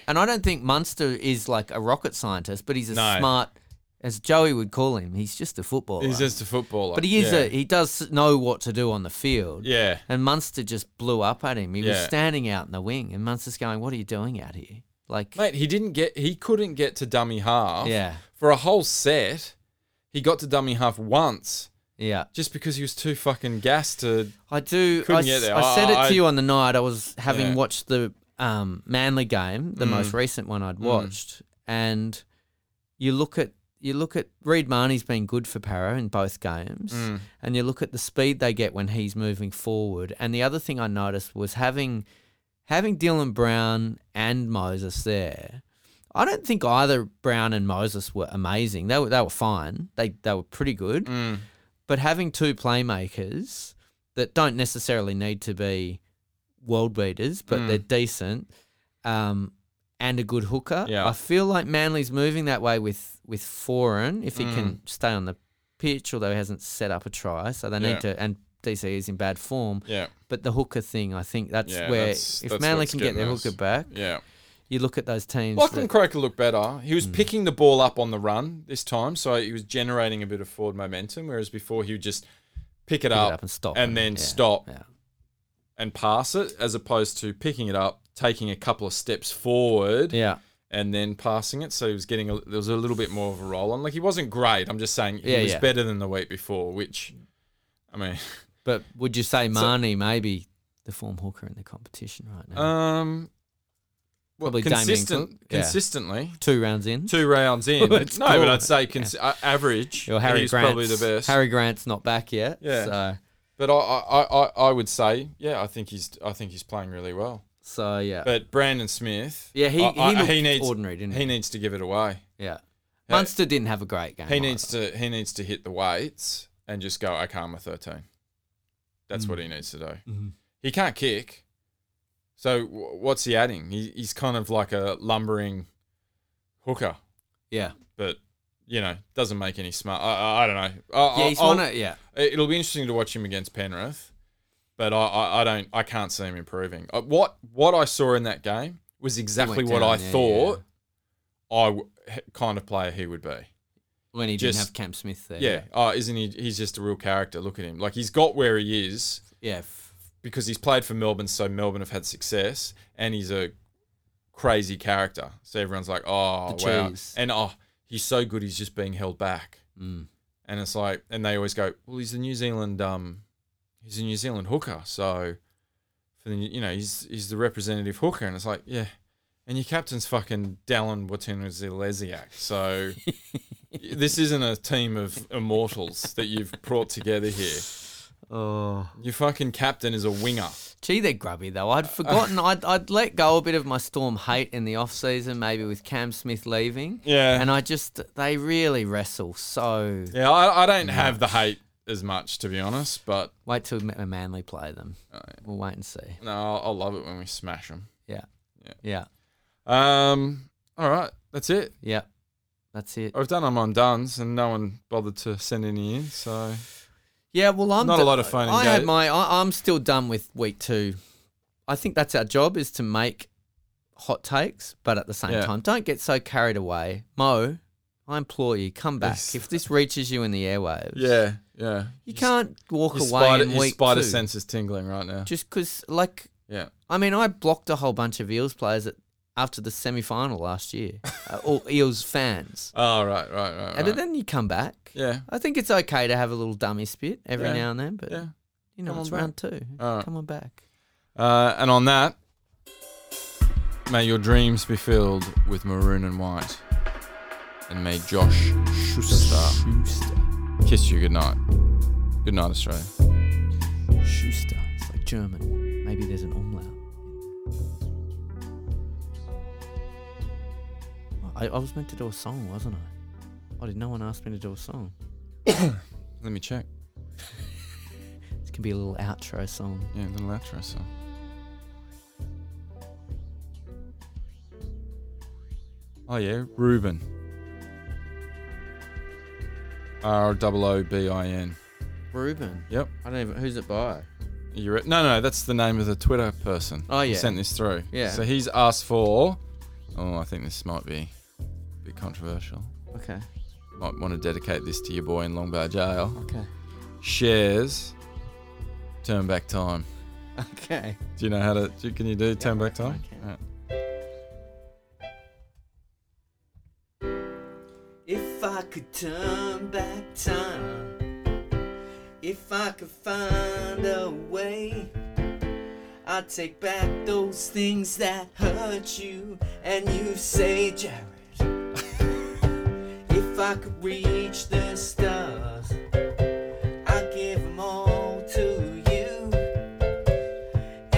Speaker 3: And I don't think Munster is like a rocket scientist, but he's a
Speaker 2: No.
Speaker 3: smart, as Joey would call him, he's just a footballer.
Speaker 2: He's just a footballer,
Speaker 3: but he is
Speaker 2: yeah.
Speaker 3: a he does know what to do on the field.
Speaker 2: yeah.
Speaker 3: And Munster just blew up at him. He was
Speaker 2: Yeah.
Speaker 3: standing out in the wing, and Munster's going, "What are you doing out here?" Like,
Speaker 2: Mate, oh. he didn't get he couldn't get to dummy half.
Speaker 3: Yeah.
Speaker 2: For a whole set, he got to dummy half once
Speaker 3: yeah.
Speaker 2: just because he was too fucking gassed to
Speaker 3: I do. I,
Speaker 2: Couldn't get
Speaker 3: s-
Speaker 2: there.
Speaker 3: I said it
Speaker 2: I-
Speaker 3: to you on the night. I was having
Speaker 2: Yeah. Mm.
Speaker 3: watched the um, Manly game, the most recent one I'd watched, and you look at you look at Reed Marnie's been good for Para in both games,
Speaker 2: Mm.
Speaker 3: and you look at the speed they get when he's moving forward. And the other thing I noticed was having having Dylan Brown and Moses there. I don't think either Brown and Moses were amazing. They were they were fine. They they were pretty good. But having two playmakers that don't necessarily need to be world beaters, but
Speaker 2: Mm.
Speaker 3: they're decent, um, and a good hooker.
Speaker 2: Yeah.
Speaker 3: I feel like Manly's moving that way with with Foreign if he can
Speaker 2: Mm.
Speaker 3: stay on the pitch, although he hasn't set up a try. So they
Speaker 2: Yeah.
Speaker 3: need to and DC is in bad form.
Speaker 2: Yeah.
Speaker 3: But the hooker thing, I think that's
Speaker 2: Yeah,
Speaker 3: where
Speaker 2: that's-
Speaker 3: if
Speaker 2: that's
Speaker 3: Manly
Speaker 2: what's
Speaker 3: can get
Speaker 2: getting
Speaker 3: their
Speaker 2: us.
Speaker 3: hooker back,
Speaker 2: Yeah.
Speaker 3: you look at those teams.
Speaker 2: Lachlan
Speaker 3: that-
Speaker 2: Croker looked better. He
Speaker 3: Hmm.
Speaker 2: was picking the ball up on the run this time, so he was generating a bit of forward momentum, whereas before he would just pick it,
Speaker 3: pick
Speaker 2: up,
Speaker 3: it up and stop,
Speaker 2: and
Speaker 3: it.
Speaker 2: then
Speaker 3: Yeah,
Speaker 2: stop
Speaker 3: yeah.
Speaker 2: and pass it, as opposed to picking it up, taking a couple of steps forward,
Speaker 3: Yeah,
Speaker 2: and then passing it. So he was getting a, there was a little bit more of a roll on. Like he wasn't great. I'm just saying he
Speaker 3: Yeah,
Speaker 2: was
Speaker 3: yeah.
Speaker 2: better than the week before, which I mean,
Speaker 3: but would you say Marnie maybe the form hooker in the competition right now?
Speaker 2: um, well,
Speaker 3: Mm-hmm. Probably Damien
Speaker 2: consistent,
Speaker 3: Cook, yeah.
Speaker 2: consistently.
Speaker 3: Two rounds in.
Speaker 2: Two rounds in, no,
Speaker 3: It's cool.
Speaker 2: but I'd say cons- uh, average.
Speaker 3: Well, Harry
Speaker 2: he's
Speaker 3: Grant's
Speaker 2: probably the best.
Speaker 3: Harry Grant's not back yet.
Speaker 2: Yeah.
Speaker 3: So
Speaker 2: But I, I, I, I- I would say, yeah, I think he's I think he's playing really well.
Speaker 3: so yeah.
Speaker 2: But Brandon Smith,
Speaker 3: Yeah, he-
Speaker 2: I-
Speaker 3: he
Speaker 2: I-
Speaker 3: looked
Speaker 2: needs
Speaker 3: ordinary, didn't he?
Speaker 2: needs to give it away.
Speaker 3: yeah. Munster didn't have a great game.
Speaker 2: He
Speaker 3: either.
Speaker 2: needs to he needs to hit the weights and just go. Okay, I'm a 13. That's
Speaker 3: Mm.
Speaker 2: what he needs to do.
Speaker 3: Mm-hmm.
Speaker 2: He can't kick, so w- what's he adding? He, he's kind of like a lumbering hooker,
Speaker 3: Yeah.
Speaker 2: but you know doesn't make any smart. I, I, I don't know. I,
Speaker 3: Yeah,
Speaker 2: I-
Speaker 3: he's
Speaker 2: I'll-
Speaker 3: on it. Yeah.
Speaker 2: It- It'll be interesting to watch him against Penrith, but I, I, I don't I can't see him improving. Uh, What what I saw in that game was exactly what
Speaker 3: down,
Speaker 2: I
Speaker 3: yeah,
Speaker 2: thought I w- h- kind of player he would be.
Speaker 3: When he
Speaker 2: Just-
Speaker 3: didn't have Cam Smith there.
Speaker 2: Yeah. Oh, isn't he? He's just a real character. Look at him. Like he's got where he is
Speaker 3: Yeah. f-
Speaker 2: because he's played for Melbourne, so Melbourne have had success, and he's a crazy character. So everyone's like, oh,
Speaker 3: The
Speaker 2: wow.
Speaker 3: cheese. Mm.
Speaker 2: And oh, he's so good, he's just being held back. And it's like, and they always go, well, he's a New Zealand, um, he's a New Zealand hooker. So, for the, you know, he's he's the representative hooker. And it's like, yeah. And your captain's fucking Dallin Watunazilesiak. So this isn't a team of immortals that you've brought together here.
Speaker 3: Oh.
Speaker 2: Your fucking captain is a winger.
Speaker 3: Gee, they're grubby though.
Speaker 2: Uh,
Speaker 3: I'd forgotten. I'd, I'd let go a bit of my Storm hate in the off season, maybe with Cam Smith leaving.
Speaker 2: Yeah.
Speaker 3: And I just they really wrestle so.
Speaker 2: Yeah, I, I don't have the hate as much, to be honest. But
Speaker 3: Wait till Ma- Manly play them.
Speaker 2: yeah.
Speaker 3: We'll wait and see.
Speaker 2: no, I'll, I'll love it when we smash them.
Speaker 3: Yeah.
Speaker 2: Yeah.
Speaker 3: Yeah.
Speaker 2: Um, all right, that's it.
Speaker 3: Yeah. That's it.
Speaker 2: I've done all my duns, and no one bothered to send any in. So
Speaker 3: Yeah, well, I'm
Speaker 2: Not a
Speaker 3: do-
Speaker 2: lot of fun
Speaker 3: I had
Speaker 2: engaged.
Speaker 3: my. I, I'm still done with week two. I think that's our job is to make hot takes, but at the same
Speaker 2: Yeah.
Speaker 3: time, don't get so carried away. Mo, I implore you, come back.
Speaker 2: Yes.
Speaker 3: If this reaches you in the airwaves,
Speaker 2: yeah, yeah.
Speaker 3: you can't walk
Speaker 2: Your
Speaker 3: away
Speaker 2: spider,
Speaker 3: in
Speaker 2: your
Speaker 3: week
Speaker 2: spider
Speaker 3: two.
Speaker 2: sense is tingling right now.
Speaker 3: Just because, like,
Speaker 2: Yeah.
Speaker 3: I mean, I blocked a whole bunch of Eels players at, after the semi final last year, uh, all Eels fans.
Speaker 2: Oh, right, right, right.
Speaker 3: And
Speaker 2: right.
Speaker 3: then you come back.
Speaker 2: yeah.
Speaker 3: I think it's okay to have a little dummy spit every
Speaker 2: Yeah.
Speaker 3: now and then, but
Speaker 2: Yeah.
Speaker 3: you know,
Speaker 2: Come
Speaker 3: it's
Speaker 2: on
Speaker 3: round two.
Speaker 2: All right.
Speaker 3: Come on back.
Speaker 2: Uh, and on that, may your dreams be filled with maroon and white. And may Josh Schuster
Speaker 3: Schuster.
Speaker 2: kiss you goodnight. Good night, Australia.
Speaker 3: Schuster. It's like German. Maybe there's an umlaut. I, I was meant to do a song, wasn't I? Oh, did no one ask me to do a song?
Speaker 2: Let me check.
Speaker 3: This can be a little outro song.
Speaker 2: Yeah, little outro song. Oh yeah, Ruben. R O O B I N.
Speaker 3: Ruben.
Speaker 2: Yep.
Speaker 3: I don't even. Who's it by?
Speaker 2: You're it. No, no, that's the name of the Twitter person.
Speaker 3: Oh,
Speaker 2: who
Speaker 3: yeah.
Speaker 2: Sent this through.
Speaker 3: Yeah.
Speaker 2: So he's asked for. Oh, I think this might be a bit controversial.
Speaker 3: Okay.
Speaker 2: Might want to dedicate this to your boy in Long Bar Jail.
Speaker 3: Okay.
Speaker 2: Shares. Turn back time.
Speaker 3: Okay.
Speaker 2: Do you know how to? do- Can you do turn back time?
Speaker 3: can.
Speaker 2: Alright.
Speaker 3: If I could turn back time, if I could find a way, I'd take back those things that hurt you and you say, Jared. if I could reach the stars, I'd give them all to you.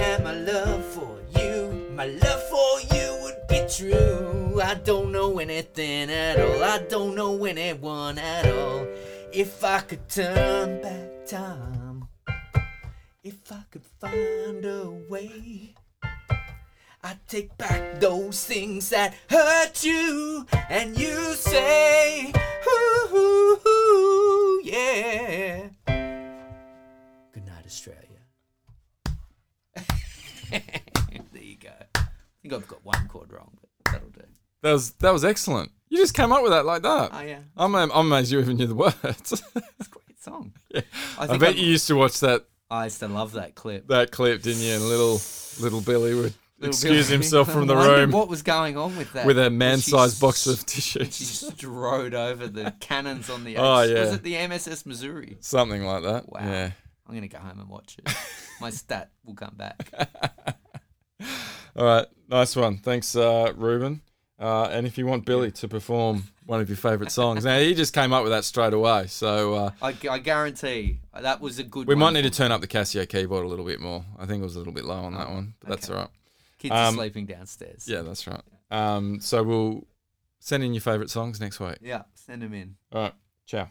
Speaker 3: And my love for you, my love for you would be true. I don't know anything at all. I don't know anyone at all. If I could turn back time, if I could find a way. I'd take back those things that hurt you, and you say, ooh, ooh, yeah. Good night, Australia. there you go. I think I've got one chord wrong, but that'll do.
Speaker 2: That was that was excellent. You just came up with that like that.
Speaker 3: Oh yeah,
Speaker 2: I'm, am- I'm amazed you even knew the words.
Speaker 3: it's a great song.
Speaker 2: I,
Speaker 3: think
Speaker 2: bet
Speaker 3: I'm-
Speaker 2: you used to watch that
Speaker 3: I used to love that clip.
Speaker 2: that clip, didn't you? And little little Billy would
Speaker 3: Little
Speaker 2: excuse
Speaker 3: Billy.
Speaker 2: himself
Speaker 3: I
Speaker 2: from the
Speaker 3: wondered
Speaker 2: room
Speaker 3: What was going on with that?
Speaker 2: with a
Speaker 3: when she
Speaker 2: man-sized box
Speaker 3: s-
Speaker 2: of tissues,
Speaker 3: She strode over the cannons on the.
Speaker 2: Oh,
Speaker 3: ice. Was
Speaker 2: yeah.
Speaker 3: it the MSS Missouri?
Speaker 2: something like that.
Speaker 3: Wow.
Speaker 2: Yeah.
Speaker 3: I'm gonna go home and watch it. My stat will come back.
Speaker 2: All right, nice one. Thanks, uh, Ruben. Uh, and if you want Billy to perform one of your favourite songs, now he just came up with that straight away. So uh,
Speaker 3: I, gu- I guarantee that was a good.
Speaker 2: we
Speaker 3: one
Speaker 2: might need
Speaker 3: for
Speaker 2: to turn up the Casio keyboard a little bit more. I think it was a little bit low on that one, but that's
Speaker 3: Oh, okay.
Speaker 2: all right.
Speaker 3: kids are
Speaker 2: um,
Speaker 3: sleeping downstairs.
Speaker 2: Yeah, that's right. Um, so we'll send in your favourite songs next week.
Speaker 3: Yeah. Send them in.
Speaker 2: All right, ciao.